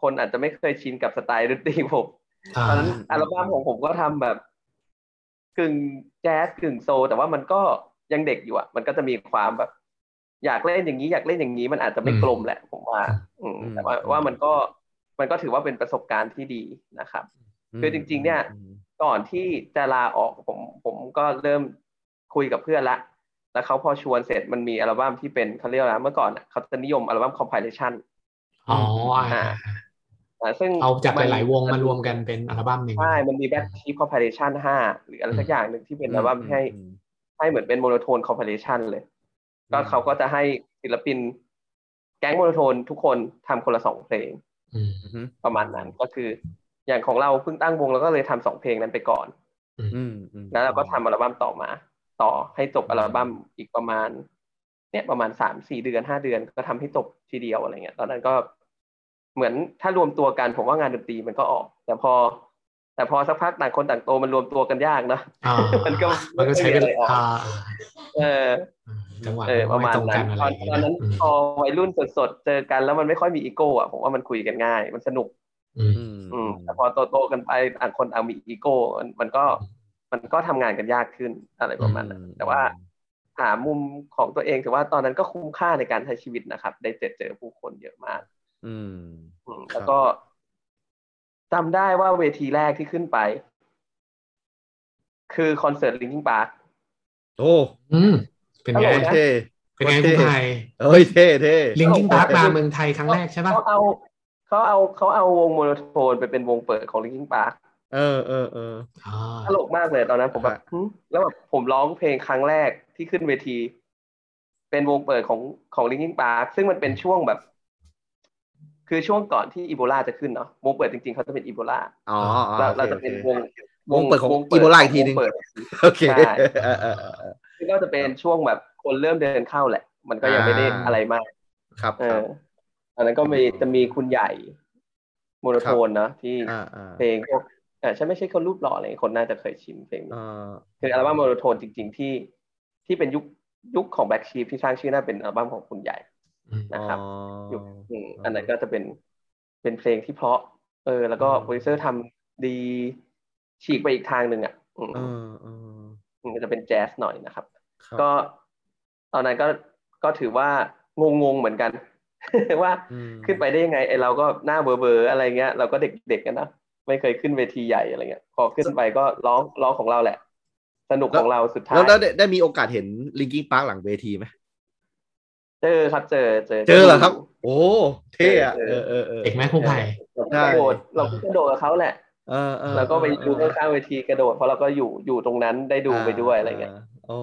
Speaker 4: คนอาจจะไม่เคยชินกับสไตล์ดนตรีผม
Speaker 3: อ่า
Speaker 4: ตอนนั้นอัลบั้มของผมก็ทำแบบ กึ่งแจ๊สกึ่งโซลแต่ว่ามันก็ยังเด็กอยู่อะมันก็จะมีความแบบ อยากเล่นอย่างนี้อยากเล่นอย่างนี้มันอาจจะไม่กลมแหละ ผมว่า อืม
Speaker 2: อืม
Speaker 4: แต่ว่าว่ามันก็มันก็ถือว่าเป็นประสบการณ์ที่ดีนะครับ คือจริงๆเนี่ย
Speaker 2: อืม
Speaker 4: ก่อนที่จะลาออกผมผมก็เริ่มคุยกับเพื่อนละ แล้วเขาพอชวนเสร็จมันมีอัลบั้มที่เป็นเขาเรียกอะไรเมื่อก่อนอะเขาจะนิยมอัลบั้มคอมไพเลชัน
Speaker 3: อ๋ออ่า
Speaker 4: ซึ่ง
Speaker 3: เอาจากหลายๆวง
Speaker 4: น
Speaker 3: มารวมกันเป็นอัลบั้มหนึ่ง
Speaker 4: ใช่ มันมีแบ็คชีฟคอมไพเลชันห้าหรืออะไรสักอย่างหนึ่งที่เป็นอัลบั้มให้
Speaker 2: อืม
Speaker 4: ให้เหมือนเป็นโมโนโทนคอมไพเลชันเลย ก็
Speaker 2: อืม
Speaker 4: เขาก็จะให้ศิลปิน แก๊งโมโนโทนทุกคนทำคนละสองเพลง
Speaker 3: อืม
Speaker 2: อืม
Speaker 4: ประมาณนั้นก็คือ อย่างของเราเพิ่งตั้งวงแล้วก็เลยทำสองเพลงนั้นไปก่อน
Speaker 2: อืมอืม
Speaker 4: แล้วเราก็ทำอัลบั้มต่อมา ต่อให้จบอัลบั้มอีกประมาณ เนี่ยประมาณสามสี่เดือนห้าเดือนก็ทำให้จบทีเดียวอะไรเงี้ย ตอนนั้นก็เหมือนถ้ารวมตัวกันผมว่างานดนตรีมันก็ออก แต่พอ แต่พอสักพักต่างคนต่างโตมันรวมตัวกันยากนะ
Speaker 3: อ่า
Speaker 4: มันก็
Speaker 3: มันก็ใช้เวลา
Speaker 4: ไม่มีอะไรออก
Speaker 3: อ่า
Speaker 4: เออ
Speaker 3: อ่าจังหวะ
Speaker 4: เออประมาณ
Speaker 3: ไตรง
Speaker 4: นั้
Speaker 3: กัน นอะไร
Speaker 4: ตอน
Speaker 3: อย่างเงี้
Speaker 4: ต
Speaker 3: ย
Speaker 4: อนนั้น
Speaker 3: อืม
Speaker 4: พอวัยรุ่นสดๆเจอกันแล้วมันไม่ค่อยมีอีโก้อะผมว่ามันคุยกันง่าย มันสนุก
Speaker 3: อืม
Speaker 2: อืม
Speaker 4: อืมแต่พอโตๆกันไปต่างคนต่างมีอีโก้มันมันก็ มันก็ทำงานกันยากขึ้นอะไรประมาณนั้นแต่ว่า หามุมของตัวเองถือว่าตอนนั้นก็คุ้มค่าในการใช้ชีวิตนะครับ ได้เจอเจอผู้คนเยอะมาก
Speaker 2: อืม
Speaker 4: อืม
Speaker 2: ครับ
Speaker 4: แล้วก็จำได้ว่าเวทีแรกที่ขึ้นไป คือคอนเสิร์ตลิงกิ้งปาร์ค
Speaker 2: โอ้
Speaker 3: อืมเป็นไง
Speaker 4: ตลก
Speaker 2: โอ
Speaker 4: นะ
Speaker 2: เค
Speaker 3: เป็นไงคุณไทย
Speaker 2: เอ้ยเท่เท่
Speaker 3: ลิงกิ้งพาร์คมาเมืองไทยครั้งแรกใช่ป่ะ
Speaker 4: เขาเอาเขาเอาเขาเอาวงโมโนโทนไปเป็นวงเปิดของลิงกิ้งปาร์ค
Speaker 2: เออเออเออ
Speaker 3: อ่า
Speaker 4: ตลกมากเลยตอนนั้นผมแบบ
Speaker 2: ฮะ
Speaker 4: หึแล้วแบบผมร้องเพลงครั้งแรกที่ขึ้นเวที เป็นวงเปิดของของลิงกิ้งปาร์คซึ่งมันเป็นช่วงแบบ คือช่วงก่อนที่อีโบลาจะขึ้นเนาะวงเปิดจริงๆเขาจะเป็นอีโบลา
Speaker 2: อ๋ออ๋อ
Speaker 4: เรา
Speaker 2: โอค
Speaker 4: เราจะเป็นวง
Speaker 2: วงเปิดของ
Speaker 4: ว
Speaker 2: อีโบลาอีกทีหนึง
Speaker 4: วเปิด
Speaker 2: โอเค
Speaker 4: ใช่
Speaker 2: เออเออเออเออ
Speaker 4: ซึ่งก็จะเป็นช่วงแบบคนเริ่มเดินเข้าแหละ มันก็ยัง
Speaker 2: อ่า
Speaker 4: ไม่ได้อะไรมาก
Speaker 2: ครับ
Speaker 4: เอ
Speaker 2: ครั
Speaker 4: อบ อันนั้นก็มีจะมีคุณใหญ่โมโนโทนเนาะที่
Speaker 2: อ่าอ่า
Speaker 4: เพลงพวกเออใช่ไม่ใช่คนรูปหล่ออะไรคนน่าจะเคยชินเพลง
Speaker 2: เอ
Speaker 4: นี้
Speaker 2: อ
Speaker 4: คืออัลบั้มโมโนโทนจริง ๆ ที่ที่เป็นยุคยุคของแบ็คชีฟที่สร้างชื่อน่าเป็นอัลบั้มของคุณใหญ่นะครับ
Speaker 2: อ๋อ
Speaker 4: อยู่อืมอันนั้นก็จะเป็นเป็นเพลงที่เพราะ เออ แล้วก็
Speaker 2: อืม
Speaker 4: โปรดิวเซอร์ทำดีฉีกไปอีกทางหนึ่งอ่ะอืม
Speaker 2: เออเออ
Speaker 4: มันก็จะเป็นแจ๊สหน่อยนะครับ
Speaker 2: ครับ
Speaker 4: ก็ตอนนั้นก็ก็ถือว่างงงๆเหมือนกัน ว่า
Speaker 2: อืม
Speaker 4: ขึ้นไปได้ยังไงไอเราก็หน้าเบอร์เบอร์อะไรเงี้ย เราก็เด็กๆกันนะไม่เคยขึ้นเวทีใหญ่อะไรเงี้ย พอขึ้นไปก็ร้องร้องของเราแหละ สนุกของเราสุดท้า
Speaker 2: แล้ว
Speaker 4: ย
Speaker 2: แล้วได้ได้มีโอกาสเห็นลิงกิ้งพาร์คหลังเวทีไหม
Speaker 4: เจอครับเจอเจอ
Speaker 2: เจอเหรอครับ โอ้เท่อะเออเออเออ
Speaker 3: เด็กไหมคุณไผ่
Speaker 4: เราก็กระโดดเราก็กระโดดกับเขาแหละ
Speaker 2: เออเออ
Speaker 4: เราก็ไปดู
Speaker 2: เออ
Speaker 4: ข้างๆเวทีกระโดดเพราะเราก็อยู่อยู่ตรงนั้นได้ดูไปด้วยอะไรเงี้ย
Speaker 2: าโอ้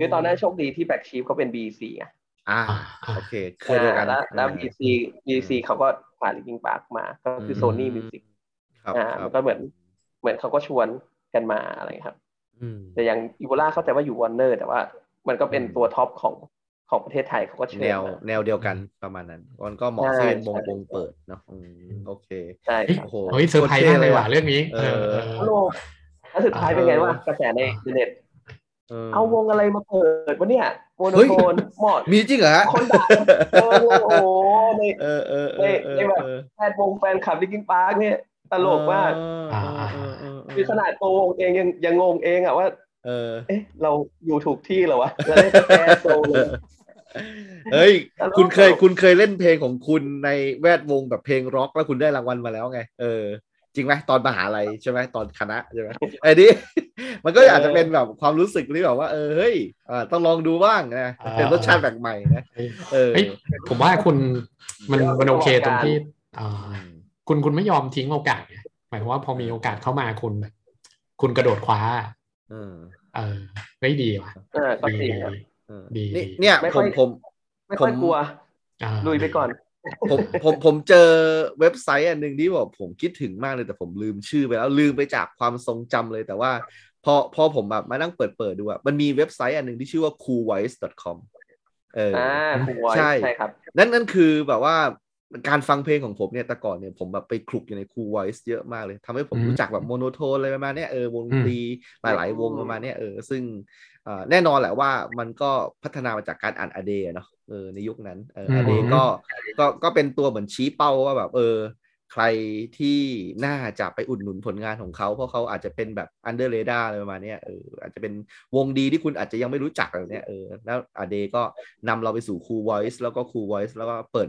Speaker 4: คือตอนนั้นโชคดีที่แบ็คชีฟเขาเป็นบีซีไง
Speaker 2: อ่า
Speaker 3: อ่าอ่า
Speaker 2: โอเคเคยเดียวกัน
Speaker 4: แล้วแล้ว
Speaker 2: อ่า
Speaker 4: BC BC เขาก็ผ่านลิงกิ้งปาร์กมา ก็คือโซนี่มิวสิก
Speaker 2: ครับ
Speaker 4: อ่า
Speaker 2: ครับ
Speaker 4: มันก็เหมือน เหมือนเขาก็ชวนกันมาอะไรครับ
Speaker 2: อืม
Speaker 4: แต่อย่างอีโบลาเข้าใจว่าอยู่วอร์เนอร์ แต่ว่ามันก็เป็นตัวท็อปของของประเทศไทยเขาก็เชิญ
Speaker 2: แนว
Speaker 4: มา
Speaker 2: แนวเดียวกันประมาณนั้นมันก็เหมาะ
Speaker 4: ใช่
Speaker 2: ที่เป็นวงว
Speaker 4: ใช่
Speaker 2: งเปิดเนาะอืมโอเค
Speaker 4: ใช่ครับ
Speaker 2: โอ้โห
Speaker 3: เฮ้ยเซอร์ไพรส์มากเลยว่ะเรื่องนี้ เออ
Speaker 4: โลกแล้วสุดท้ายเป็นไงวะกระแสในอินเทอร์เน็ต
Speaker 2: เออ
Speaker 4: เอาวงอะไรมาเปิดวะเนี่ยโมโนโทนหมอด
Speaker 2: มีจริงเหรอฮะ
Speaker 4: คนด่าเออโอ้โหใน
Speaker 2: เออเออเออเออ
Speaker 4: ในแบบ
Speaker 2: เออ
Speaker 4: แฟนวงแฟนคลับลิกินปาร์กเนี่ยตลกมาก
Speaker 2: เออเออเออเออ
Speaker 4: คือขนาดตัววงเองยังยังงงเองอะว่า
Speaker 2: เออ
Speaker 4: เอ๊ะ เราอยู่ถูกที่เหรอวะแล้วได้แฟนโซลเลย
Speaker 2: เฮ้ย
Speaker 4: ตลก
Speaker 2: คุณเคยคุณเคยเล่นเพลงของคุณในแวดวงแบบเพลงร็อกแล้วคุณได้รางวัลมาแล้วไง เออ จริงไหมตอนมหาลัยใช่ไหมตอนคณะใช่ไหมไอ้นี่ มันก็อาจจะเป็นแบบความรู้สึกที่แบบว่า เออเฮ้ยอ่าต้องลองดูบ้างนะ
Speaker 3: อ่า
Speaker 2: เป็นรสชาติแบบใหม่นะเออ
Speaker 3: เฮ้ยผมว่าคุณมันมันโอเคตรงที่อ่
Speaker 2: อื
Speaker 3: า
Speaker 2: ม
Speaker 3: คุณคุณไม่ยอมทิ้งโอกาสไงหมายความว่าพอมีโอกาสเข้ามาคุณแบบคุณกระโดดคว้า
Speaker 2: อืม
Speaker 3: เออไม่ดีว่ะ
Speaker 4: เออก็
Speaker 3: ดี
Speaker 4: จริ
Speaker 3: ดี
Speaker 4: งอะ
Speaker 2: เออ
Speaker 3: ดี
Speaker 2: นี่เนี่ย
Speaker 4: ไม่
Speaker 2: ผ
Speaker 4: ค่
Speaker 2: ม
Speaker 4: อย
Speaker 2: ผม
Speaker 4: ไม่ค่อย
Speaker 2: ผม
Speaker 4: กลัว
Speaker 3: อ่า
Speaker 4: ลุยไปก่อน
Speaker 2: ผมผมผมเจอเว็บไซต์อันหนึ่งที่บอกผมคิดถึงมากเลยแต่ผมลืมชื่อไปแล้วลืมไปจากความทรงจำเลยแต่ว่า พอพอผมแบบมานั่งเปิดเปิดดูอะมันมีเว็บไซต์อันหนึ่งที่ชื่อว่า coolwise.com เออ
Speaker 4: อ่าคุณบอย
Speaker 2: ใช่
Speaker 4: ใช่ครับ
Speaker 2: นั่นนั่นคือแบบว่าการฟังเพลงของผมเนี่ยแต่ก่อนเนี่ยผมแบบไปคลุกอยู่ใน coolwise เยอะมากเลยทำให้ผม
Speaker 3: อืม
Speaker 2: รู้จักแบบโมโนโทนอะไรประมาณเนี้ยเออวงดนตรีหลายๆวง
Speaker 4: อืม
Speaker 2: ประมาณเนี้ยเออซึ่งเอ่อแน่นอนแหละว่ามันก็พัฒนามาจากการอ่านอเดเนาะเออในยุคนั้นเออ
Speaker 3: ม
Speaker 2: อเดก็ ก็ก็เป็นตัวเหมือนชี้เป้าว่าแบบเออ ใครที่น่าจะไปอุดหนุนผลงานของเขา เพราะเขาอาจจะเป็นแบบอันเดอร์เรดาอะไรประมาณเนี้ยเอออาจจะเป็นวงดีที่คุณอาจจะยังไม่รู้จักอะไรเนี้ยเออแล้วอเดก็นำเราไปสู่คูล Voice แล้วก็คูล Voice แล้วก็เปิด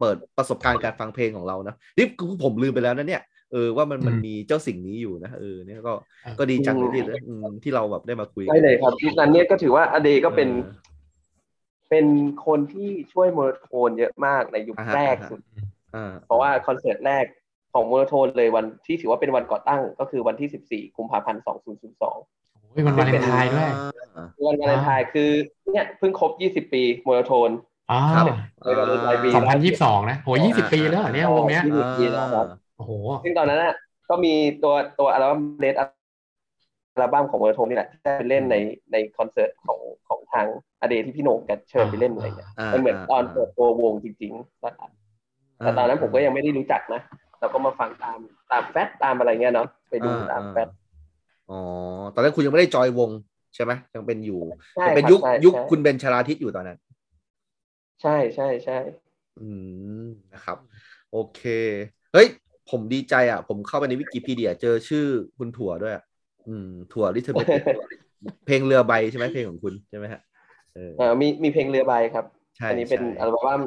Speaker 2: เปิดประสบการณ์การฟังเพลงของเรานะนี่คือผมลืมไปแล้วนะเนี่ยเออว่ามันมัน
Speaker 3: อืม
Speaker 2: มีเจ้าสิ่งนี้อยู่นะเออเนี่ยก็
Speaker 3: เออ
Speaker 2: ก็ดีจังเลยที่อืมที่เราแบบได้มาคุยกั
Speaker 4: ใช่เลยครับยุคนั้นเนี่ยก็ถือว่าอเดก็เป็น
Speaker 2: ออ
Speaker 4: เป็นคนที่ช่วยโมโนโทนเยอะมากในยุค
Speaker 2: อ่าฮะ
Speaker 4: แรก
Speaker 2: อ่าฮะ
Speaker 4: สุด
Speaker 2: อ่
Speaker 4: เพราะว่าคอนเสิร์ตแรกของโมโนโทนเลยวันที่ถือว่าเป็นวันก่อตั้งก็คือวันที่ 14 กุมภาพันธ์ 2002
Speaker 3: โอ้ยมันวาเลนไทน์ด้วย
Speaker 2: อ่า
Speaker 4: วันวาเลนไทน์คือเนี่ยเพิ่งครบ 20 ปีโมโนโทน
Speaker 3: อ้า
Speaker 2: ครั
Speaker 3: ว
Speaker 2: บ
Speaker 4: เลยวันวาเลนไทน์ปี
Speaker 3: สองพันยี่สิบสองนะโอ้ยยี่สิบปีแล้วเหรอเนี่ย
Speaker 4: อ่าว
Speaker 3: งเนี้ย
Speaker 4: อ่า 20ปีแล้วครับ
Speaker 3: โอ้โห
Speaker 4: ซึ่งตอนนั้นน่ะก็มีตัวตัวอัลบั้มเลดอัลบั้มของโมโนโทนนี่แหละที่ได้ไปเล่นในในคอนเสิร์ตของของทางอเดที่พี่โหน่งแกันเชิญไปเล่นอะไรอย่างเงี้ย
Speaker 2: า
Speaker 4: มันเหมือนตอนเปิดตัววงจริงๆ แต่ตอนนั้นผมก็ยังไม่ได้รู้จักนะ เราก็มาฟังตามตามแฟตตามอะไรเงี้ยเนาะไปดู
Speaker 2: อ่
Speaker 4: ตามแฟต
Speaker 2: อ๋อ ตอนนั้นคุณยังไม่ได้จอยวงใช่ไหมยังเป็นอยู่
Speaker 4: ใช่
Speaker 2: ยังเป็น
Speaker 4: รับ
Speaker 2: ยุค
Speaker 4: ใช่
Speaker 2: ยุค
Speaker 4: ใช่
Speaker 2: คุณเบนชลาทิศอยู่ตอนนั้น
Speaker 4: ใช่ใช่ใช่
Speaker 2: อืมนะครับ โอเค เฮ้ย ผมดีใจอ่ะ ผมเข้าไปในวิกิพีเดียเจอชื่อคุณถั่วด้วยอะอืม ถั่วลิเทเบตเพลงเรือใบใช่ไหมเพลงของคุณใช่ไหมฮะเออ
Speaker 4: เอ่อมีมีเพลงเรือใบครับ
Speaker 2: ใช่
Speaker 4: อันนี้เป็น
Speaker 2: ใช่
Speaker 4: อัลบั้ม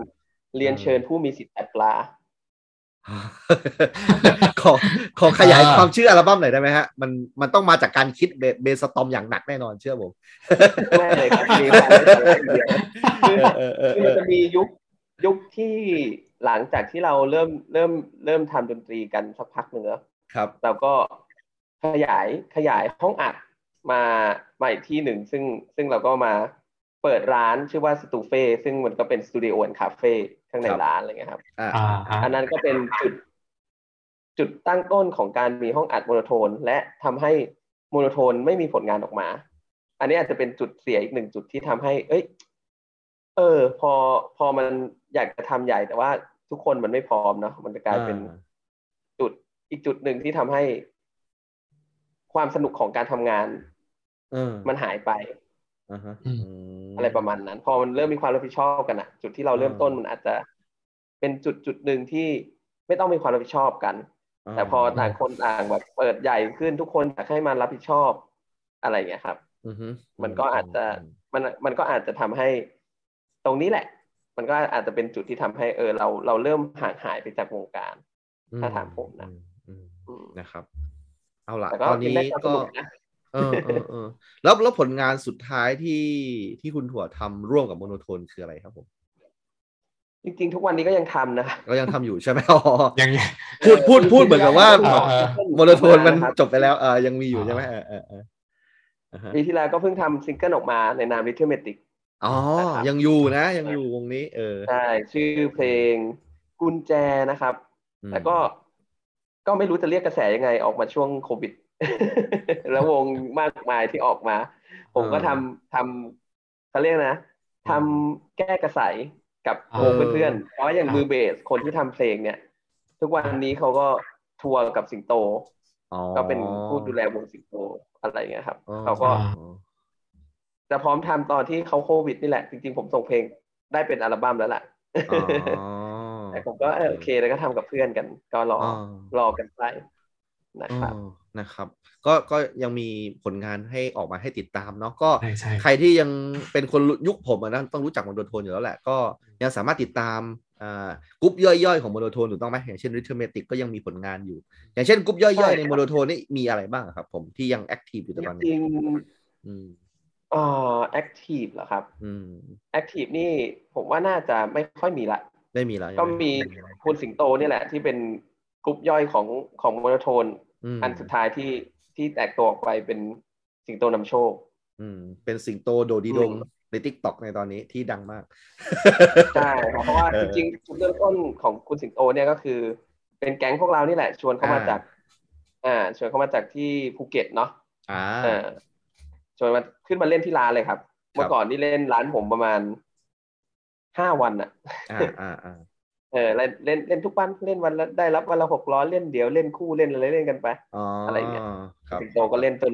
Speaker 4: เรียนเชิญผู้มีสิทธิ์แอดปลา
Speaker 2: ขอขอขยาย
Speaker 3: อ่า
Speaker 2: ความชื่ออัลบั้มหน่อยได้ไหมฮะ มันมันต้องมาจากการคิดเบเบสตอมอย่างหนักแน่นอนเชื่อผม
Speaker 4: ไม่เลยครับมีความรู้สึกอย่างเดียวคือ
Speaker 2: เออเออเอ
Speaker 4: คือมัน
Speaker 2: อ
Speaker 4: จะมียุคยุคที่หลังจากที่เราเริ่มเริ่มเริ่มทำดนตรีกันสักพักหนึ่งแล้ว
Speaker 2: ครับ
Speaker 4: เราก็ขยายขยายห้องอัดมามาอีกที่หนึ่ง ซึ่งซึ่งเราก็มาเปิดร้านชื่อว่าสตูเฟ่ซึ่งมันก็เป็นสตูดิโอแอนคาเฟ่ข้างในร้านอะไรเงี้ยครับ
Speaker 2: อ่า
Speaker 3: อ่าฮะ
Speaker 4: อันนั้นก็เป็นจุดจุดตั้งต้นของการมีห้องอัดโมโนโทน และทำให้โมโนโทนไม่มีผลงานออกมา อันนี้อาจจะเป็นจุดเสียอีกหนึ่งจุดที่ทำให้ เอ้ย เออ พอพอมันอยากจะทำใหญ่แต่ว่าทุกคนมันไม่พร้อมเนาะมันจะกลายเป็น
Speaker 2: อ่า
Speaker 4: จุดอีกจุดหนึ่งที่ทำให้ ความสนุกของการทำงาน
Speaker 2: เออ
Speaker 4: มันหายไป
Speaker 2: อาฮะ
Speaker 3: อืม
Speaker 2: ม
Speaker 4: อะไรประมาณนั้น พอมันเริ่มมีความรับผิดชอบกันอะจุดที่เราเริ่มต้นมันอาจจะเป็นจุดจุดหนึ่งที่ไม่ต้องมีความรับผิดชอบกัน แต่พอต่างคนต่างแบบเปิดใหญ่ขึ้นทุกคนอยากให้มันรับผิดชอบอะไรอย่างเงี้ยครับ
Speaker 2: อือฮึ
Speaker 4: มันก็อาจจะ มันมันก็อาจจะทำให้ตรงนี้แหละ มันก็อาจจะเป็นจุดที่ทำให้เออเราเราเริ่มห่างหายไปจากวงการ
Speaker 2: อื
Speaker 4: ถ้าถามผมนะ
Speaker 2: อืม
Speaker 4: อืม
Speaker 2: นะครับ เอาละ
Speaker 4: แต่ก็
Speaker 2: ตอน
Speaker 4: เป็น
Speaker 2: นี้
Speaker 4: ได้ความส
Speaker 2: ก็
Speaker 4: นุกนะ
Speaker 2: เออเออเออแล้วแล้วผลงานสุดท้ายที่ที่คุณถั่วทำร่วมกับโมโนโทนคืออะไรครับผม
Speaker 4: จริง ๆ ทุกวันนี้ก็ยังทำนะ
Speaker 2: เรายังทำอยู่ใช่ไหม อ๋อ
Speaker 3: ยังไง
Speaker 2: พูดพูดพูดเหมือนกับว่า
Speaker 3: เออ
Speaker 2: โมโนโทนมัน
Speaker 4: ครับ
Speaker 2: จบไปแล้วเออยังมีอยู่ใช่ไหมเออเออเอออ่าฮะ
Speaker 4: ปีที่แล้วก็เพิ่งทำซิงเกิลออกมาในนาม l i t t l e m a t i c
Speaker 2: อ๋อ ยังอยู่นะ ยังอยู่วงนี้ เออ
Speaker 4: ใช่ชื่อเพลงกุญแจนะครับ
Speaker 2: อืม
Speaker 4: แต่ก็ก็ไม่รู้จะเรียกกระแสยังไงออกมาช่วงโควิด แล้ววงมากมายที่ออกมา ผมก็ทำทำเขาเรียกนะทำแก้กระใสกับวง
Speaker 2: เออ
Speaker 4: เพื่อนๆเพราะว่าอย่าง
Speaker 3: ครับ
Speaker 4: มือเบสคนที่ทำเพลงเนี่ย ทุกวันนี้เขาก็ทัวร์กับสิงโต
Speaker 2: อ๋อ
Speaker 4: ก็เป็นผู้ดูแลวงสิงโตอะไรเงี้ยครับ
Speaker 2: อ๋อ
Speaker 4: เขาก็
Speaker 2: อ๋อ
Speaker 4: จะพร้อมทำตอนที่เขาโควิดนี่แหละ จริงๆ ผมส่งเพลงได้เป็นอัลบั้มแล้วล่ะ
Speaker 2: อ๋อ
Speaker 4: แต่ผมก็เออโอเคแล้วก็ทำกับเพื่อนกัน ก็รออ
Speaker 2: อ๋อ
Speaker 4: รอกันไปนะครับ
Speaker 2: เออนะครับก็ก็ยังมีผลงานให้ออกมาให้ติดตามเนาะก็
Speaker 3: ใช่ใช่
Speaker 2: ใครที่ยังเป็นคนยุคผมอะนะต้องรู้จักโมโนโทนอยู่แล้วแหละ ก็ยังสามารถติดตามอ่ากรุ๊ปย่อยๆของโมโนโทนถูกต้องไหมอย่างเช่นริทเมติกก็ยังมีผลงานอยู่ อย่างเช่นกรุ๊ปย่
Speaker 4: ใช่
Speaker 2: อยๆ
Speaker 4: ครั
Speaker 2: ใน
Speaker 4: บ
Speaker 2: โมโนโทนนี่มีอะไรบ้างอะครับ ผมที่ยังแอคทีฟอยู่ต
Speaker 4: จ
Speaker 2: อนนี้
Speaker 4: ริง
Speaker 2: อืม
Speaker 4: ๆเอ่อแอคทีฟเหรอครับ
Speaker 2: อืม
Speaker 4: แอคทีฟนี่ผมว่าน่าจะไม่ค่อยมีละ
Speaker 2: ได้มีแล้วใช่ไห
Speaker 4: ก็มีคุณสิงโตเนี่ยแหละ ที่เป็นกลุ่มย่อยของของโมโนโทน
Speaker 2: ม
Speaker 4: อันสุดท้ายที่ที่แตกตัวออกไปเป็นสิงโตนำโชค
Speaker 2: อืมเป็นสิงโตโดดีดง
Speaker 4: อืม
Speaker 2: ในทิกตอกในตอนนี้ที่ดังมาก
Speaker 4: ใช่ครับเพราะว่า
Speaker 2: เออ
Speaker 4: จริงๆจุดเริ่มต้นของคุณสิงโตเนี่ยก็คือ เป็นแก๊งพวกเรานี่แหละ ชวนเข้ามา
Speaker 2: อ่า
Speaker 4: จาก อ่า ชวนเข้ามาจากที่ภูเก็ตเนาะ
Speaker 2: อ่า
Speaker 4: อ่าชวนมาขึ้นมาเล่นที่ร้านเลยครับ เมื่อก่อนที่เล่นร้านผมประมาณห้าวันอะ
Speaker 2: อ่าอ่าอ่า
Speaker 4: เออเล่นเล่นเล่นทุกวันเล่นวันละได้รับวันละหกร้อยเล่นเดี๋ยวเล่นคู่เล่นอะไรเล่นกันไป
Speaker 2: อ๋ออะไร
Speaker 4: เงี้ย
Speaker 2: ครับ
Speaker 4: สิงโตก็เล่นจน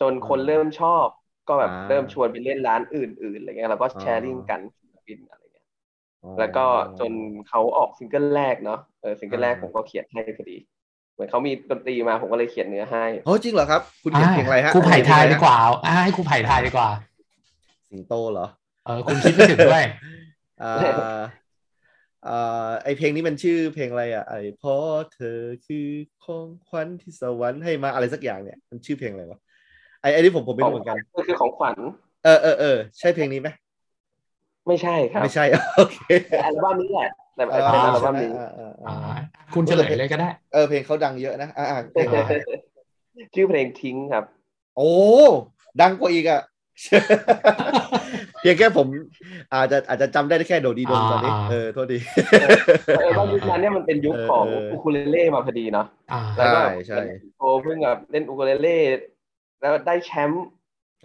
Speaker 4: จนคน
Speaker 2: อ่า
Speaker 4: เริ่มชอบ ก็แบบ
Speaker 2: อ่า
Speaker 4: เริ่มชวนไปเล่นร้านอื่นๆอะไรเงี้ยเราก็
Speaker 2: อ่า
Speaker 4: แชร์ลิงก์กันศิลปินอะไรเงี้ยแล้วก็จนเขาออกซิงเกิลแรกเนาะเออซิงเกิลแรก
Speaker 2: อ่า
Speaker 4: ผมก็เขียนให้พอดี เหมือนเขามีดนตรีมาผมก็เลยเขียนเนื้อให้
Speaker 2: โอ้จริงเหรอครับ คุณเขียนเพลงอะไรฮะ
Speaker 3: ครูไผ่ทายดีก
Speaker 2: เขีนเพลงอะ
Speaker 3: ว่าอ่าให้ครูไผ่ทายดีกว่า
Speaker 2: ไรฮะสิงโตเหรอ
Speaker 3: เออคุณคิดไม่ถึงด้วย
Speaker 2: เอ่อ เอ่อไอเพลงนี้มันชื่อเพลงอะไรอ่ะไอเพราะเธอคือของขวัญที่สวรรค์ให้มาอะไรสักอย่างเนี่ยมันชื่อเพลงอะไรวะไอไอนี่ผมผมไม่รู้เหมือนกัน
Speaker 4: ก็คือของขวัญ
Speaker 2: เออเออเออใช่เพลงนี้ไหม
Speaker 4: ไม่ใช่ครับ
Speaker 2: ไม่ใช่ โอเค
Speaker 4: แต่อัลบั้มนี้แหละแต่
Speaker 2: เออ
Speaker 4: เป็นอัลบั้ม
Speaker 2: ใช่ไห
Speaker 4: นี้
Speaker 2: เออเออเอ
Speaker 3: อ่า
Speaker 2: อ
Speaker 3: คุณเฉลยเลยก็ได้
Speaker 2: เออเพลงเขาดังเยอะนะอ่าอ่าเพลง
Speaker 3: อ่า
Speaker 4: ชื่อเพลงทิ้งครับ
Speaker 2: โอ้ดังกว่าอีกอ่ะ เพียงแค่ผมอาจจะอาจจะจำได้แค่โดดีโดนตอนนี้
Speaker 3: อ่า
Speaker 2: เออโทษดี
Speaker 4: เออว่ายุคนั้นเนี่ยมันเป็นยุคของ
Speaker 2: เออเออ
Speaker 4: อูคูเลเล่มาพอดีเนาะ
Speaker 3: อ่า
Speaker 4: แล้วก็
Speaker 2: ใช่
Speaker 4: โอเพิ่งแบบเล่นอูคูเลเล่แล้วได้แชมป์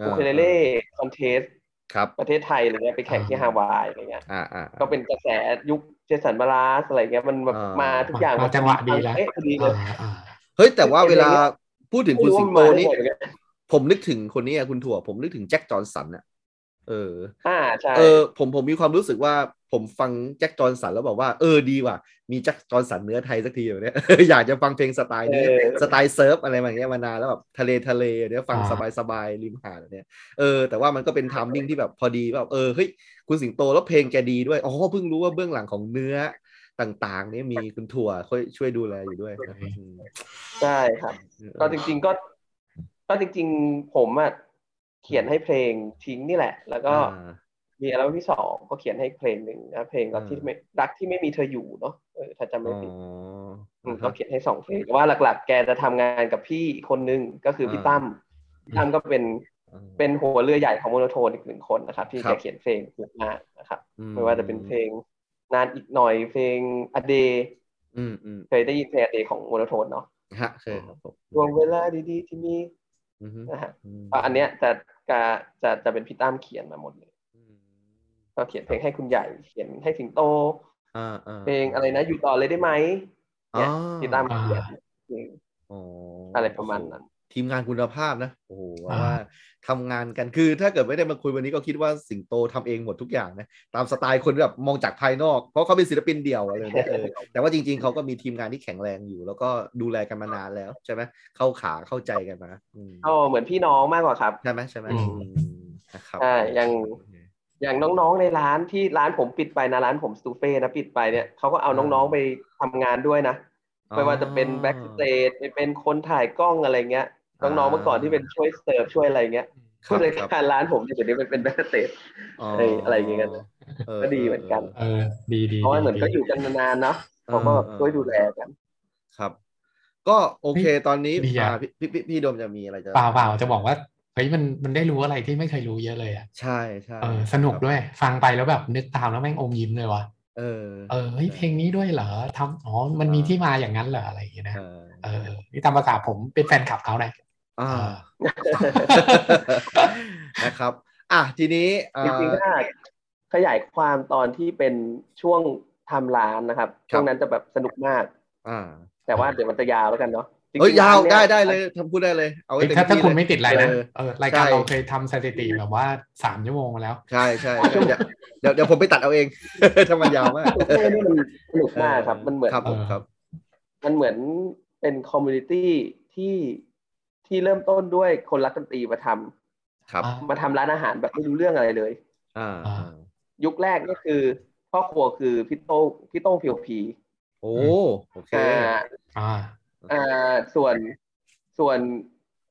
Speaker 4: อูคูเลเล่คอนเทสต์
Speaker 2: ครับ
Speaker 4: ประเทศไทยอะไรเงี้ยไปแข่งที่
Speaker 3: อ่า
Speaker 4: ฮาวายอะไรเงี้ย
Speaker 2: อ่าอ่า
Speaker 4: ก็เป็นกระแสยุคเจสันบาลาสอะไรเงี้ยมันแบบ
Speaker 2: อ่าม
Speaker 4: มาทุกอย่าง
Speaker 3: มาจังหวะดีแล้ว
Speaker 4: เอ๊ะพอดีเลย
Speaker 3: อ่า
Speaker 2: เฮ้ย แต่ว่าเวลาพูดถึงคุณ
Speaker 4: ไม่รู้
Speaker 2: สิงโต
Speaker 4: ว่ามันมา
Speaker 2: นี่
Speaker 4: ได้ไง
Speaker 2: ผมนึกถึงคนนี้อะคุณถั่ว ผมนึกถึงแจ็คจอร์นสันอะเออ
Speaker 4: อ่าใช่
Speaker 2: เออ ผมผมมีความรู้สึกว่าผมฟังแจ็คจอร์นสันแล้วบอกว่าเออดีว่ะ มีแจ็คจอร์นสันเนื้อไทยสักทีแบบเนี้ย อยากจะฟังเพลงสไตล์
Speaker 4: เอ
Speaker 2: นี้
Speaker 4: อ
Speaker 2: สไตล์เซิร์ฟอะไรแบบเนี้ยมานานแล้วแบบทะเลทะเลเนี้ยฟัง
Speaker 3: อ่า
Speaker 2: สบายสบายริมหาดแบบเนี้ยเออแต่ว่ามันก็เป็นไทามมิ่งที่แบบพอดีแบบเออเฮ้ยคุณสิงโตแล้วเพลงแกดีด้วยอ๋อเพิ่งรู้ว่าเบื้องหลังของเนื้อต่างๆ เนี่ยมีคุณถั่วช่วยช่วยดูแลอยู่ด้วยนะครับอืม
Speaker 4: ใช่ครับ ก็จริง ๆ ก็ ก็จริง ๆ ผมอ่ะเขียนให้เพลงทิ้งนี่แหละ แล้วก็
Speaker 2: อ่า
Speaker 4: มีอัลบั้มที่สองก็เขียนให้เพลงหนึ่งนะเพลงรักที่ไม่รักที่ไม่มีเธออยู่เนาะเออถ้าจำไม่ผิดมก็เขียนให้สองเพลงแต่ว่าหลักๆ แกจะทำงานกับพี่อีกคนนึงก็คือพี่
Speaker 2: อ่า
Speaker 4: ตั้มพี่ตั้มก็เป็นเป็นหัวเรือใหญ่ของโมโนโทนอีกหนึ่งคนนะครับ ที่
Speaker 2: ครั
Speaker 4: แก
Speaker 2: บ
Speaker 4: เขียนเพลงเยอะมากนะครับ
Speaker 2: อื
Speaker 4: ไม่ว่าจะเป็นเพลงนานอีกหน่อยเพลงอเด
Speaker 2: อืมอืม
Speaker 4: เคยได้ยินเพลงอเดของโมโนโทนเนาะ
Speaker 2: ฮะเคยครับผม
Speaker 4: ดวงเวลาดีๆที่มี
Speaker 2: อือฮึ
Speaker 4: นะฮะ
Speaker 2: ม
Speaker 4: ก็อันเนี้ยจะจะจะจะเป็นพี่ตั้มเขียนมาหมดเลยก็เขียนเพลงให้คุณใหญ่ เขียนให้สิงโต
Speaker 2: อ่าอ่า
Speaker 4: เพลงอะไรนะอยู่ต่อเลยได้ไหม เนี่ย
Speaker 2: อ๋อ
Speaker 4: ติดตาม
Speaker 3: อ่า
Speaker 4: เขียนเพลง
Speaker 2: อ๋อ
Speaker 4: อะไรประมาณนั้น
Speaker 2: ทีมงานคุณภาพนะ โอ้โห
Speaker 3: อ่า
Speaker 2: ว่าทำงานกันคือถ้าเกิดไม่ได้มาคุยวันนี้ก็คิดว่าสิงโตทำเองหมดทุกอย่างนะ ตามสไตล์คนแบบมองจากภายนอก เพราะเขาเป็นศิลปินเดี่ยวอะไร เนี่ยเออแต่ว่าจริงๆเขาก็มีทีมงานที่แข็งแรงอยู่ แล้วก็ดูแลกันมานานแล้วใช่ไหมเข้าขาเข้าใจกันมาอืม
Speaker 4: ก็เหมือนพี่น้องมากกว่าครับ
Speaker 2: ใช่ไหมใช่ไหม
Speaker 3: อืม
Speaker 2: อืมนะครับ
Speaker 4: ใช่ยัง อย่างน้องๆในร้านที่ร้านผมปิดไปนะร้านผมสตูเฟ่นะปิดไปเนี่ยเขาก็เอาน้องๆไปทำงานด้วยนะไม่ว่าจะเป็นแบ็กสเตจไปเป็นคนถ่ายกล้องอะไรเงี้ยน้องๆเมื่อก่อนที่เป็นช่วยเสิร์ฟช่วยอะไรเงี้ย
Speaker 2: ค
Speaker 4: ผู้
Speaker 2: บ
Speaker 4: จัดการร้านผมเนี่ยเดี๋ยวนี้เป็นแบ็กสเตจ เอ้ยอะไรอย่างเงี้ยกันนะ
Speaker 2: เออ
Speaker 4: ก็ดีเหมือนกัน
Speaker 3: เออ ดีดี
Speaker 4: เพราะว่าเหมือน
Speaker 3: ดี
Speaker 4: ก็อยู่กันนานๆเนาะเขาก็แบบช่วยดูแลกัน
Speaker 2: ครับ ก็โอเคตอนนี้
Speaker 3: ดีอะ
Speaker 2: อ่าพี่พี่พี่โดมจะมีอะไรจะ
Speaker 3: เปล่าเปล่าจะบอกว่าเฮ้ยมันมันได้รู้อะไรที่ไม่เคยรู้เยอะเลยอ่ะ
Speaker 2: ใช่ใช่
Speaker 3: เออสนุกด้วยฟังไปแล้วแบบนึกตามแล้วแม่งอมยิ้มเลยว่ะ
Speaker 2: เออ
Speaker 3: เออเฮ้ยเพลงนี้ด้วยเหรอทำอ๋อมันมีที่มาอย่างนั้นเหรออะไรอย่างเงี้ยนะ
Speaker 2: เออ
Speaker 3: เออนี่ตามภาษาผมเป็นแฟนคลับเขานะ
Speaker 2: อ่า นะครับ อ่ะทีนี้เอ่
Speaker 4: จริง
Speaker 2: อ
Speaker 4: ๆถ้าขยายความตอนที่เป็นช่วงทำร้านนะครับ
Speaker 2: ครับ
Speaker 4: ช่วงนั้นจะแบบสนุกมาก
Speaker 2: อ่า
Speaker 4: แต่ว่าเดี๋ยวมันจะยาวแล้วกันเนาะจริงๆ
Speaker 2: เฮ้ยยาว
Speaker 4: ร้นนี่
Speaker 2: ได้ได้เลยทำพูดได้เลย เอาให้เต็ม
Speaker 3: ถ้าถ้า
Speaker 2: ที่
Speaker 3: คุณ
Speaker 2: เลย
Speaker 3: ไม่ติดอะไรนะ
Speaker 2: เออ
Speaker 3: เออรายการ
Speaker 2: ใช่
Speaker 3: เราเคยทำสถิติแบบว่าสามชั่วโมงมาแล้ว
Speaker 2: ใช่ใช่เดี๋ยวเดี๋ยวเดี๋ยวผมไปตัดเอาเอง ถ้ามันยาวมาก
Speaker 4: โอเคนี่มันสนุกมากครับ มันเหมือน
Speaker 2: ครับผมครับ
Speaker 4: มันเหมือนเป็นคอมมูนิตี้ที่ที่เริ่มต้นด้วยคนรักดนตรีมาทำ
Speaker 2: ครับ
Speaker 4: มาทำร้านอาหารแบบไม่รู้เรื่องอะไรเลย
Speaker 2: อ่า
Speaker 3: อ่า
Speaker 4: ยุคแรกก็คือพ่อครัวคือพี่โต้งพี่โต้งเพียวพี
Speaker 2: โอ้โอเค
Speaker 4: อ่า
Speaker 3: อ่า
Speaker 4: อ่าส่วนส่วน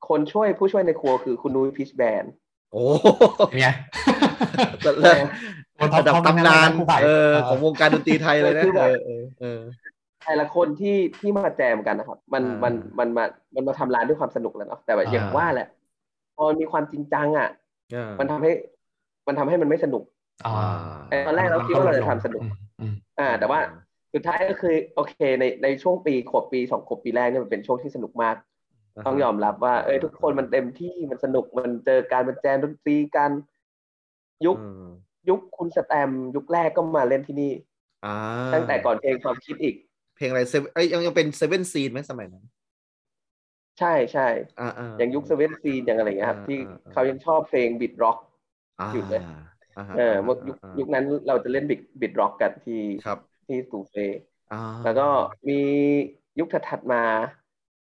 Speaker 4: คนช่วยผู้ช่วยในครัวคือคุณนุ้ยพิชแบน
Speaker 2: โอ้
Speaker 3: เป็นไง
Speaker 2: แล้ว
Speaker 3: โอ้ท็อประ
Speaker 2: ดับ
Speaker 3: ท็อป
Speaker 2: ตำนาน
Speaker 3: ทั้งนั้นนะครูไผ่
Speaker 2: เออ
Speaker 3: เออ
Speaker 2: ของวงการดนตรีไทยเลยนะ
Speaker 4: คือแบ
Speaker 2: เอบ อเออเออ
Speaker 4: แต่ละคนที่ที่มาแจมกันนะครับ มัน
Speaker 2: อ่ามั
Speaker 4: มันมันมามันมาทำร้านด้วยความสนุกแหล้วเนาะแต่แบบอย่าง
Speaker 3: อ่า
Speaker 4: ว่าแหละพอมันมีความจริงจังอ่ะ
Speaker 2: อ่า
Speaker 4: มันทำให้ มันทำให้มันไม่สนุก
Speaker 3: อ่า
Speaker 4: ไอ้ตอนแรกเราคิดว่าเราจะทำสนุก
Speaker 3: อืมอืม
Speaker 4: อ่า แต่ว่าสุดท้ายก็คือโอเค ในในช่วงปีขวบปีสองขวบปีแรกเนี่ยมันเป็นช่วงที่สนุกมาก
Speaker 2: า
Speaker 4: ต้องยอมรับว่าเอ้ยทุกคนมันเต็มที่มันสนุกมันเจอการมันแจมดนตรีกันยุค
Speaker 2: อืม
Speaker 4: ยุคคุณสแตมป์ยุคแรกก็มาเล่นที่นี่
Speaker 2: อ่า
Speaker 4: ตั้งแต่ก่อนเพลงความคิดอีก
Speaker 2: เพลงอะไร Seven- เอ้ยยังยังเป็นเซเว่นซีนไหมสมัยนั้น
Speaker 4: ใช่ใช่
Speaker 2: อ่าอ่า
Speaker 4: อย่างยุคเซเว่นซีนอย่างอะไรเงี้ยครับ
Speaker 2: อ่า
Speaker 4: ที่
Speaker 2: อ่า
Speaker 4: เขายังชอบเพลงบิดร็อก
Speaker 2: อ่า
Speaker 4: อยู่เลย
Speaker 2: าฮะ
Speaker 4: เออเมื่อยุค
Speaker 2: อ่า
Speaker 4: ยุคนั้นเราจะเล่นบิดบิดร็อกกันที่
Speaker 2: ครับ
Speaker 4: ที่สตูเฟ
Speaker 2: อ่า
Speaker 4: แล้วก็มียุคถัดๆมา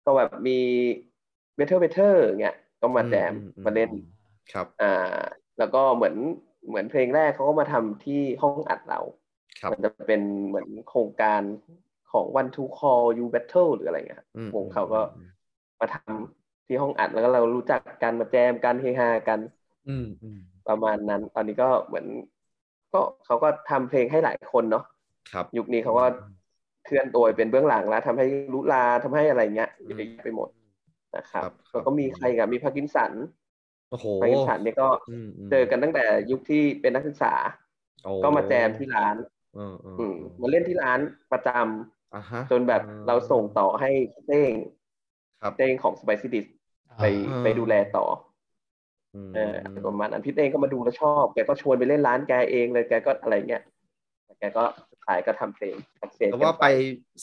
Speaker 4: ก็แบบมีเบเทอร์เบเทอร์เงี้ยก็มาแจมมาเล่น
Speaker 2: ครับ
Speaker 4: อ่า แล้วก็เหมือนเหมือนเพลงแรกเขาก็มาทำที่ห้องอัดเรา
Speaker 2: ครับ
Speaker 4: มัจะเป็นเหมือนโครงการของ One to Call You Battle หรืออะไรเงี้ย
Speaker 2: อืม
Speaker 4: วงเขาก็ มาทำที่ห้องอัดแล้วก็เรารู้จักกันมาแจมกันเฮฮากัน
Speaker 2: อืมอืม
Speaker 4: ประมาณนั้น ตอนนี้ก็เหมือน ก็เขาก็ทำเพลงให้หลายคนเนาะ
Speaker 2: ครับ
Speaker 4: ยุคนี้เขาก็ เคลื่อนตัวไปเป็นเบื้องหลังแล้วทำให้ลุลาทำให้อะไรเงี้ยเยอะแยะไปหมดนะครับแล้วก็มีใครกับมีพาร์กินสัน
Speaker 2: โอ้โห
Speaker 4: พาร์กินสันเนี่ยก็
Speaker 2: มม
Speaker 4: เจอกันตั้งแต่ยุคที่เป็นนักศึกษา
Speaker 2: โอ้
Speaker 4: ก็มาแจมที่ร้าน
Speaker 2: เออเออ
Speaker 4: อืม
Speaker 2: เอ
Speaker 4: มา
Speaker 2: อ
Speaker 4: เล่นที่ร้านประจำ
Speaker 2: อ่าฮะ
Speaker 4: จนแบบเราส่งต่อให้เต้ง
Speaker 2: ครับ
Speaker 4: เต้งของสไปซิดิสไป
Speaker 2: อ่า
Speaker 4: ไปดูแลต่อ
Speaker 2: ม
Speaker 4: อเอออะไรประมาณนั้นพี่เต้งก็มาดูแล้วชอบแกก็ชวนไปเล่นร้านแกเองเลยแกก็อะไรเงี้ยแกก็ขายก็ทำเพลงเสก
Speaker 2: แต่ว่าไป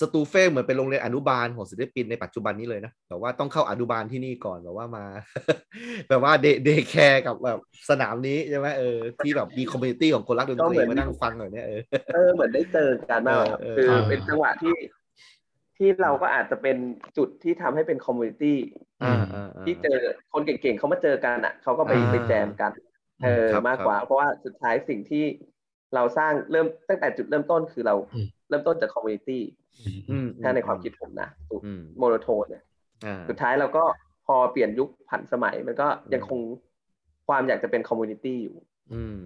Speaker 2: สตูเฟ่เหมือนเป็นโรงเรียนอนุบาลของศิลปินในปัจจุบันนี้เลยนะแต่ว่าต้องเข้าอนุบาลที่นี่ก่อนแบบว่ามา แบบว่าเดย์แคร์กับแบบสนามนี้ใช่ไหมเออที่แบบมีคอมมูนิตี้ของคนรักดนตรีมานั่งฟังหน่อยเนี่ยเออ
Speaker 4: เออเหมือนได้เจอกันมากกว่าครับ
Speaker 2: เออเออ
Speaker 4: คือเป็นจังหวะที่ ที่เราก็อาจจะเป็นจุดที่ทำให้เป็นคอมมูนิตี้
Speaker 2: อ่าอ่าอ่า
Speaker 4: ที่เจอคนเก่งๆเขามาเจอกันอ่ะเขาก็ไป
Speaker 2: อ่า
Speaker 4: ไปแจมกันเออ
Speaker 2: ครับ
Speaker 4: มากกว่า เพราะว่าสุดท้ายสิ่งที่เราสร้างเริ่มตั้งแต่จุดเริ่มต้นคือเรา
Speaker 3: อืม
Speaker 4: เริ่มต้นจากคอมมูนิตี้
Speaker 3: อืม
Speaker 2: อืม
Speaker 4: ถ้าในความคิดผมนะ
Speaker 2: อืม
Speaker 4: โมโนโทนเนี่ย
Speaker 2: อ่า
Speaker 4: สุดท้ายเราก็พอเปลี่ยนยุคผันสมัย มันก็ยังคงความอยากจะเป็นคอมมูนิตี้อยู่
Speaker 2: อืม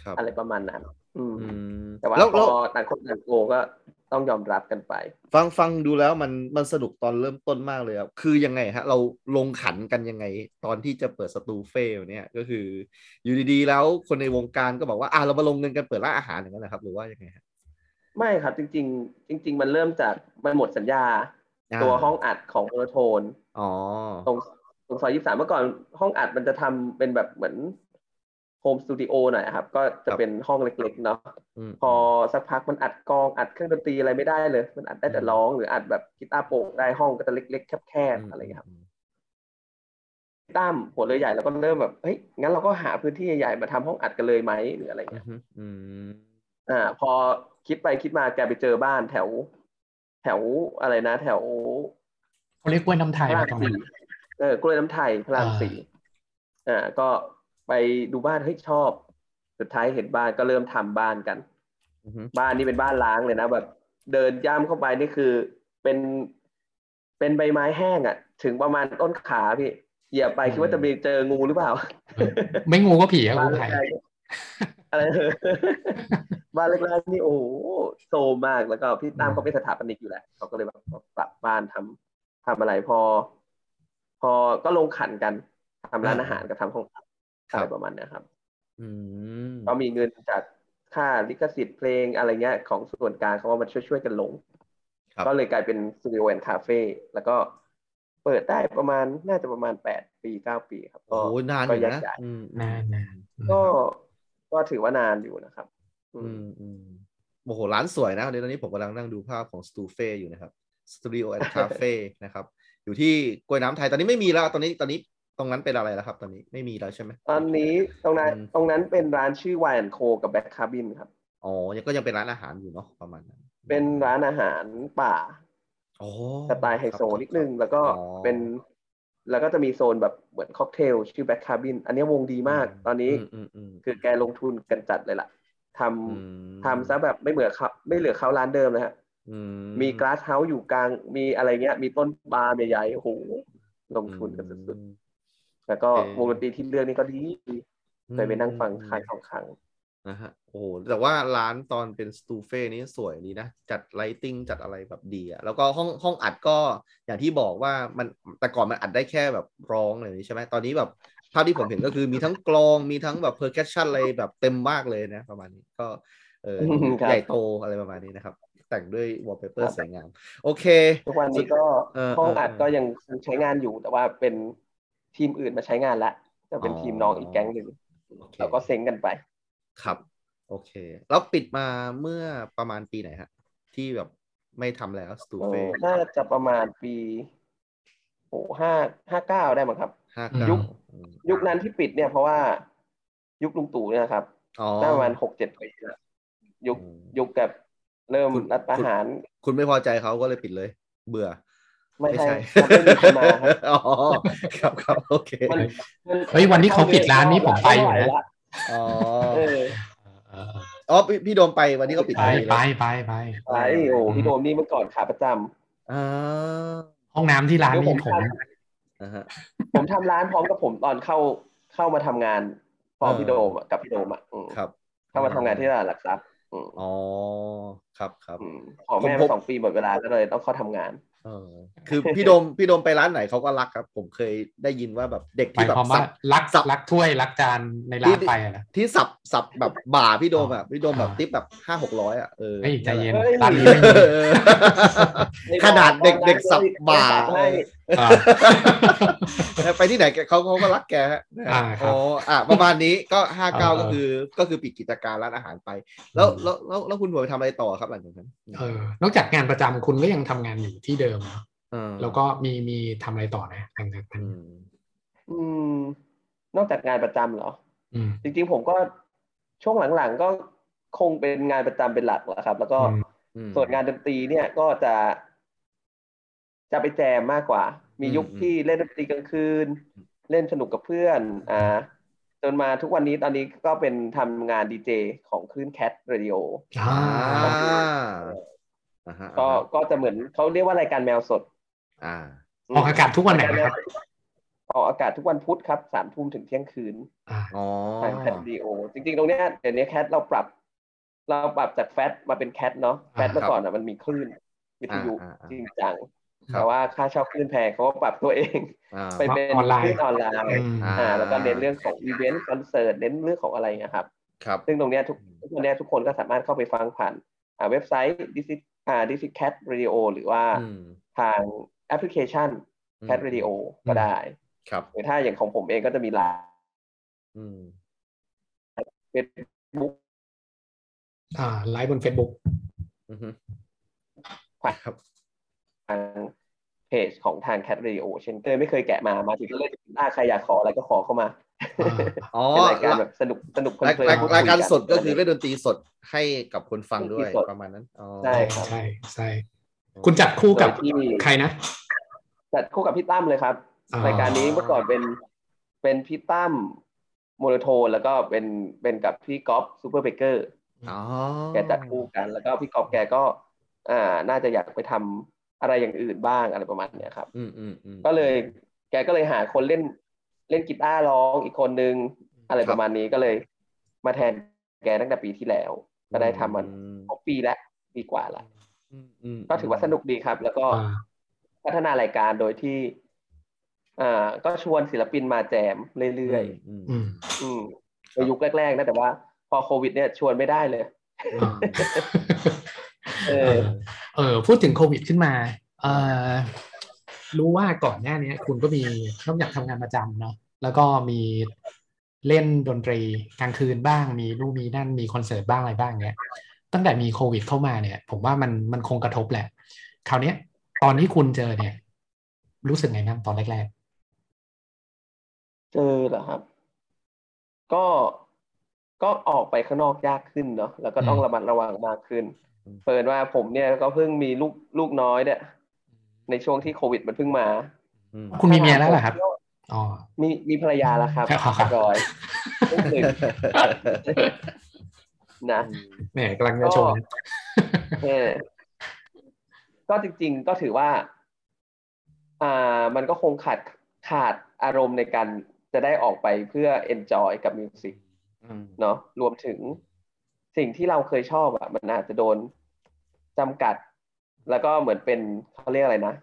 Speaker 2: ครับ
Speaker 4: อะไรประมาณนั้นอืม
Speaker 2: อืม
Speaker 4: แต่ว่า
Speaker 2: แล้ว
Speaker 4: พ
Speaker 2: แล้
Speaker 4: อ
Speaker 2: ว
Speaker 4: ต่างคนต่างโกงก็ต้องยอมรับกันไป
Speaker 2: ฟังฟังดูแล้วมันมันสนุกตอนเริ่มต้นมากเลยครับ คือยังไงฮะ เราลงขันกันยังไง ตอนที่จะเปิดสตูเฟ่เนี่ยก็คือ อยู่ดีๆ แล้วคนในวงการก็บอกว่า อ่ะเรามาลงเงินกันเปิดร้านอาหารอย่างนั้นนะครับหรือว่ายังไงฮะ
Speaker 4: ไม่ครับจริง ๆ จริง ๆ มันเริ่มจากมันหมดสัญญา
Speaker 2: า
Speaker 4: ตัวห้องอัดของโมโนโทน
Speaker 2: อ๋อ
Speaker 4: ตรงตรงซอยยี่สามเมื่อก่อนห้องอัดมันจะทำเป็นแบบเหมือนโฮมสตูดิโอหน่อยครับ ก็จะเป็นห้องเล็กๆเนาะ
Speaker 2: ม
Speaker 4: พอสักพักมันอัดกลองอัดเครื่องดนตรีอะไรไม่ได้เลย มันอัดได้แต่ร้อง หรืออัดแบบกีตาร์โปร่งได้ห้องก็จะเล็กๆแคบๆอะไรอย่างเงี้ยครับ
Speaker 2: ม
Speaker 4: ตั้มหัวเรือใหญ่แล้วก็เริ่มแบบเฮ้ยงั้นเราก็หาพื้นที่ใหญ่ๆมาทำห้องอัดกันเลยไหมหรืออะไรอย่าง
Speaker 2: อื
Speaker 4: เงี้ย
Speaker 2: มอืม
Speaker 4: อ่าพอคิดไปคิดมาแกไปเจอบ้านแถว แถวอะไรนะ แถว
Speaker 3: เขาเรียกกล้วยน้ำไท
Speaker 4: พ
Speaker 3: ย
Speaker 4: ระรา
Speaker 3: ไหมตรง
Speaker 4: มสี่
Speaker 3: นั้น
Speaker 4: เออกล้วยน้ำไทยพระราม
Speaker 3: อ่า
Speaker 4: สี่อ่าก็ไปดูบ้านเฮ้ยชอบ สุดท้ายเห็นบ้านก็เริ่มทำบ้านกัน
Speaker 2: อืม
Speaker 4: บ้านนี่เป็นบ้านล้างเลยนะแบบ เดินย่ำเข้าไปนี่คือเป็นเป็นใบไม้แห้งอ่ะ ถึงประมาณต้นขาพี่เหยียบไปคิดว่าจะมีเจองูหรือเปล่า
Speaker 3: ไม่งูก็ผีอะ
Speaker 4: บ้า
Speaker 3: กู
Speaker 4: น
Speaker 3: ไผ่
Speaker 4: แรกๆอะไรเออ บ้านแรกๆนี่โอ้โหโซมมากแล้วก็พี่ตั้มเขาเป็นสถาปนิกอยู่แหละเขาก็เลยแบบปรับบ้านทำทำอะไรพอ พอก็ลงขันกันทำร้านอาหารกับทำห้องอัดอะไรประมาณเนี้ยครับ
Speaker 2: อืม
Speaker 4: ก็มีเงินจากค่าลิขสิทธิ์เพลงอะไรเงี้ย ของส่วนกลางเขาว่ามันช่วยๆกันลง
Speaker 2: ครับ
Speaker 4: ก็เลยกลายเป็นสตูดิโอแอนคาเฟ่แล้วก็ เปิดได้ประมาณน่าจะประมาณแปดปีเก้าปีครับก็
Speaker 2: โอ้นานอ
Speaker 4: ก็
Speaker 2: ยู่
Speaker 4: ยัก
Speaker 2: นะ
Speaker 4: ย้าย
Speaker 2: อืม
Speaker 3: นานนะ
Speaker 4: ก็ก็ถือว่านานอยู่นะครับ อื
Speaker 2: อื
Speaker 4: ม
Speaker 2: มอืมโอ้โหร้านสวยนะเดี๋ยวตอนนี้ผมกำลังนั่งดูภาพของสตูเฟ่อยู่นะครับสตูดิโอแอนด์คา เฟ่นะครับ อยู่ที่กล้วยน้ำไทยตอนนี้ไม่มีแล้วตอนนี้ตอนนี้ตรงนั้นเป็นอะไรแล้วครับ ตอนนี้ไม่มีแล้วใช่ไหม
Speaker 4: ตอนนี้ตรงนั้น
Speaker 2: อืม
Speaker 4: ตรงนั้นเป็นร้านชื่อวายแอนโคกับแบ็คคาบินครับ
Speaker 2: อ๋อยังก็ยังเป็นร้านอาหารอยู่เนาะประมาณนั้น
Speaker 4: เป็นร้านอาหารป่า
Speaker 2: โอ้
Speaker 4: สไตล์ไฮโซ
Speaker 2: ครับ
Speaker 4: นิดนึง แล้วก็
Speaker 2: อ๋อ
Speaker 4: เป็น แล้วก็จะมีโซนแบบเหมือนค็อกเทล ชื่อแบ็คคาบิน อันนี้วงดีมาก
Speaker 2: ม
Speaker 4: ตอนนี้
Speaker 2: อืมอืมอืม
Speaker 4: คือแกลงทุนกันจัดเลยล่ะท
Speaker 2: อืม
Speaker 4: ำทำซะแบบไม่เหมือนเขาไม่เหลือเขาร้านเดิมนะฮะ
Speaker 2: อื
Speaker 4: มีก a าสเฮาส์อยู่กลาง มีอะไรเงี้ย มีต้นปาล์มใหญ่ๆ โอ้โห ลงทุนกันสุด
Speaker 2: อืม
Speaker 4: ๆ แล้วก็
Speaker 2: โอเค
Speaker 4: วงดนตรีที่เลือกนี่ก็ดีเคยไปนั่งฟังคายสองครั้ง
Speaker 2: นะฮะโอ้โหแต่ว่าร้านตอนเป็นสตูเฟ่นี้สวยดีนะ จัดไลติงจัดอะไรแบบดีอะแล้วก็ห้องห้องอัดก็อย่างที่บอกว่ามันแต่ก่อนมันอัดได้แค่แบบร้องอะไรอย่างนี้ใช่ไหมตอนนี้แบบภาพที่ผมเห็นก็คือมีทั้งกลองมีทั้งแบบเพอร์ s คชั่นอะไรแบบเต็มมากเลยนะ ประมาณนี้ก็เอ อ
Speaker 4: ครับ
Speaker 2: ใหญ่โตอะไรประมาณนี้นะครับ แต่งด้วยวอลเปเปอร์สวยงาม โอเค
Speaker 4: ทุกวันนี้ก็
Speaker 2: เออ
Speaker 4: ห้องอัด
Speaker 2: เออ
Speaker 4: ก็ยังคงใช้งานอยู่ แต่ว่าเป็นทีมอื่นมาใช้งานละจะเป็น
Speaker 2: อ๋อ
Speaker 4: ทีมน้องอีกแก๊งหนึ่ง
Speaker 2: โอเค
Speaker 4: เราก็เซ็งกันไป
Speaker 2: ครับ โอเค แล้วปิดมาเมื่อประมาณปีไหนฮะ ที่แบบไม่ทำแล้วสตูเฟ่
Speaker 4: น่าจะประมาณปีโอ้ห้าห้าเก้าได้มั้งครับ
Speaker 2: ห้าเก้า
Speaker 4: ยุค ยุคนั้นที่ปิดเนี่ยเพราะว่ายุคลุงตู่เนี่ยนะครับ
Speaker 2: อ๋อ
Speaker 4: น่าประมาณหกเจ็ดปีแล้วยุค
Speaker 2: อืม
Speaker 4: ยุคกับเริ่ม
Speaker 2: คุณ
Speaker 4: รัฐประหาร
Speaker 2: คุณไม่พอใจเขาก็เลยปิดเลย เบื่อ
Speaker 4: ไม่ใช่ครับไม่มีคนมาครับ
Speaker 2: อ๋อครับครับโอ เค
Speaker 4: มันมัน
Speaker 3: เฮ้ยวันที่เขาปิดร้านนี้ผมไปอยู่นะ
Speaker 2: อ๋อ
Speaker 4: เออ
Speaker 3: เออ
Speaker 2: อ๋อพี่พี่โดมไปวันนี้ก็ปิด
Speaker 3: ไป
Speaker 2: ร้านนี้เลย
Speaker 3: ไปไปไป
Speaker 4: ไปโอ้พี่โดมนี่เมื่อก่อนขาประจำ
Speaker 2: อ่า
Speaker 3: ห้องน้ำที่ร้าน
Speaker 4: เดี๋ยว
Speaker 3: นี่
Speaker 4: ผม
Speaker 3: ผม
Speaker 4: ท
Speaker 2: อ่าฮะ
Speaker 4: ำผมทำร้านพร้อมกับผมตอนเข้าเข้ามาทำงานพร้อม
Speaker 2: เออ
Speaker 4: พี่โดมอะกับพี่โดมอ่ะอืม
Speaker 2: ครับ
Speaker 4: เข้ามาทำงานที่ตลาดหลักทรัพย์อืม
Speaker 2: อ๋อครับครับ
Speaker 4: อืมขอแม่
Speaker 2: ผมพ
Speaker 4: มา
Speaker 2: บ
Speaker 4: สองปีหมดเวลาก็เลยต้องเข้าทำงาน
Speaker 2: เออ คือพี่โดมพี่โดมไปร้านไหนเขาก็รักครับ ผมเคยได้ยินว่าแบบเด็ก
Speaker 3: หมา
Speaker 2: ที่
Speaker 3: ย
Speaker 2: แบ
Speaker 3: ค
Speaker 2: บ
Speaker 3: วาม
Speaker 2: สั
Speaker 3: ว่า
Speaker 2: บ
Speaker 3: รัก
Speaker 2: สับ
Speaker 3: รักถ้วยรักจานในร้านไปอะนะ
Speaker 2: ที่สับสับแบบบ่าพี่โดมอะพี่โดมแบบติ๊บแบบห้าหกร้อยอะ เออ
Speaker 3: ไอ้ยใจเย็น
Speaker 4: เฮ้ย
Speaker 3: ร้านนี้ไม่มี
Speaker 2: เออขนาดเด็กเด็กสับบ่า
Speaker 4: ให้
Speaker 3: อ่า
Speaker 2: ไปที่ไหนแกเขาเขาก็รักแกฮะ
Speaker 3: อ่าครับ
Speaker 2: โอ้อ่ะประมาณนี้ก็ห้า
Speaker 3: เอ
Speaker 2: เก้า
Speaker 3: อ
Speaker 2: ก็คือก็คือปิดกิจการร้านอาหารไป แล้วแล้วแล้วแล้วคุณผัวไปทำอะไรต่อครับหลังจากนั้น
Speaker 3: เออนอกจากงานประจำคุณก็ยังทำงานอยู่ที่เดิมเนอะ
Speaker 2: เออ
Speaker 3: แล้วก็มีมีทำอะไรต่อนะหลังจากนั้
Speaker 2: อื
Speaker 3: น
Speaker 2: ม
Speaker 4: อืม นอกจากงานประจำเหรอ
Speaker 3: อืม
Speaker 4: จริงๆผมก็ช่วงหลังๆก็คงเป็นงานประจำเป็นหลักแหละครับ แล้วก็
Speaker 3: อืม
Speaker 2: อืม
Speaker 4: ส่วนงานดนตรีเนี่ยก็จะ จะไปแจมมากกว่า มี
Speaker 2: อืม
Speaker 4: ยุค
Speaker 2: อืม
Speaker 4: ที่เล่นดนตรีกลางคืน เล่นสนุกกับเพื่อน อ่า จนมาทุกวันนี้ตอนนี้ก็เป็นทำงานดีเจของคลื่นแคทเรดิโอ
Speaker 3: อ่า
Speaker 2: อ่าอ่าฮะ
Speaker 4: ก็ก็จะเหมือนเขาเรียกว่ารายการแมวสด
Speaker 2: อ่า
Speaker 4: อืม
Speaker 3: ออกอากาศทุกวันไหนนะครับ
Speaker 4: ออกอากาศทุกวันพุธครับสามทุ่มถึงเที่ยงคืน
Speaker 3: อ่า
Speaker 2: อ๋อ
Speaker 4: ทางแคทดีโอจริงๆ ตรงเนี้ยเดี๋ยวนี้แคทเราปรับ เราปรับจากแฟตมาเป็นแคทเนาะแฟตเมื่อก่อนอ่ะมันมีคลื่นวิทยุ
Speaker 2: อ่าอ่า
Speaker 4: จริงจัง
Speaker 2: ครับ
Speaker 4: แต่ว่าค่าเช่าคลื่นแพงเขาก็ปรับตัวเอง
Speaker 2: อ่า
Speaker 4: ไปเป็น
Speaker 3: ออนไล
Speaker 4: คลื่
Speaker 3: น์
Speaker 4: นออนไลน์
Speaker 3: อืม
Speaker 2: อ่า
Speaker 4: อ่าแล้วก็เน้นเรื่องของอีเวนต์คอนเสิร์ตเน้นเรื่องของอะไรนะครับ
Speaker 2: ครับ
Speaker 4: ซึ่งตรงเนี้ยทุกทุกวันเนี้ยทุกคนก็สามารถเข้าไปฟังผ่านอ่าเว็บไซต์ดิสิอ่าดิสิแคทเรดิโอหรือว่า
Speaker 2: อืม
Speaker 4: ทางแอปพลิเคชันแคทเรดิโอก็ได้
Speaker 2: ครับ
Speaker 4: หรือถ้าอย่างของผมเองก็จะมีไลน์
Speaker 2: อืม
Speaker 4: เฟซบุ๊ก
Speaker 3: อ่าไลฟ์บน Facebook
Speaker 2: อือฮึครับ
Speaker 4: ทางเพจของทางแคทเรดิโอเช่นเคยไม่เคยแกะมา มาถึงก็เลยถ้าใครอยากขออะไรก็ขอเข้ามา
Speaker 3: อ่า
Speaker 2: อ๋อ
Speaker 4: เป็นรายการแบบสนุกสนุกเพลิน
Speaker 2: ราย
Speaker 4: ๆ
Speaker 2: ราย
Speaker 4: พูคุ
Speaker 2: รายการสดก็คือเล่นดนตรีสดให้กับคนฟังด้วย
Speaker 4: ดนตรีสด
Speaker 2: ประมาณนั้นอ๋อ
Speaker 4: ใช่ ครับ
Speaker 3: ใช่ใช่คุณจับคู่กับ
Speaker 4: โดยที่
Speaker 3: ใครนะ
Speaker 4: จัดคู่กับพี่ตั้มเลยครับ
Speaker 3: อ่าร
Speaker 4: รายการนี้เมื่อก่อนเป็นเป็นพี่ตั้มโมโนโทนแล้วก็เป็นเป็นกับพี่ก๊อฟซูเปอร์เบเกอร์
Speaker 2: อ๋อ
Speaker 4: แกจัดคู่กัน แล้วก็พี่ก๊อฟแกก็ อ่าน่าจะอยากไปทำอะไรอย่างอื่นบ้างอะไรประมาณเนี้ยครับ
Speaker 2: อืมอืมอืม
Speaker 4: ก็เลยแกก็เลยหาคนเล่นเล่นกีตาร์ร้องอีกคนนึง อะไร
Speaker 2: ครับ
Speaker 4: ประมาณนี้ก็เลย มาแทนแกตั้งแต่ปีที่แล้ว ก็ได้ทำมัน
Speaker 2: อื
Speaker 4: ครบปีแล้วปีกว่าละ
Speaker 2: อืมอืม
Speaker 4: ก็ถือว่าสนุกดีครับ แล้วก็
Speaker 3: อ่า
Speaker 4: พัฒนารายการโดยที่อ่าก็ชวนศิลปินมาแจมเรื่อย
Speaker 2: ม
Speaker 3: อื
Speaker 2: อืม
Speaker 3: ม
Speaker 4: ๆอืมในยุคแรกๆนะแต่ว่า พอโควิด เนี่ยชวนไม่ได้เลย
Speaker 3: อ่า
Speaker 4: เอ
Speaker 3: เออ
Speaker 4: อ
Speaker 3: พูดถึงโควิดขึ้นมา เออ รู้ว่าก่อนหน้าเนี้ย คุณก็มีนอกจากทำงานประจำเนาะแล้วก็มีเล่นดนตรีกลางคืนบ้าง มีรูนมีนั่นมีคอนเสิร์ตบ้างอะไรบ้างเนี้ย ตั้งแต่มีโควิดเข้ามาเนี่ย ผมว่ามันมันคงกระทบแหละ คราวเนี้ย ตอนที่คุณเจอเนี่ย รู้สึกไงบ้างตอนแรก
Speaker 4: เจอเหรอครับ ก็ก็ออกไปข้างนอกยากขึ้นเนาะแล้วก็ต้องระมัดระวังมากขึ้น เปิดว่าผมเนี่ยก็เพิ่งมีลูกลูกน้อยเนี่ยในช่วงที่โควิดมันเพิ่งมา
Speaker 2: อืม
Speaker 3: ๆ คุณมีเมียแล้วเหรอครับอ๋อ
Speaker 4: มีมีภรรยาแล้วครับ
Speaker 3: ครับ
Speaker 4: เรียบร้อยไม่เคยนะ
Speaker 3: เนี่ยกำลังจะชม
Speaker 4: เออก็จริงๆก็ถือว่า อ่า มันก็คงขาดขาดอารมณ์ในการจะได้ออกไปเพื่อ enjoy กับมิวสิก
Speaker 2: อืม
Speaker 4: เนาะรวมถึงสิ่งที่เราเคยชอบอะมันอาจจะโดนจำกัด แล้วก็เหมือนเป็นเขาเรียกอะไรนะ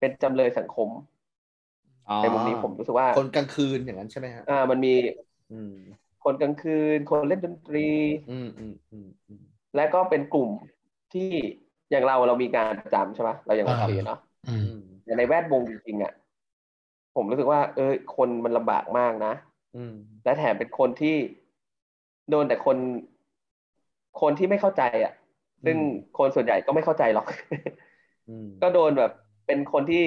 Speaker 4: เป็นจำเลยสังคม
Speaker 2: อ๋อ
Speaker 4: ในมุมนี้ผมรู้สึกว่า
Speaker 2: คนกลางคืนอย่างนั้นใช่ไหมฮะ
Speaker 4: อ่า มันมี
Speaker 2: อืม
Speaker 4: คนกลางคืน คนเล่นดนตรี
Speaker 2: อืมอืมอืมอืม
Speaker 4: และก็เป็นกลุ่มที่อย่างเราเรามีงานประจำใช่ปะเราอย่างโอเค
Speaker 3: อ่า
Speaker 4: เนาะ
Speaker 3: อื
Speaker 2: อื
Speaker 3: ม
Speaker 2: ม
Speaker 4: แต่ในแวดวงจริงๆอ่ะผมรู้สึกว่า เออคนมันลำบากมากนะ
Speaker 2: อืม
Speaker 4: และแถมเป็นคนที่โดนแต่คน คนที่ไม่เข้าใจอ่ะ ซึ่งคนส่วนใหญ่ก็ไม่เข้าใจหรอก
Speaker 2: อืม
Speaker 4: ก็โดนแบบเป็นคนที่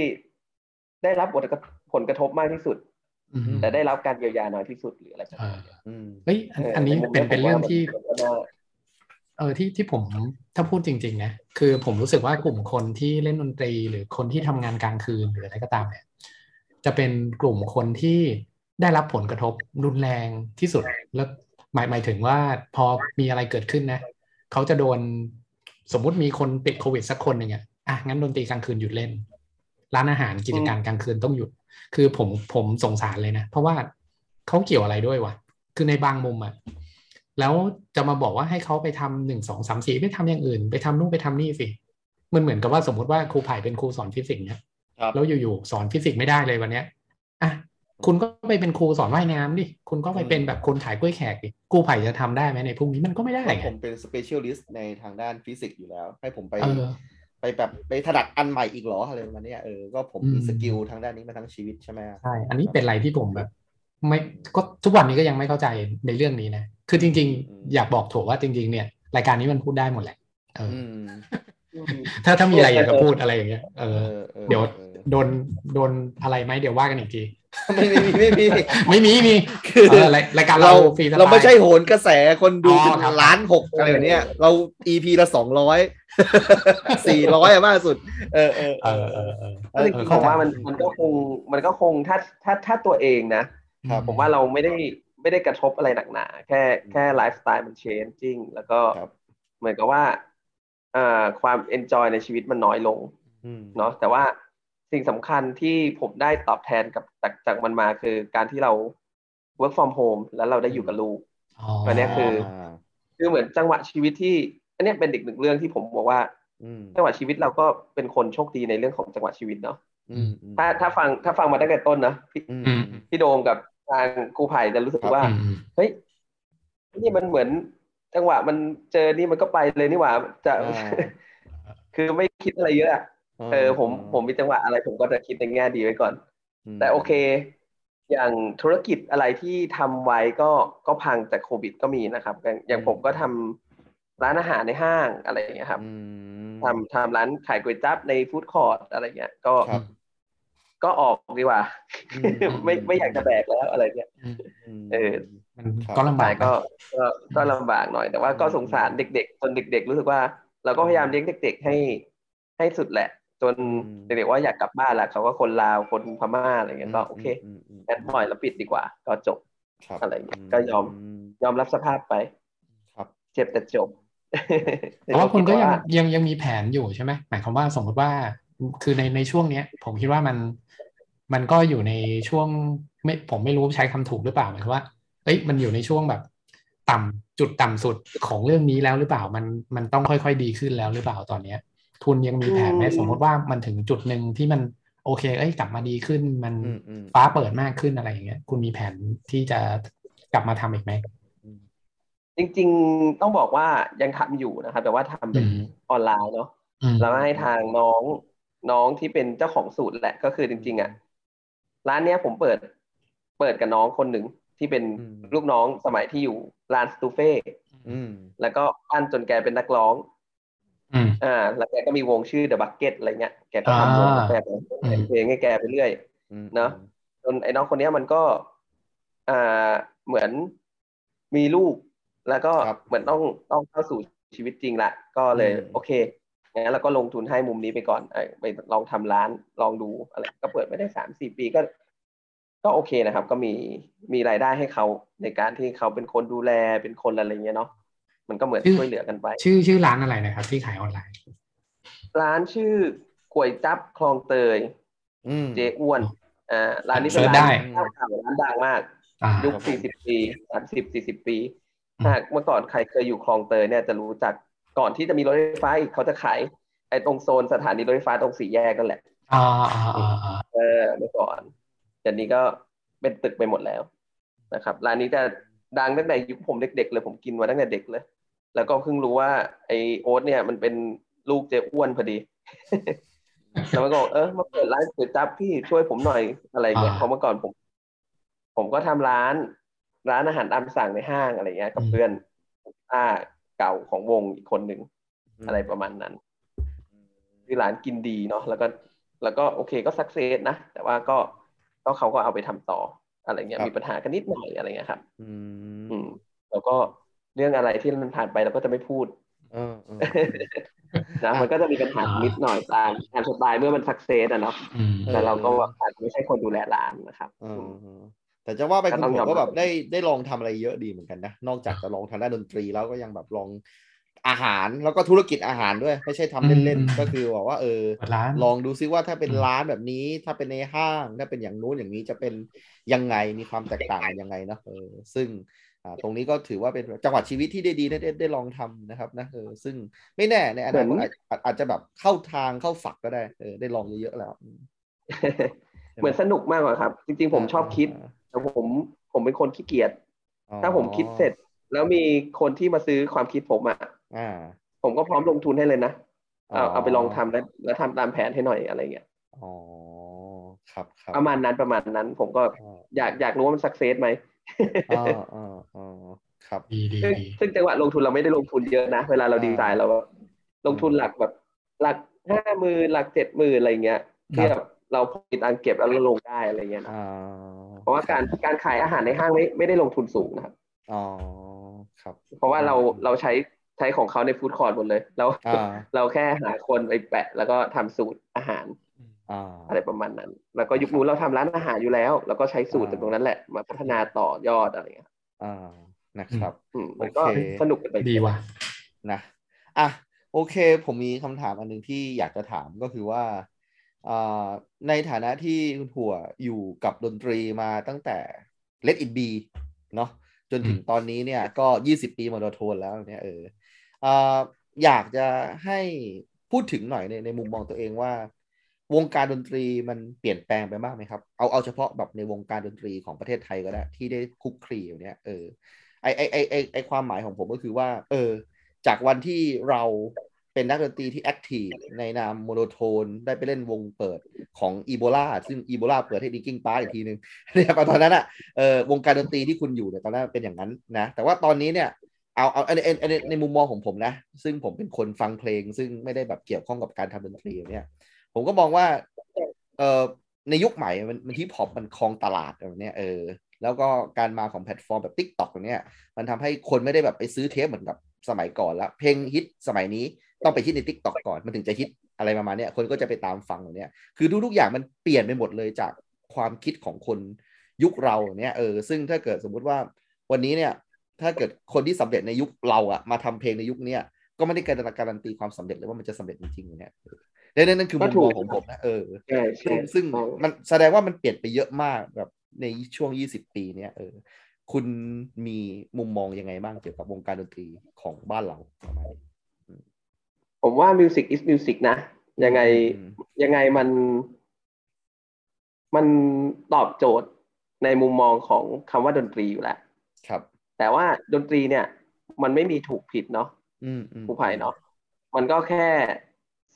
Speaker 4: ได้รับผลกระผลกระทบมากที่สุด
Speaker 3: อืม
Speaker 4: แต่ได้รับการเยียวยาน้อยที่สุดหรืออะไรแบบ
Speaker 3: เอ
Speaker 4: นี้
Speaker 3: อ
Speaker 2: อืม
Speaker 3: เฮ้ยอันอันนี้
Speaker 4: ใมุม
Speaker 3: เป็น
Speaker 4: ย
Speaker 3: เป็น
Speaker 4: ผม
Speaker 3: เรื่
Speaker 4: ว่า
Speaker 3: องที่
Speaker 4: มันก็น่า
Speaker 3: เออที่ที่ผมถ้าพูดจริง ๆ นะ คือผมรู้สึกว่ากลุ่มคนที่เล่นดนตรี หรือคนที่ทำงานกลางคืนหรืออะไรก็ตามเนี่ย จะเป็นกลุ่มคนที่ได้รับผลกระทบรุนแรงที่สุด แล้วหมายหมายถึงว่าพอมีอะไรเกิดขึ้นนะเขาจะโดนสมมุติมีคนติดโควิดสักคนหนึ่งอะอ่ะงั้นดนตรีกลางคืนหยุดเล่น ร้านอาหารกิจการกลางคืนต้องหยุด คือผมผมสงสารเลยนะ เพราะว่าเขาเกี่ยวอะไรด้วยวะ คือในบางมุมอะแล้วจะมาบอกว่าให้เขาไปทำหนึ่งสองสามสี่ไปทำอย่างอื่น ไปทำนู่นไปทำนี่สิ มันเหมือนกับว่าสมมติว่าครูไผ่เป็นครูสอนฟิสิกส์เนี่ย
Speaker 2: ครับ
Speaker 3: แล้วอยู่ๆสอนฟิสิกส์ไม่ได้เลยวันเนี้ยอ่ะคุณก็ไปเป็นครูสอนว่ายน้ำดิ คุณก็ไปเป็นแบบคนขายกล้วยแขกดิครูไผ่จะทำได้ไหมในพวกนี้มันก็ไม่ได้
Speaker 2: เพราะ
Speaker 3: ไง
Speaker 2: ผมเป็น specialist ในทางด้านฟิสิกส์อยู่แล้ว ให้ผมไป
Speaker 3: เออ
Speaker 2: ไปแบบไปถนัดอันใหม่อีกเหรออะไรประมาณเนี้ยเออ ก็ผมมี
Speaker 3: อืม
Speaker 2: สกิลทางด้านนี้มาทั้งชีวิตใช่ไหม
Speaker 3: ใช่ อันนี้เป็นอะไรที่ผมแบบ ไม่ก็ทุกวันนี้ก็ยังไม่เข้าใจในเรื่องนี้นะ คือจริง ๆ อยากบอกโถว่าจริง ๆ เนี่ย รายการนี้มันพูดได้หมดแหละ เออ
Speaker 2: อืม
Speaker 4: อืม
Speaker 3: ถ้าถ้ามีอะไรอยากจะพูดอะไรอย่างเงี้ย เอ
Speaker 2: เอ
Speaker 3: อ
Speaker 2: อออ
Speaker 3: เดี๋ยว
Speaker 2: ออ
Speaker 3: โดนโดนอะไรไหมเดี๋ยวว่ากันอีกที
Speaker 2: ไม่ไม่มีไม่มี
Speaker 3: ไม่มีมี
Speaker 2: คือ
Speaker 3: เออรายรายการ
Speaker 2: เรา
Speaker 3: เราฟรีสตล์
Speaker 2: เราไม่ใช่โหนกระแสคนดู
Speaker 3: อ๋อ
Speaker 2: เป็น
Speaker 3: ครับ
Speaker 2: ล้านหกอะไรแบบเนี้ยเรา EP ละสองร้อย สี่ร้อยมากสุด เออเออ
Speaker 3: เออเออเออ
Speaker 2: เอ
Speaker 4: ก็
Speaker 2: อ
Speaker 4: จ
Speaker 2: เอ
Speaker 4: ริ
Speaker 2: อง
Speaker 4: ๆผ
Speaker 3: เข้าม ใจ
Speaker 4: ว่ามันมันก็คงมันก็คงถ้าถ้าถ้าตัวเองนะ
Speaker 3: ครับ
Speaker 4: ผมว่าเราไม่ได้ไม่ได้กระทบอะไรหนักหนาแค่แค่ไลฟ์สไตล์มันเชนจิ้งแล้วก็
Speaker 2: ครับ
Speaker 4: เหมือนกับว่าเอ่อความเอนจอยในชีวิตมันน้อยลง
Speaker 2: อืม
Speaker 4: เนาะแต่ว่าสิ่งสำคัญที่ผมได้ตอบแทนกับจากจากมันมาคือการที่เรา work from home แล้วเราได้อยู่กับลูก
Speaker 3: อ๋อ
Speaker 4: อันเนี้ยคือ คือเหมือนจังหวะชีวิตที่อันเนี้ยเป็นอีกหนึ่งเรื่องที่ผมบอกว่า
Speaker 2: อืม
Speaker 4: จังหวะชีวิตเราก็เป็นคนโชคดีในเรื่องของจังหวะชีวิตเนาะ
Speaker 2: อืมอืม
Speaker 4: ถ้าถ้าฟังถ้าฟังมาตั้งแต่ต้นนะพี่
Speaker 2: อืม
Speaker 3: อืม
Speaker 4: พี่โดมกับทางกูไผ่จะรู้สึกว่า
Speaker 3: อืม
Speaker 4: เฮ้ยนี่มันเหมือนจังหวะมันเจอนี่มันก็ไปเลยนี่หว่าจะ
Speaker 2: อ่า
Speaker 4: คือไม่คิดอะไรเยอะอะเออผมผมมีจังหวะอะไร ผมก็จะคิดในแง่ดีไว้ก่อน
Speaker 2: ม
Speaker 4: แต่โอเค อย่างธุรกิจอะไรที่ทำไว้ก็ก็พังจากโควิดก็มีนะครับอย่างอย่างผมก็ทำร้านอาหารในห้างอะไรอย่างเงี้ยครับ
Speaker 2: อืม
Speaker 4: ทำทำร้านขายก๋วยจั๊บในฟู้ดคอร์ทอะไรเงี้ยก็
Speaker 2: ครับ
Speaker 4: ก็ออกดีกว่า
Speaker 2: อื
Speaker 4: ไม่ไม่อยากจะแบกแล้วอะไรเงี้ย
Speaker 3: อืม
Speaker 4: เออ
Speaker 3: มันก็ลำบาก
Speaker 4: ก็
Speaker 3: นะ
Speaker 4: ก็ก็ลำบากหน่อย แต่ว่าก็
Speaker 2: อืม
Speaker 4: สงสารเด็กๆจนเด็ก ๆ รู้สึกว่า เราก็พยายามเลี้ยงเด็ก ๆ ให้ให้สุดแหละ จนเด็กๆว่าอยากกลับบ้านละเขาก็คนลาวคนพม่าอะไร
Speaker 2: ม
Speaker 4: เงี้ยก็โอเค
Speaker 2: มม
Speaker 4: แอดมอยแล้วปิดดีกว่า ก็จบ
Speaker 2: ครับ
Speaker 4: อะไรอย่างเงี้ยก็ยอม ยอมรับสภาพไป
Speaker 2: ครับ
Speaker 4: เจ็บแต่จบ
Speaker 3: แต่ว่าคุณก็ยัง
Speaker 4: แต่ผมด
Speaker 3: ยังยังมีแผนอยู่ใช่ไหมหมายความว่าสมมติว่าคือในในช่วงเนี้ย ผมคิดว่ามันมันก็อยู่ในช่วงไม่ผมไม่รู้ใช้คำถูกหรือเปล่าหมายความว่าเอ้ยมันอยู่ในช่วงแบบ ต่ำจุดต่ำสุดของเรื่องนี้แล้วหรือเปล่ามันมันต้องค่อยๆดีขึ้นแล้วหรือเปล่าตอนเนี้ย คุณยังมีแผนไหมสมมติว่ามันถึงจุดหนึ่งที่มันโอเค เอ้ยกลับมาดีขึ้น มัน
Speaker 2: อืมอืม
Speaker 3: ฟ้าเปิดมากขึ้นอะไรอย่างเงี้ยคุณมีแผนที่จะกลับมาทำอีกไหม
Speaker 4: จริง ๆต้องบอกว่ายังทำอยู่นะครับ แต่ว่าทำเป็น
Speaker 3: อืม
Speaker 4: ออนไลน์เนาะ
Speaker 3: อืม
Speaker 4: แล้วให้ทางน้อง น้องที่เป็นเจ้าของสูตรแหละ ก็คือจริง ๆอ่ะร้านเนี้ยผมเปิด เปิดกับน้องคนหนึ่งที่เป็น
Speaker 2: อืม
Speaker 4: ลูกน้องสมัยที่อยู่ร้านสตูเฟ่
Speaker 2: อืม
Speaker 4: แล้วก็ปั้นจนแกเป็นนักร้อง
Speaker 3: อืม
Speaker 4: อ่า แล้วแกก็มีวงชื่อ The Bucket อะไรเงี้ย แกก็ทำวงของแกไปแต่งเพลงให้แกไปเรื่อย
Speaker 2: อืม
Speaker 4: เนอะ จนไอ้น้องคนเนี้ยมันก็ อ่า เหมือนมีลูก แล้วก็
Speaker 2: ครับ
Speaker 4: เหมือนต้องต้องเข้าสู่ชีวิตจริงละ ก็เลย
Speaker 2: อืม
Speaker 4: โอเค งั้นเราก็ลงทุนให้มุมนี้ไปก่อนเออไปลองทำร้าน ลองดูอะไร ก็เปิดไม่ได้สามสี่ปีก็ ก็โอเคนะครับ ก็มี มีรายได้ให้เขาในการที่เขาเป็นคนดูแล เป็นคนอะไรเงี้ยเนาะ มันก็เหมือน
Speaker 3: อืม
Speaker 4: ช่วยเหลือกันไป
Speaker 3: ชื่อชื่อร้านอะไรนะครับ ที่ขายออนไลน์
Speaker 4: ร้านชื่อก๋วยจับคลองเตย
Speaker 2: อืม
Speaker 4: เจ๊อ้วนอ่าร้านนี้เป็น
Speaker 3: เสิร์ช
Speaker 4: ร้าน
Speaker 3: ได้
Speaker 4: ข้าวขาวร้านดังมาก
Speaker 3: อ่า
Speaker 4: ยุค 40 ปี 30 40 ปี
Speaker 3: อืม
Speaker 4: หากเมื่อก่อนใครเคยอยู่คลองเตยเนี่ยจะรู้จักก่อนที่จะมีรถไฟฟ้าอีกเขาจะขายไอ้ตรงโซนสถานีรถไฟฟ้าตรงสี่แยกนั่นแหละ
Speaker 3: อ่าอ่าอ่าอ่า
Speaker 4: เออเมื่อก่อนเดี๋ยวนี้ก็เป็นตึกไปหมดแล้วนะครับร้านนี้จะดังตั้งแต่ยุคผมเด็กๆเลยผมกินมาตั้งแต่เด็กเลย แล้วก็เพิ่งรู้ว่าไอโอ๊ตเนี่ยมันเป็นลูกเจ๊อ้วนพอดี แล้วมันก็บอกเออมาเปิดร้านก๋วยจั๊บพี่ช่วยผมหน่อยอะไรอย่างเงี้ยเพราะเมื่อก่อนผม ผมก็ทำร้าน ร้านอาหารตามสั่งในห้างอะไรเงี้ย กับเพื่อนอ่าเก่าของวงอีกคนหนึ่งอะไรประมาณนั้น คือร้านกินดีเนาะแล้วก็แล้วก็โอเคก็สักเซสนะ แต่ว่าก็ก็เขาก็เอาไปทำต่ออะไรเงี้
Speaker 2: ค
Speaker 4: ย
Speaker 2: รับ
Speaker 4: มีปัญหากันนิดหน่อยอะไรเงี้ยครับ
Speaker 2: อื
Speaker 4: อื
Speaker 2: ม
Speaker 4: ม แล้วก็เรื่องอะไรที่มันผ่านไปเราก็จะไม่พูด
Speaker 2: เออเออ
Speaker 4: นะมันก็จะมีปัญหานิดหน่อยตามตามสไตล์เมื่อมันสักเซสอะเนาะ
Speaker 3: อืม
Speaker 2: เออ
Speaker 4: แต่เราก็อาจจะไม่ใช่คนดูแลร้านนะครับ
Speaker 2: เออเออแต่จะว่าไปคุณ
Speaker 4: ก็ต้อง
Speaker 2: ผม
Speaker 4: ยอม
Speaker 2: ก็แบบ
Speaker 4: รับ
Speaker 2: ได้ได้ลองทำอะไรเยอะดีเหมือนกันนะ นอกจากจะลองทางด้านดนตรีแล้วก็ยังแบบลองอาหารแล้วก็ธุรกิจอาหารด้วย ไม่ใช่ทำเล่น
Speaker 3: อืม
Speaker 2: ๆก็คือบอกว่าเออ
Speaker 3: เปิดร้าน
Speaker 2: ลองดูซิว่าถ้าเป็น
Speaker 3: อืม
Speaker 2: ร้านแบบนี้ ถ้าเป็นในห้างถ้าเป็นอย่างนู้นอย่างนี้จะเป็นยังไงมีความแตกต่างยังไงเนอะเออซึ่งอ่าตรงนี้ก็ถือว่าเป็นจังหวะชีวิตที่ได้ดีได้ได้ได้ลองทำนะครับนะเออซึ่งไม่แน่ในอนาคตอาจอาจอาจจะแบบเข้าทางเข้าฝักก็ได้เออได้ลองเยอะๆแล้ว
Speaker 4: เหมือนสนุกมากกว่าครับ จริง ๆ ผมชอบคิด แต่ผมผมเป็นคนขี้เกียจถ้าผมคิดเสร็จ แล้วมีคนที่มาซื้อความคิดผมอะ
Speaker 2: อ่า
Speaker 4: ผมก็พร้อมลงทุนให้เลยนะเอาเอาไปลองทำแล้วแล้วทำตามแผนให้หน่อยอะไรเงี้ย
Speaker 2: อ๋อครับครับ
Speaker 4: ประมาณนั้นประมาณนั้น ผมก็
Speaker 2: อ่า
Speaker 4: อยากอยากรู้ว่ามันสักเซสไหม
Speaker 2: อ่าอ่าอ่าครับ
Speaker 3: ดีดี
Speaker 4: ซึ่ง
Speaker 3: ดี
Speaker 4: ซึ่งจังหวะลงทุนเราไม่ได้ลงทุนเยอะนะ เวลาเรา
Speaker 2: อ่า
Speaker 4: ดีไซน์เราแบบลงทุนหลักแบบ หลักห้าหมื่นหลักเจ็ดหมื่นอะไรเงี้ย
Speaker 3: ค
Speaker 4: ที่
Speaker 3: รับ
Speaker 4: แบบเราพอมีตังค์เก็บแล้วเราลงได้อะไรเงี้ยนะ
Speaker 2: อ่า
Speaker 4: เพราะว่าการการขายอาหารในห้างไม่ไม่ได้ลงทุนสูงนะครับ
Speaker 2: อ๋อครับ
Speaker 4: เพราะว่าเราเราใช้ใช้ของเขาในฟู้ดคอร์ทหมดเลยเรา
Speaker 2: อ่า
Speaker 4: เราแค่หาคนไปแปะ แล้วก็ทำสูตรอาหาร
Speaker 2: อ่า
Speaker 4: อะไรประมาณนั้น แล้วก็ยุคนู้นเราทำร้านอาหารอยู่แล้ว แล้วก็ใช้สูตร
Speaker 2: อ่า
Speaker 4: จากตรงนั้นแหละมาพัฒนาต่อยอดอะไรเงี้ย
Speaker 2: อ่านะครับ
Speaker 4: อืมมันก็
Speaker 2: โอเค
Speaker 4: สนุกกันไป
Speaker 3: ดีว่ะ
Speaker 2: นะอ่ะโอเค ผมมีคำถามอันหนึ่งที่อยากจะถามก็คือว่าอ่าในฐานะที่คุณถั่วอยู่กับดนตรีมาตั้งแต่ Let It Be เนาะจนถึงตอนนี้เนี่ยก็ 20 ปีมาราโทนแล้วเนี่ยเอออ่าอยากจะให้พูดถึงหน่อยในในมุมมองตัวเองว่า วงการดนตรีมันเปลี่ยนแปลงไปมากไหมครับ เอาเอาเฉพาะแบบในวงการดนตรีของประเทศไทยก็ได้ที่ได้คุกคลีอยู่เนี่ยเออ ไอไอไอไอไอความหมายของผมก็คือว่า เออ จากวันที่เราเป็นนักดนตรีที่แอคทีฟในนามโมโนโทน ได้ไปเล่นวงเปิดของอีโบลาซึ่งอีโบลาเปิดให้ดิกิ้งปาร์อีกทีหนึ่ง เนี่ยตอนนั้นอ่ะเออวงการดนตรีที่คุณอยู่เนี่ยตอนนั้นเป็นอย่างนั้นนะ แต่ว่าตอนนี้เนี่ย เอาเอาในในในในมุมมองของผมนะ ซึ่งผมเป็นคนฟังเพลง ซึ่งไม่ได้แบบเกี่ยวข้องกับการทำดนตรีเนี่ย ผมก็มองว่า เอ่อในยุคใหม่มันมันฮิปฮอปมันครองตลาดแบบเนี้ยเออแล้วก็การมาของแพลตฟอร์มแบบ Tik t o อกแบบเนี้ยมันทำให้คนไม่ได้แบบไปซื้อเทปเหมือนกับสมัยก่อนละเพลงฮิตสมัยนี้ต้องไปฮิตใน Tik t o อกก่อนมันถึงจะฮิตอะไรประมาณเนี้ยคนก็จะไปตามฟังแบบเนี้ยคือทุกๆอย่างมันเปลี่ยนไปหมดเลยจากความคิดของคนยุคเราแบบเนี้ยเออซึ่งถ้าเกิดสมมุติว่าวันนี้เนี่ยถ้าเกิดคนที่สำเร็จในยุคเราอะมาทำเพลงในยุคเนี้ยก็ไม่ได้การการันตีความสำเร็จเลยว่ามันจะสำเร็จจริงๆแบบเนี้ยเออนั่นนั่นคือมุมมองของผมนะเออ
Speaker 4: ใช่ใช่
Speaker 2: ซึ่งซึ่ง
Speaker 4: ถูก
Speaker 2: มันแสดงว่ามันเปลี่ยนไปเยอะมากแบบในช่วง 20 ปีเนี่ยเออคุณมีมุมมองยังไงบ้างเกี่ยวกับวงการดนตรีของบ้านเราประมาณนี้
Speaker 4: ผมว่า Music is Music นะ ยังไง
Speaker 2: อืม
Speaker 4: ยังไงมัน มันตอบโจทย์ในมุมมองของคำว่าดนตรีอยู่แล้ว
Speaker 2: ครับ
Speaker 4: แต่ว่าดนตรีเนี่ย มันไม่มีถูกผิดเนาะ
Speaker 2: อืมอืม
Speaker 4: ครูไผ่เนาะมันก็แค่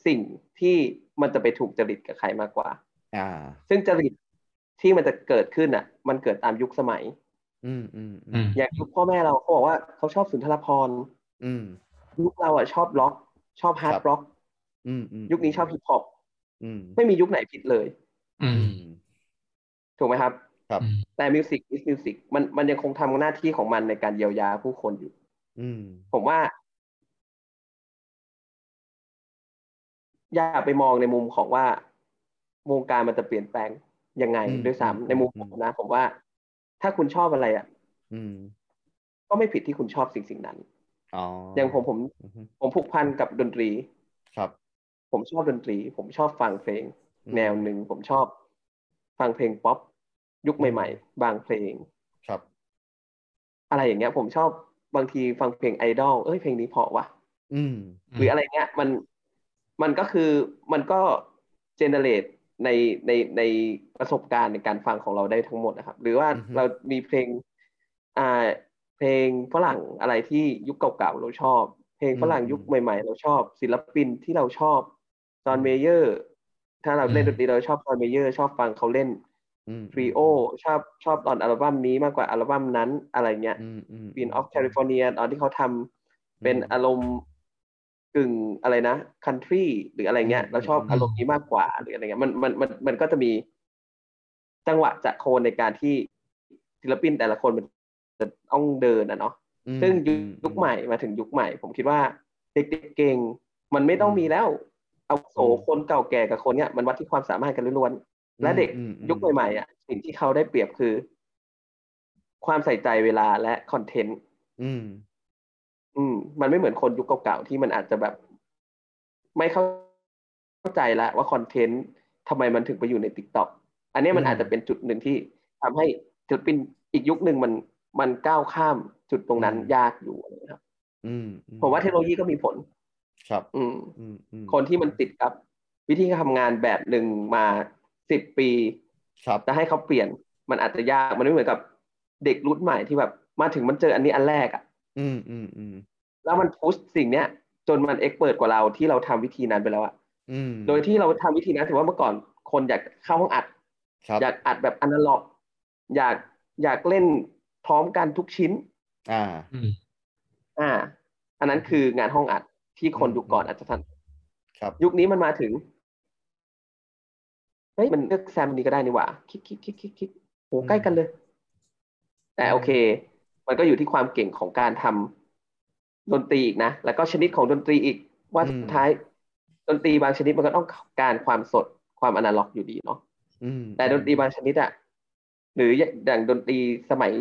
Speaker 4: สิ่งที่มันจะไปถูกจริตกับใครมากกว่า
Speaker 2: อ่า
Speaker 4: ซึ่งจริตที่มันจะเกิดขึ้นอ่ะ มันเกิดตามยุคสมัย
Speaker 2: อืมอืมอื
Speaker 3: อื
Speaker 2: ม
Speaker 3: ม
Speaker 4: อย่างยุคพ่อแม่เราเขาบอกว่าเขาชอบสุนทรภรณ์
Speaker 2: อืม
Speaker 4: ยุคเราอ่ะชอบล็อก ชอบฮาร์
Speaker 2: ค
Speaker 4: ด
Speaker 2: รับ
Speaker 4: ร็อก
Speaker 2: อืมม
Speaker 4: ยุคนี้ชอบฮิปฮอป
Speaker 2: อืม
Speaker 4: ไม่มียุคไหนผิดเลย
Speaker 3: อื
Speaker 2: อื
Speaker 3: ม
Speaker 2: ม
Speaker 4: ถูกไหมครับ
Speaker 2: ครับ
Speaker 4: แต่มิวสิกอิสมิวสิกมันมันยังคงทำหน้าที่ของมันในการเยียวยาผู้คนอยู่
Speaker 2: อืม
Speaker 4: ผมว่า อย่าไปมองในมุมของว่าวงการมันจะเปลี่ยนแปลงยังไง
Speaker 2: อืม
Speaker 4: ด้วย
Speaker 2: อืม
Speaker 4: ซ้ำในมุม
Speaker 2: อื
Speaker 4: ผม มนะ ผมว่า ถ้าคุณชอบอะไรอ่ะ
Speaker 2: อืม
Speaker 4: ก็ไม่ผิดที่คุณชอบสิ่งสิ่งนั้น
Speaker 2: อ๋อ
Speaker 4: อ
Speaker 2: อย่าง
Speaker 4: ผมผม
Speaker 2: อือฮึ
Speaker 4: ผมผูกพันกับดนตรี
Speaker 2: ครับ
Speaker 4: ผมชอบดนตรี ผมชอบฟังเพลง แนวหนึ่งผมชอบ ฟังเพลงป๊อปยุคใหม่ ๆ บางเพลง
Speaker 2: ครับ
Speaker 4: อะไรอย่างเงี้ย ผมชอบบางทีฟังเพลงไอดอลเอ้ยเพลงนี้เพราะว่ะ
Speaker 2: อืม
Speaker 4: หรืออะไรเงี้ยมันมันก็คือมันก็เจเนเรตในในในประสบการณ์ในการฟังของเราได้ทั้งหมดนะครับ หรือว่า
Speaker 2: อือฮึ
Speaker 4: เรามีเพลงอ่าเพลงฝรั่งอะไรที่ยุคเก่าๆเราชอบ เพลงฝรั่งยุคใหม่ ๆ เราชอบ ศิลปินที่เราชอบจอห์นเมเยอร์ ถ้าเราเล่น
Speaker 3: อื
Speaker 4: ด
Speaker 3: ม
Speaker 4: นตรีเราชอบจอห์นเมเยอร์ ชอบฟังเขาเล่น
Speaker 2: อืม
Speaker 4: ทริโอชอบชอบตอนอัลบั้มนี้มากกว่าอัลบั้มนั้นอะไรเงี้ย
Speaker 2: อืมอืม
Speaker 4: บินออฟแคลิฟอร์เนียตอนที่เขาทำเป็น
Speaker 2: อืม
Speaker 4: อารมณ์กึ่งอะไรนะคันทรีหรืออะไรเงี้ย
Speaker 2: อืม
Speaker 4: เราชอบ
Speaker 2: อืม
Speaker 4: อารมณ์นี้มากกว่าหรืออะไรเงี้ยมันมันมันมันก็จะมีจังหวะจะโคนในการที่ศิลปินแต่ละคนมันจะต้องเดินอ่ะเนาะ
Speaker 2: อืม
Speaker 4: ซึ่ง
Speaker 2: อื
Speaker 4: ยุ
Speaker 2: ม
Speaker 4: คยุคใหม่มาถึงยุคใหม่ ผมคิดว่าเด็กๆเก่ง มันไม่ต้อง
Speaker 2: อืม
Speaker 4: มีแล้ว เอาวุโส
Speaker 2: อืม
Speaker 4: คนเก่าแก่กับคนเนี้ยมันวัดที่ความสามารถกันล้วนๆ และเด็ก
Speaker 2: อืมอื
Speaker 4: ยุคใหม่ๆอ่ะสิ่งที่เขาได้เปรียบคือ ความใส่ใจเวลาและคอนเทนต์
Speaker 2: อืม
Speaker 4: อืม มันไม่เหมือนคนยุคเก่าๆที่มันอาจจะแบบ ไม่เข้าเข้าใจละว่าคอนเทนต์ทำไมมันถึงไปอยู่ในติ๊กต็อกอันเนี้ยมัน
Speaker 2: อืม
Speaker 4: อาจจะเป็นจุดหนึ่งที่ทำให้ศิลปินอีกยุคหนึ่งมันมันก้าวข้ามจุดตรงนั้นยากอยู่นะครับ
Speaker 2: อืม
Speaker 4: ผมว่าเทคโนโลยีก็มีผล
Speaker 2: ครับ
Speaker 4: อืม
Speaker 2: อืมอืม
Speaker 4: คนที่มันติดกับ วิธีการทำงานแบบหนึ่งมาสิบปี
Speaker 2: ครับ
Speaker 4: จะให้เขาเปลี่ยนมันอาจจะยากมันไม่เหมือนกับเด็กรุ่นใหม่ที่แบบ มาถึงมันเจออันนี้อันแรกอะ
Speaker 2: อืมอืมอืม
Speaker 4: แล้วมันพุชสิ่งเนี้ย จนมันเอ็กเปิดกว่าเราที่เราทำวิธีนั้นไปแล้วอะ
Speaker 2: อืม
Speaker 4: โดยที่เราทำวิธีนั้นถือว่าเมื่อก่อนคนอยากเข้าห้องอัด
Speaker 2: ครับ
Speaker 4: อยากอัดแบบอนาล็อก อยากอยากเล่นพร้อมกันทุกชิ้น
Speaker 2: อ่า
Speaker 3: อืม
Speaker 4: อ่า อันนั้นคืองานห้องอัดที่คน
Speaker 2: อืม
Speaker 4: ยุคก่อนอาจจะทัน
Speaker 2: ครับ
Speaker 4: ยุคนี้มันมาถึงเฮ้ยมันเลือกแซมอันนี้ก็ได้นี่หว่าคลิกคลิกคลิกคลิกคลิกโห
Speaker 2: อืม
Speaker 4: ใกล้กันเลย แต่โอเค มันก็อยู่ที่ความเก่งของการทำดนตรีอีกนะ แล้วก็ชนิดของดนตรีอีก ว่าสุดท้ายดนตรีบางชนิดมันก็ต้องการความสดความอนาล็อกอยู่ดีเนาะ
Speaker 2: อืม
Speaker 4: แต่ดนตรีบางชนิดอะหรืออย่างดนตรีสมัย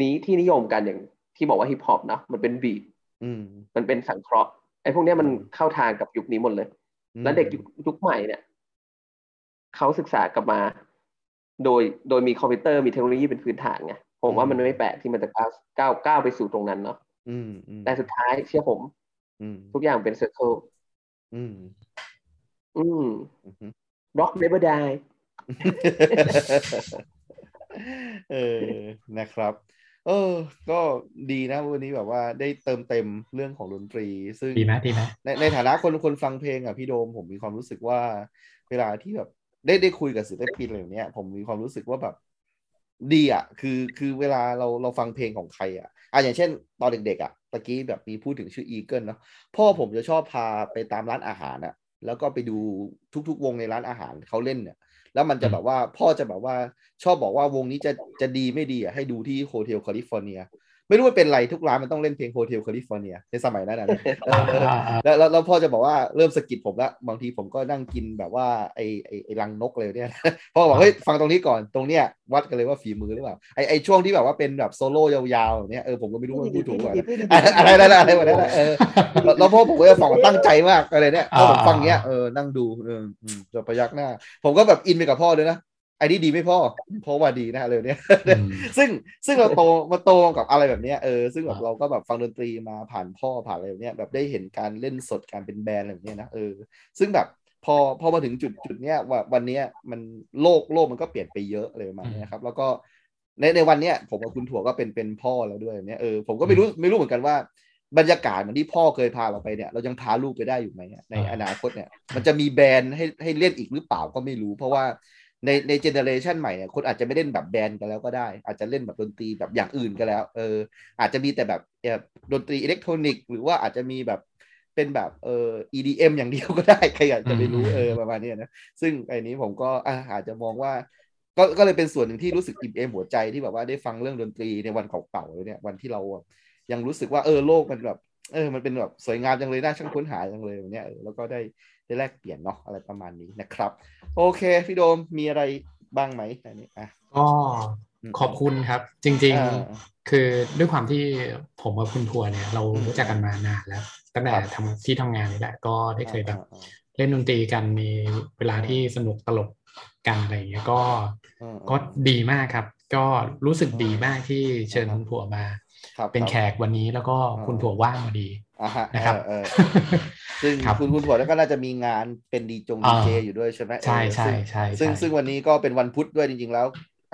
Speaker 4: นี้ที่นิยมกันอย่างที่บอกว่าฮิปฮอปเนาะ มันเป็นบีท
Speaker 2: อืม
Speaker 4: มันเป็นสังเคราะห์ ไอ้พวกเนี้ยมัน
Speaker 2: อืม
Speaker 4: เข้าทางกับยุคนี้หมดเลย
Speaker 2: อืม
Speaker 4: และเด็กยุคยุคใหม่เนี่ยเขาศึกษากลับมา โดยโดยมีคอมพิวเตอร์มีเทคโนโลยีเป็นพื้นฐานไงผมว่ามันไม่แปลกที่มันจะก้าวก้าวก้าวไปสู่ตรงนั้นเนาะ
Speaker 2: อืมอืม
Speaker 4: แต่สุดท้ายเชื่อผม
Speaker 2: อืม
Speaker 4: ทุกอย่างเป็นเซอร์เคิล
Speaker 2: อืม
Speaker 4: อืม
Speaker 2: อืม
Speaker 4: ร็อกเนเวอร์ได
Speaker 2: เออ นะครับ เออ ก็ดีนะวันนี้แบบว่าได้เติมเต็มเรื่องของดนตรี ซึ่ง
Speaker 3: ดีไหมดีไหม
Speaker 2: ในในฐานะคนคนฟังเพลงอ่ะพี่โดมผมมีความรู้สึกว่า เวลาที่แบบได้ได้คุยกับศิลปินอะไรอย่างเนี้ย ผมมีความรู้สึกว่าแบบ ดีอ่ะ คือคือเวลาเราเราฟังเพลงของใครอ่ะอ่ะอย่างเช่น ตอนเด็กๆอ่ะตะกี้แบบมีพูดถึงชื่ออีเกิลเนาะพ่อผมจะชอบพาไปตามร้านอาหารอ่ะ แล้วก็ไปดูทุกๆ วงในร้านอาหารเขาเล่นเนี่ย แล้วมันจะแบบว่าพ่อจะแบบว่าชอบบอกว่าวงนี้จะจะดีไม่ดีอ่ะให้ดูที่โฮเทลแคลิฟอร์เนียไม่รู้ว่าเป็นไรทุกร้านมันต้องเล่นเพลงโฮเทลแคลิฟอร์เนียในสมัยนั้นนะ เออเออ
Speaker 3: อ่าอ่า
Speaker 2: แล้วแล้วแล้วพ่อจะบอกว่าเริ่มสะกิดผมละบางทีผมก็นั่งกินแบบว่าไอไอไอรังนกเลยเนี่ย พ่อบอกเฮ้ยฟังตรงนี้ก่อนตรงเนี้ยวัดกันเลยว่าฝีมือหรือเปล่าไอไอช่วงที่แบบว่าเป็นแบบโซโล่ยาวๆแบบเนี้ยเออผมก็ไม่รู้ว่าพูดถูกหรือเปล่า นะอะอะไรอะไรอะไรแบบนั้นนะเออแล้วแล้วพ่อผมก็จะฟังว่าตั้งใจมากอะไรเนี่ยพ่อผมฟังเงี้ยเออนั่งดูเอออืมจะพยักหน้า ผมก็แบบอินไปกับพ่อด้วยนะไอ้นี่ดีไหม่พ่อพ่อว่าดีนะอะไรแบบเนี้ย ซึ่งซึ่งเราโตมาโตกับอะไรแบบเนี้ยเออซึ่งแบบ
Speaker 3: อ่า
Speaker 2: เราก็แบบฟังดนตรีมาผ่านพ่อผ่านอะไรแบบเนี้ยแบบได้เห็นการเล่นสดการเป็นแบรนด์อะไรแบบเนี้ยนะเออซึ่งแบบพอพอมาถึงจุดจุดเนี้ยว่าวันเนี้ยมันโลกโลกมันก็เปลี่ยนไปเยอะอะไรประมาณเนี้ยครับ แล้วก็ในในวันเนี้ยผมกับคุณถั่วก็เป็นเป็นพ่อแล้วด้วยแบบเนี้ยเออผมก็ไม่รู้ไม่รู้เหมือนกันว่า บรรยากาศเหมือนที่พ่อเคยพาเราไปเนี่ย เรายังพาลูกไปได้อยู่ไหมอะในอนาคตเนี่ย มันจะมีแบรนด์ให้ให้เล่นอีกหรือเปล่าก็ไม่รู้ เพราะว่าในในเจเนอเรชันใหม่เนี่ยคนอาจจะไม่เล่นแบบแบรนด์กันแล้วก็ได้ อาจจะเล่นแบบดนตรีแบบอย่างอื่นกันแล้ว เออ อาจจะมีแต่แบบเอ่อดนตรีอิเล็กทรอนิกส์หรือว่าอาจจะมีแบบเป็นแบบเออ EDM อย่างเดียวก็ได้ใครอยากจะไปรู้เออประมาณเนี้ยนะซึ่งไอ้นี้ผมก็อ่ะอาจจะมองว่า ก็ก็เลยเป็นส่วนหนึ่งที่รู้สึกอิ่มเอมหัวใจที่แบบว่าได้ฟังเรื่องดนตรีในวันเก่าๆเลยเนี่ยวันที่เราแบบยังรู้สึกว่าเออโลกมันแบบเออมันเป็นแบบสวยงามจังเลยน่าช่างค้นหาจังเลยแบบเนี้ยเออแล้วก็ได้ได้แลกเปลี่ยนเนาะอะไรประมาณนี้นะครับ โอเคพี่โดมมีอะไรบ้างไหมอันนี้อ่ะ
Speaker 3: ก็ขอบคุณครับ จริง
Speaker 2: อ่า
Speaker 3: ๆ คือด้วยความที่ผมกับคุณทัวร์เนี่ย เรารู้จักกันมานานแล้ว ตั้งแต่
Speaker 2: ครับ
Speaker 3: ทำที่ทำงานนี่แหละ ก็ได้เคยแบบ
Speaker 2: อ่า
Speaker 3: เล่นดนตรีกันมีเวลาที่สนุกตลกกันอะไรอย่างเงี้ยก็
Speaker 2: อ่าอ่า
Speaker 3: ก็ดีมากครับ ก็รู้สึกดีมากที่เชิญ
Speaker 2: อ่า
Speaker 3: คุณถั่วมา
Speaker 2: ครับ
Speaker 3: เป็นแขกวันนี้แล้วก็คุณถั่วว่างพอดี
Speaker 2: อ่าฮ
Speaker 3: นะครับ
Speaker 2: เออเออซึ่ง
Speaker 3: ครับ
Speaker 2: คุณคุณหัวแล้วก็น่าจะมีงานเป็นดีจงดี
Speaker 3: อ่า
Speaker 2: เจอยู่ด้วยใช่ไหมเออ
Speaker 3: ใช่ใช่
Speaker 2: ซึ่ง
Speaker 3: ใช่
Speaker 2: ซึ่ง
Speaker 3: ใช่
Speaker 2: ซึ่งวันนี้ก็เป็นวันพุธด้วยจริงๆแล้ว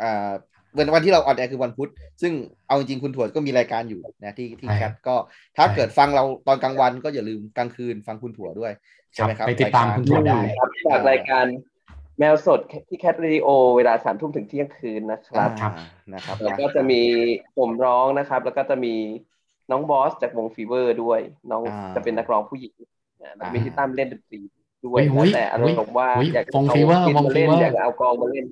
Speaker 2: อ่าวันวันที่เราออนแอร์คือวันพุธ ซึ่งเอาจริงๆคุณถวดก็มีรายการอยู่นะที่ที่
Speaker 3: ใช่
Speaker 2: แคทก็ถ้า
Speaker 3: ใช่
Speaker 2: เกิดฟังเราตอนกลางวันก็อย่าลืมกลางคืนฟังคุณถั่วด้วย ใช่ไหมครับ
Speaker 3: ไปติดตาม
Speaker 2: รายการ
Speaker 3: คุณถั่วได้
Speaker 4: ครับจากรายการแมวสดที่แคทรีโอ เวลาสามทุ่มถึงเที่ยงคืนนะครับ
Speaker 2: อ่านะครับ
Speaker 4: แล้วก็จะมีผมร้องนะครับ แล้วก็จะมีน้องบอสจากวงฟีเวอร์ด้วย น้อง
Speaker 2: า
Speaker 4: จะเป็นนักร้องผู้หญิงนะแล้วมี
Speaker 2: อ่า
Speaker 4: พี่ตั้มเล่นดนตรีด้วย
Speaker 3: อุ๊ย
Speaker 4: แล้วแต่อารมณ์แบบว่า
Speaker 3: อุ๊ย
Speaker 4: อยากจะ
Speaker 3: วง
Speaker 4: อา
Speaker 3: Fever
Speaker 4: วิน
Speaker 3: วง
Speaker 4: มาเล่น
Speaker 3: Fever
Speaker 4: อยากจะเอากลองมาเล่น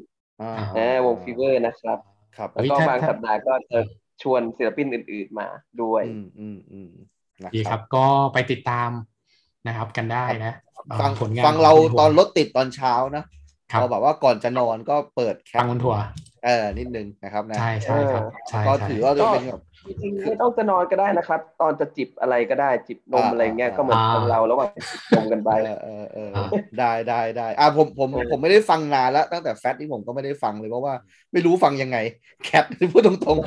Speaker 2: อ่า
Speaker 4: นะวงฟีเวอร์นะครับ
Speaker 2: ครับ
Speaker 4: แล้วก็
Speaker 3: อุ๊ยถ้า
Speaker 4: บาง
Speaker 3: ถ้า
Speaker 4: สัปดาห์ก็จะชวนศิลปินอื่น ๆมาด้วย
Speaker 2: อืมอืมอืมนะ
Speaker 3: ดี
Speaker 2: ค
Speaker 3: ค
Speaker 2: รั
Speaker 3: รับ บก็ไปติดตามนะครับกันได้นะเอ่อ
Speaker 2: ฟัง
Speaker 3: ผลงาน
Speaker 2: ฟังเรา
Speaker 3: ขคุณถั่ว
Speaker 2: ตอนรถติดตอนเช้านะครับ เราแบบว่าก่อนจะนอนก็เปิดแค
Speaker 3: ฟั
Speaker 2: ท
Speaker 3: งคุณถั่ว
Speaker 2: เออนิดนึงนะครับนะ
Speaker 3: ใช่ใช่ครับใช่
Speaker 2: ก็
Speaker 3: ใช่
Speaker 2: ถือว่าเป็นแบบ
Speaker 4: จริงๆไม่ต้องจะนอนก็ได้นะครับ ตอนจะจิบอะไรก็ได้จิบนม
Speaker 2: อ่า
Speaker 4: อะไรเงี้ย
Speaker 2: อ่า
Speaker 4: ก็เหมือน
Speaker 3: อ่า
Speaker 4: ของเราระหว่างจิบนมกันไป
Speaker 2: เออเออเออ
Speaker 3: อ่า
Speaker 2: ได้ได้ได้อ่าผมผม
Speaker 4: เออ
Speaker 2: ผมไม่ได้ฟังนานแล้วตั้งแต่แฟตนี่ผมก็ไม่ได้ฟังเลยเพราะว่าไม่รู้ฟังยังไงแคทพูดตรง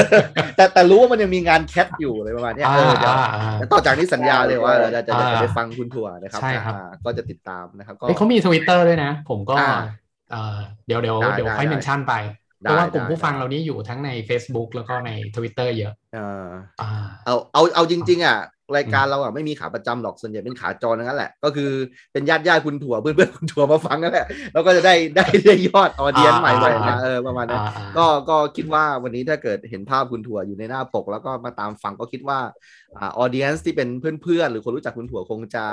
Speaker 2: ๆ แต่แต่รู้ว่ามันยังมีงานแคทอยู่อะไรประมาณเนี้ย
Speaker 3: อ่า
Speaker 2: เออเดี๋ยว
Speaker 3: อ่าอ่า
Speaker 2: เดี๋ยวต่อจากนี้สัญญาเลยว่าเราจะจะจะจะ
Speaker 3: อ่า
Speaker 2: ไปฟังคุณถั่วนะครับ
Speaker 3: ใช่ครับ
Speaker 2: อ่าก็จะติดตามนะครับก็
Speaker 3: เฮ้ยเขามีทวิตเตอร์ด้วยนะ ผมก็
Speaker 2: อ่า
Speaker 3: เอ่อเดี๋ยวเดี๋ยว
Speaker 2: ได้
Speaker 3: เดี๋ยว
Speaker 2: ได้
Speaker 3: ค่อย
Speaker 2: ได้
Speaker 3: เมนชั่นไป เพ
Speaker 2: ได้
Speaker 3: ราะว่ากลุ่ม
Speaker 2: ได้
Speaker 3: ผู้ฟังเรานี้อยู่ทั้งใน Facebook แล้วก็ใน Twitter เยอะ
Speaker 2: เออ
Speaker 3: อ่า
Speaker 2: เอาเอาเอาจริง ๆ อ่ะ รายการเราอ่ะไม่มีขาประจำหรอกส่วนใหญ่เป็นขาจรทั้งนั้นแหละก็คือเป็นญาติญาติๆคุณถั่วเพื่อนเพื่อนๆคุณถั่วมาฟังนั่นแหละแล้วก็จะได้ ได้ได้ยอดออเดียนใหม่ไป
Speaker 3: อ่า
Speaker 2: เออประมาณนั้น
Speaker 3: อ่าอ่า
Speaker 2: ก็ก็คิดว่าวันนี้ถ้าเกิดเห็นภาพคุณถั่วอยู่ในหน้าปก แล้วก็มาตามฟังก็คิดว่าอ่าออเดียนที่เป็นเพื่อนๆ หรือคนรู้จักคุณถั่วคงจะ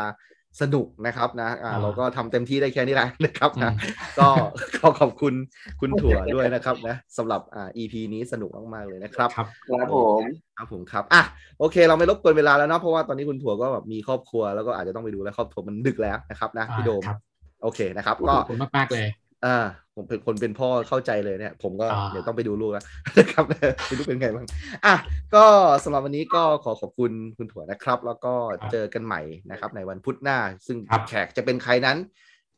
Speaker 2: สนุกนะครับนะอ่า
Speaker 3: อ่า
Speaker 2: เราก็ทำเต็มที่ได้แค่นี้แหละนะครับนะ
Speaker 3: อืม
Speaker 2: ก็ ขอขอบคุณคุณถั่วด้วยนะครับนะสำหรับอ่า EP นี้สนุกมากๆเลยนะครับ
Speaker 3: ครับ
Speaker 4: ครับผม
Speaker 2: ครับผมครับอ่ะโอเค เราไม่รบกวนเวลาแล้วเนาะเพราะว่าตอนนี้คุณถั่วก็แบบมีครอบครัวแล้วก็อาจจะต้องไปดูแลครอบครัวมันดึกแล้วนะครับนะพี่โดม
Speaker 3: อ่าครับ
Speaker 2: โอเคนะครับ
Speaker 3: ข
Speaker 2: ก็
Speaker 3: อบคุณมาก ๆ เลย
Speaker 2: อ่าผมเป็นคนเป็นพ่อเข้าใจเลยเนี่ย ผมก็
Speaker 3: อ่า
Speaker 2: เดี๋ยวต้องไปดูลูกแล้ว นะครับ ไม่รู้เป็นไงบ้างอ่ะก็สำหรับวันนี้ก็ขอขอบคุณคุณถั่วนะครับ แล้วก็เจอกันใหม่นะครับ ในวันพุธหน้า ซึ่งแขกจะเป็นใครนั้น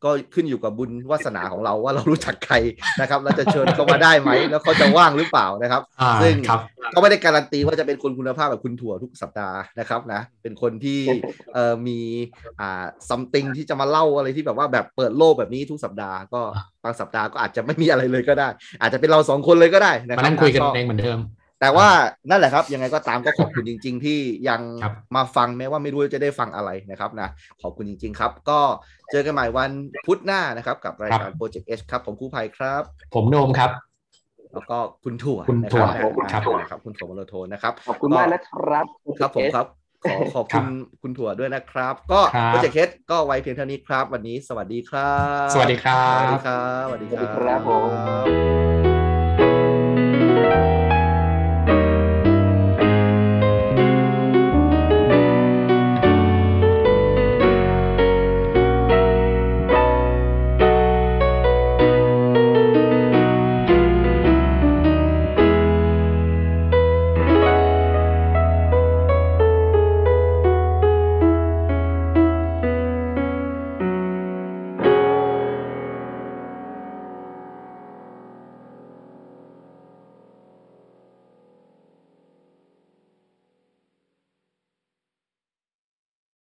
Speaker 2: ก็ขึ้นอยู่กับบุญวาสนาของเราว่าเรารู้จักใครนะครับแล้วจะเชิญเขามาได้ไหมแล้วเขาจะว่างหรือเปล่านะครับ
Speaker 3: อ่า
Speaker 2: ซึ่ง
Speaker 3: ครับ
Speaker 2: ก็ไม่ได้การันตีว่าจะเป็นคนคุณภาพแบบคุณถั่วทุกสัปดาห์นะครับนะเป็นคน ที่ เอ่อมีอ่า something ที่จะมาเล่าอะไรที่แบบว่าแบบเปิดโลกแบบนี้ทุกสัปดาห์ ก็
Speaker 3: อ่ะ
Speaker 2: บางสัปดาห์ก็อาจจะไม่มีอะไรเลยก็ได้ อาจจะเป็นเราสองคนเลยก็ได้นะครั
Speaker 3: มา
Speaker 2: บ
Speaker 3: นั่งคุยกันะ เองเหมือนเดิม
Speaker 2: แต่ว่านั่นแหละครับ ยังไงก็ตามก็ขอบคุณจริง ๆ ที่ยัง
Speaker 3: ครับ
Speaker 2: มาฟังแม้ว่าไม่รู้จะได้ฟังอะไรนะครับนะขอบคุณจริง ๆ ครับ ก็เจอกันใหม่วันพุธหน้านะครับกับรายการ Project H ครับผมครู่ภัยครับ
Speaker 3: ผมโนมครับ
Speaker 2: แล้วก็คุณถั่ว
Speaker 3: คุณ
Speaker 2: นะ
Speaker 3: ถั่ว
Speaker 2: ครับ
Speaker 3: ครับ
Speaker 2: นะครับคุณถั่วมโลโทนนะครับ
Speaker 4: ขอบคุณมากนะครับ
Speaker 2: ครับผมครับ ขอขอบคุณคุณถั่วด้วยนะครับ ก็
Speaker 3: ครับ
Speaker 2: โปรเจกต์เคสก็ไว้เพียงเท่านี้ครับ วันนี้สวัสดีครับ
Speaker 3: สวัสดีครั
Speaker 2: สวัสดี
Speaker 3: บ
Speaker 2: ครับ สวัสดี
Speaker 4: สวัสดีครับผม
Speaker 2: บ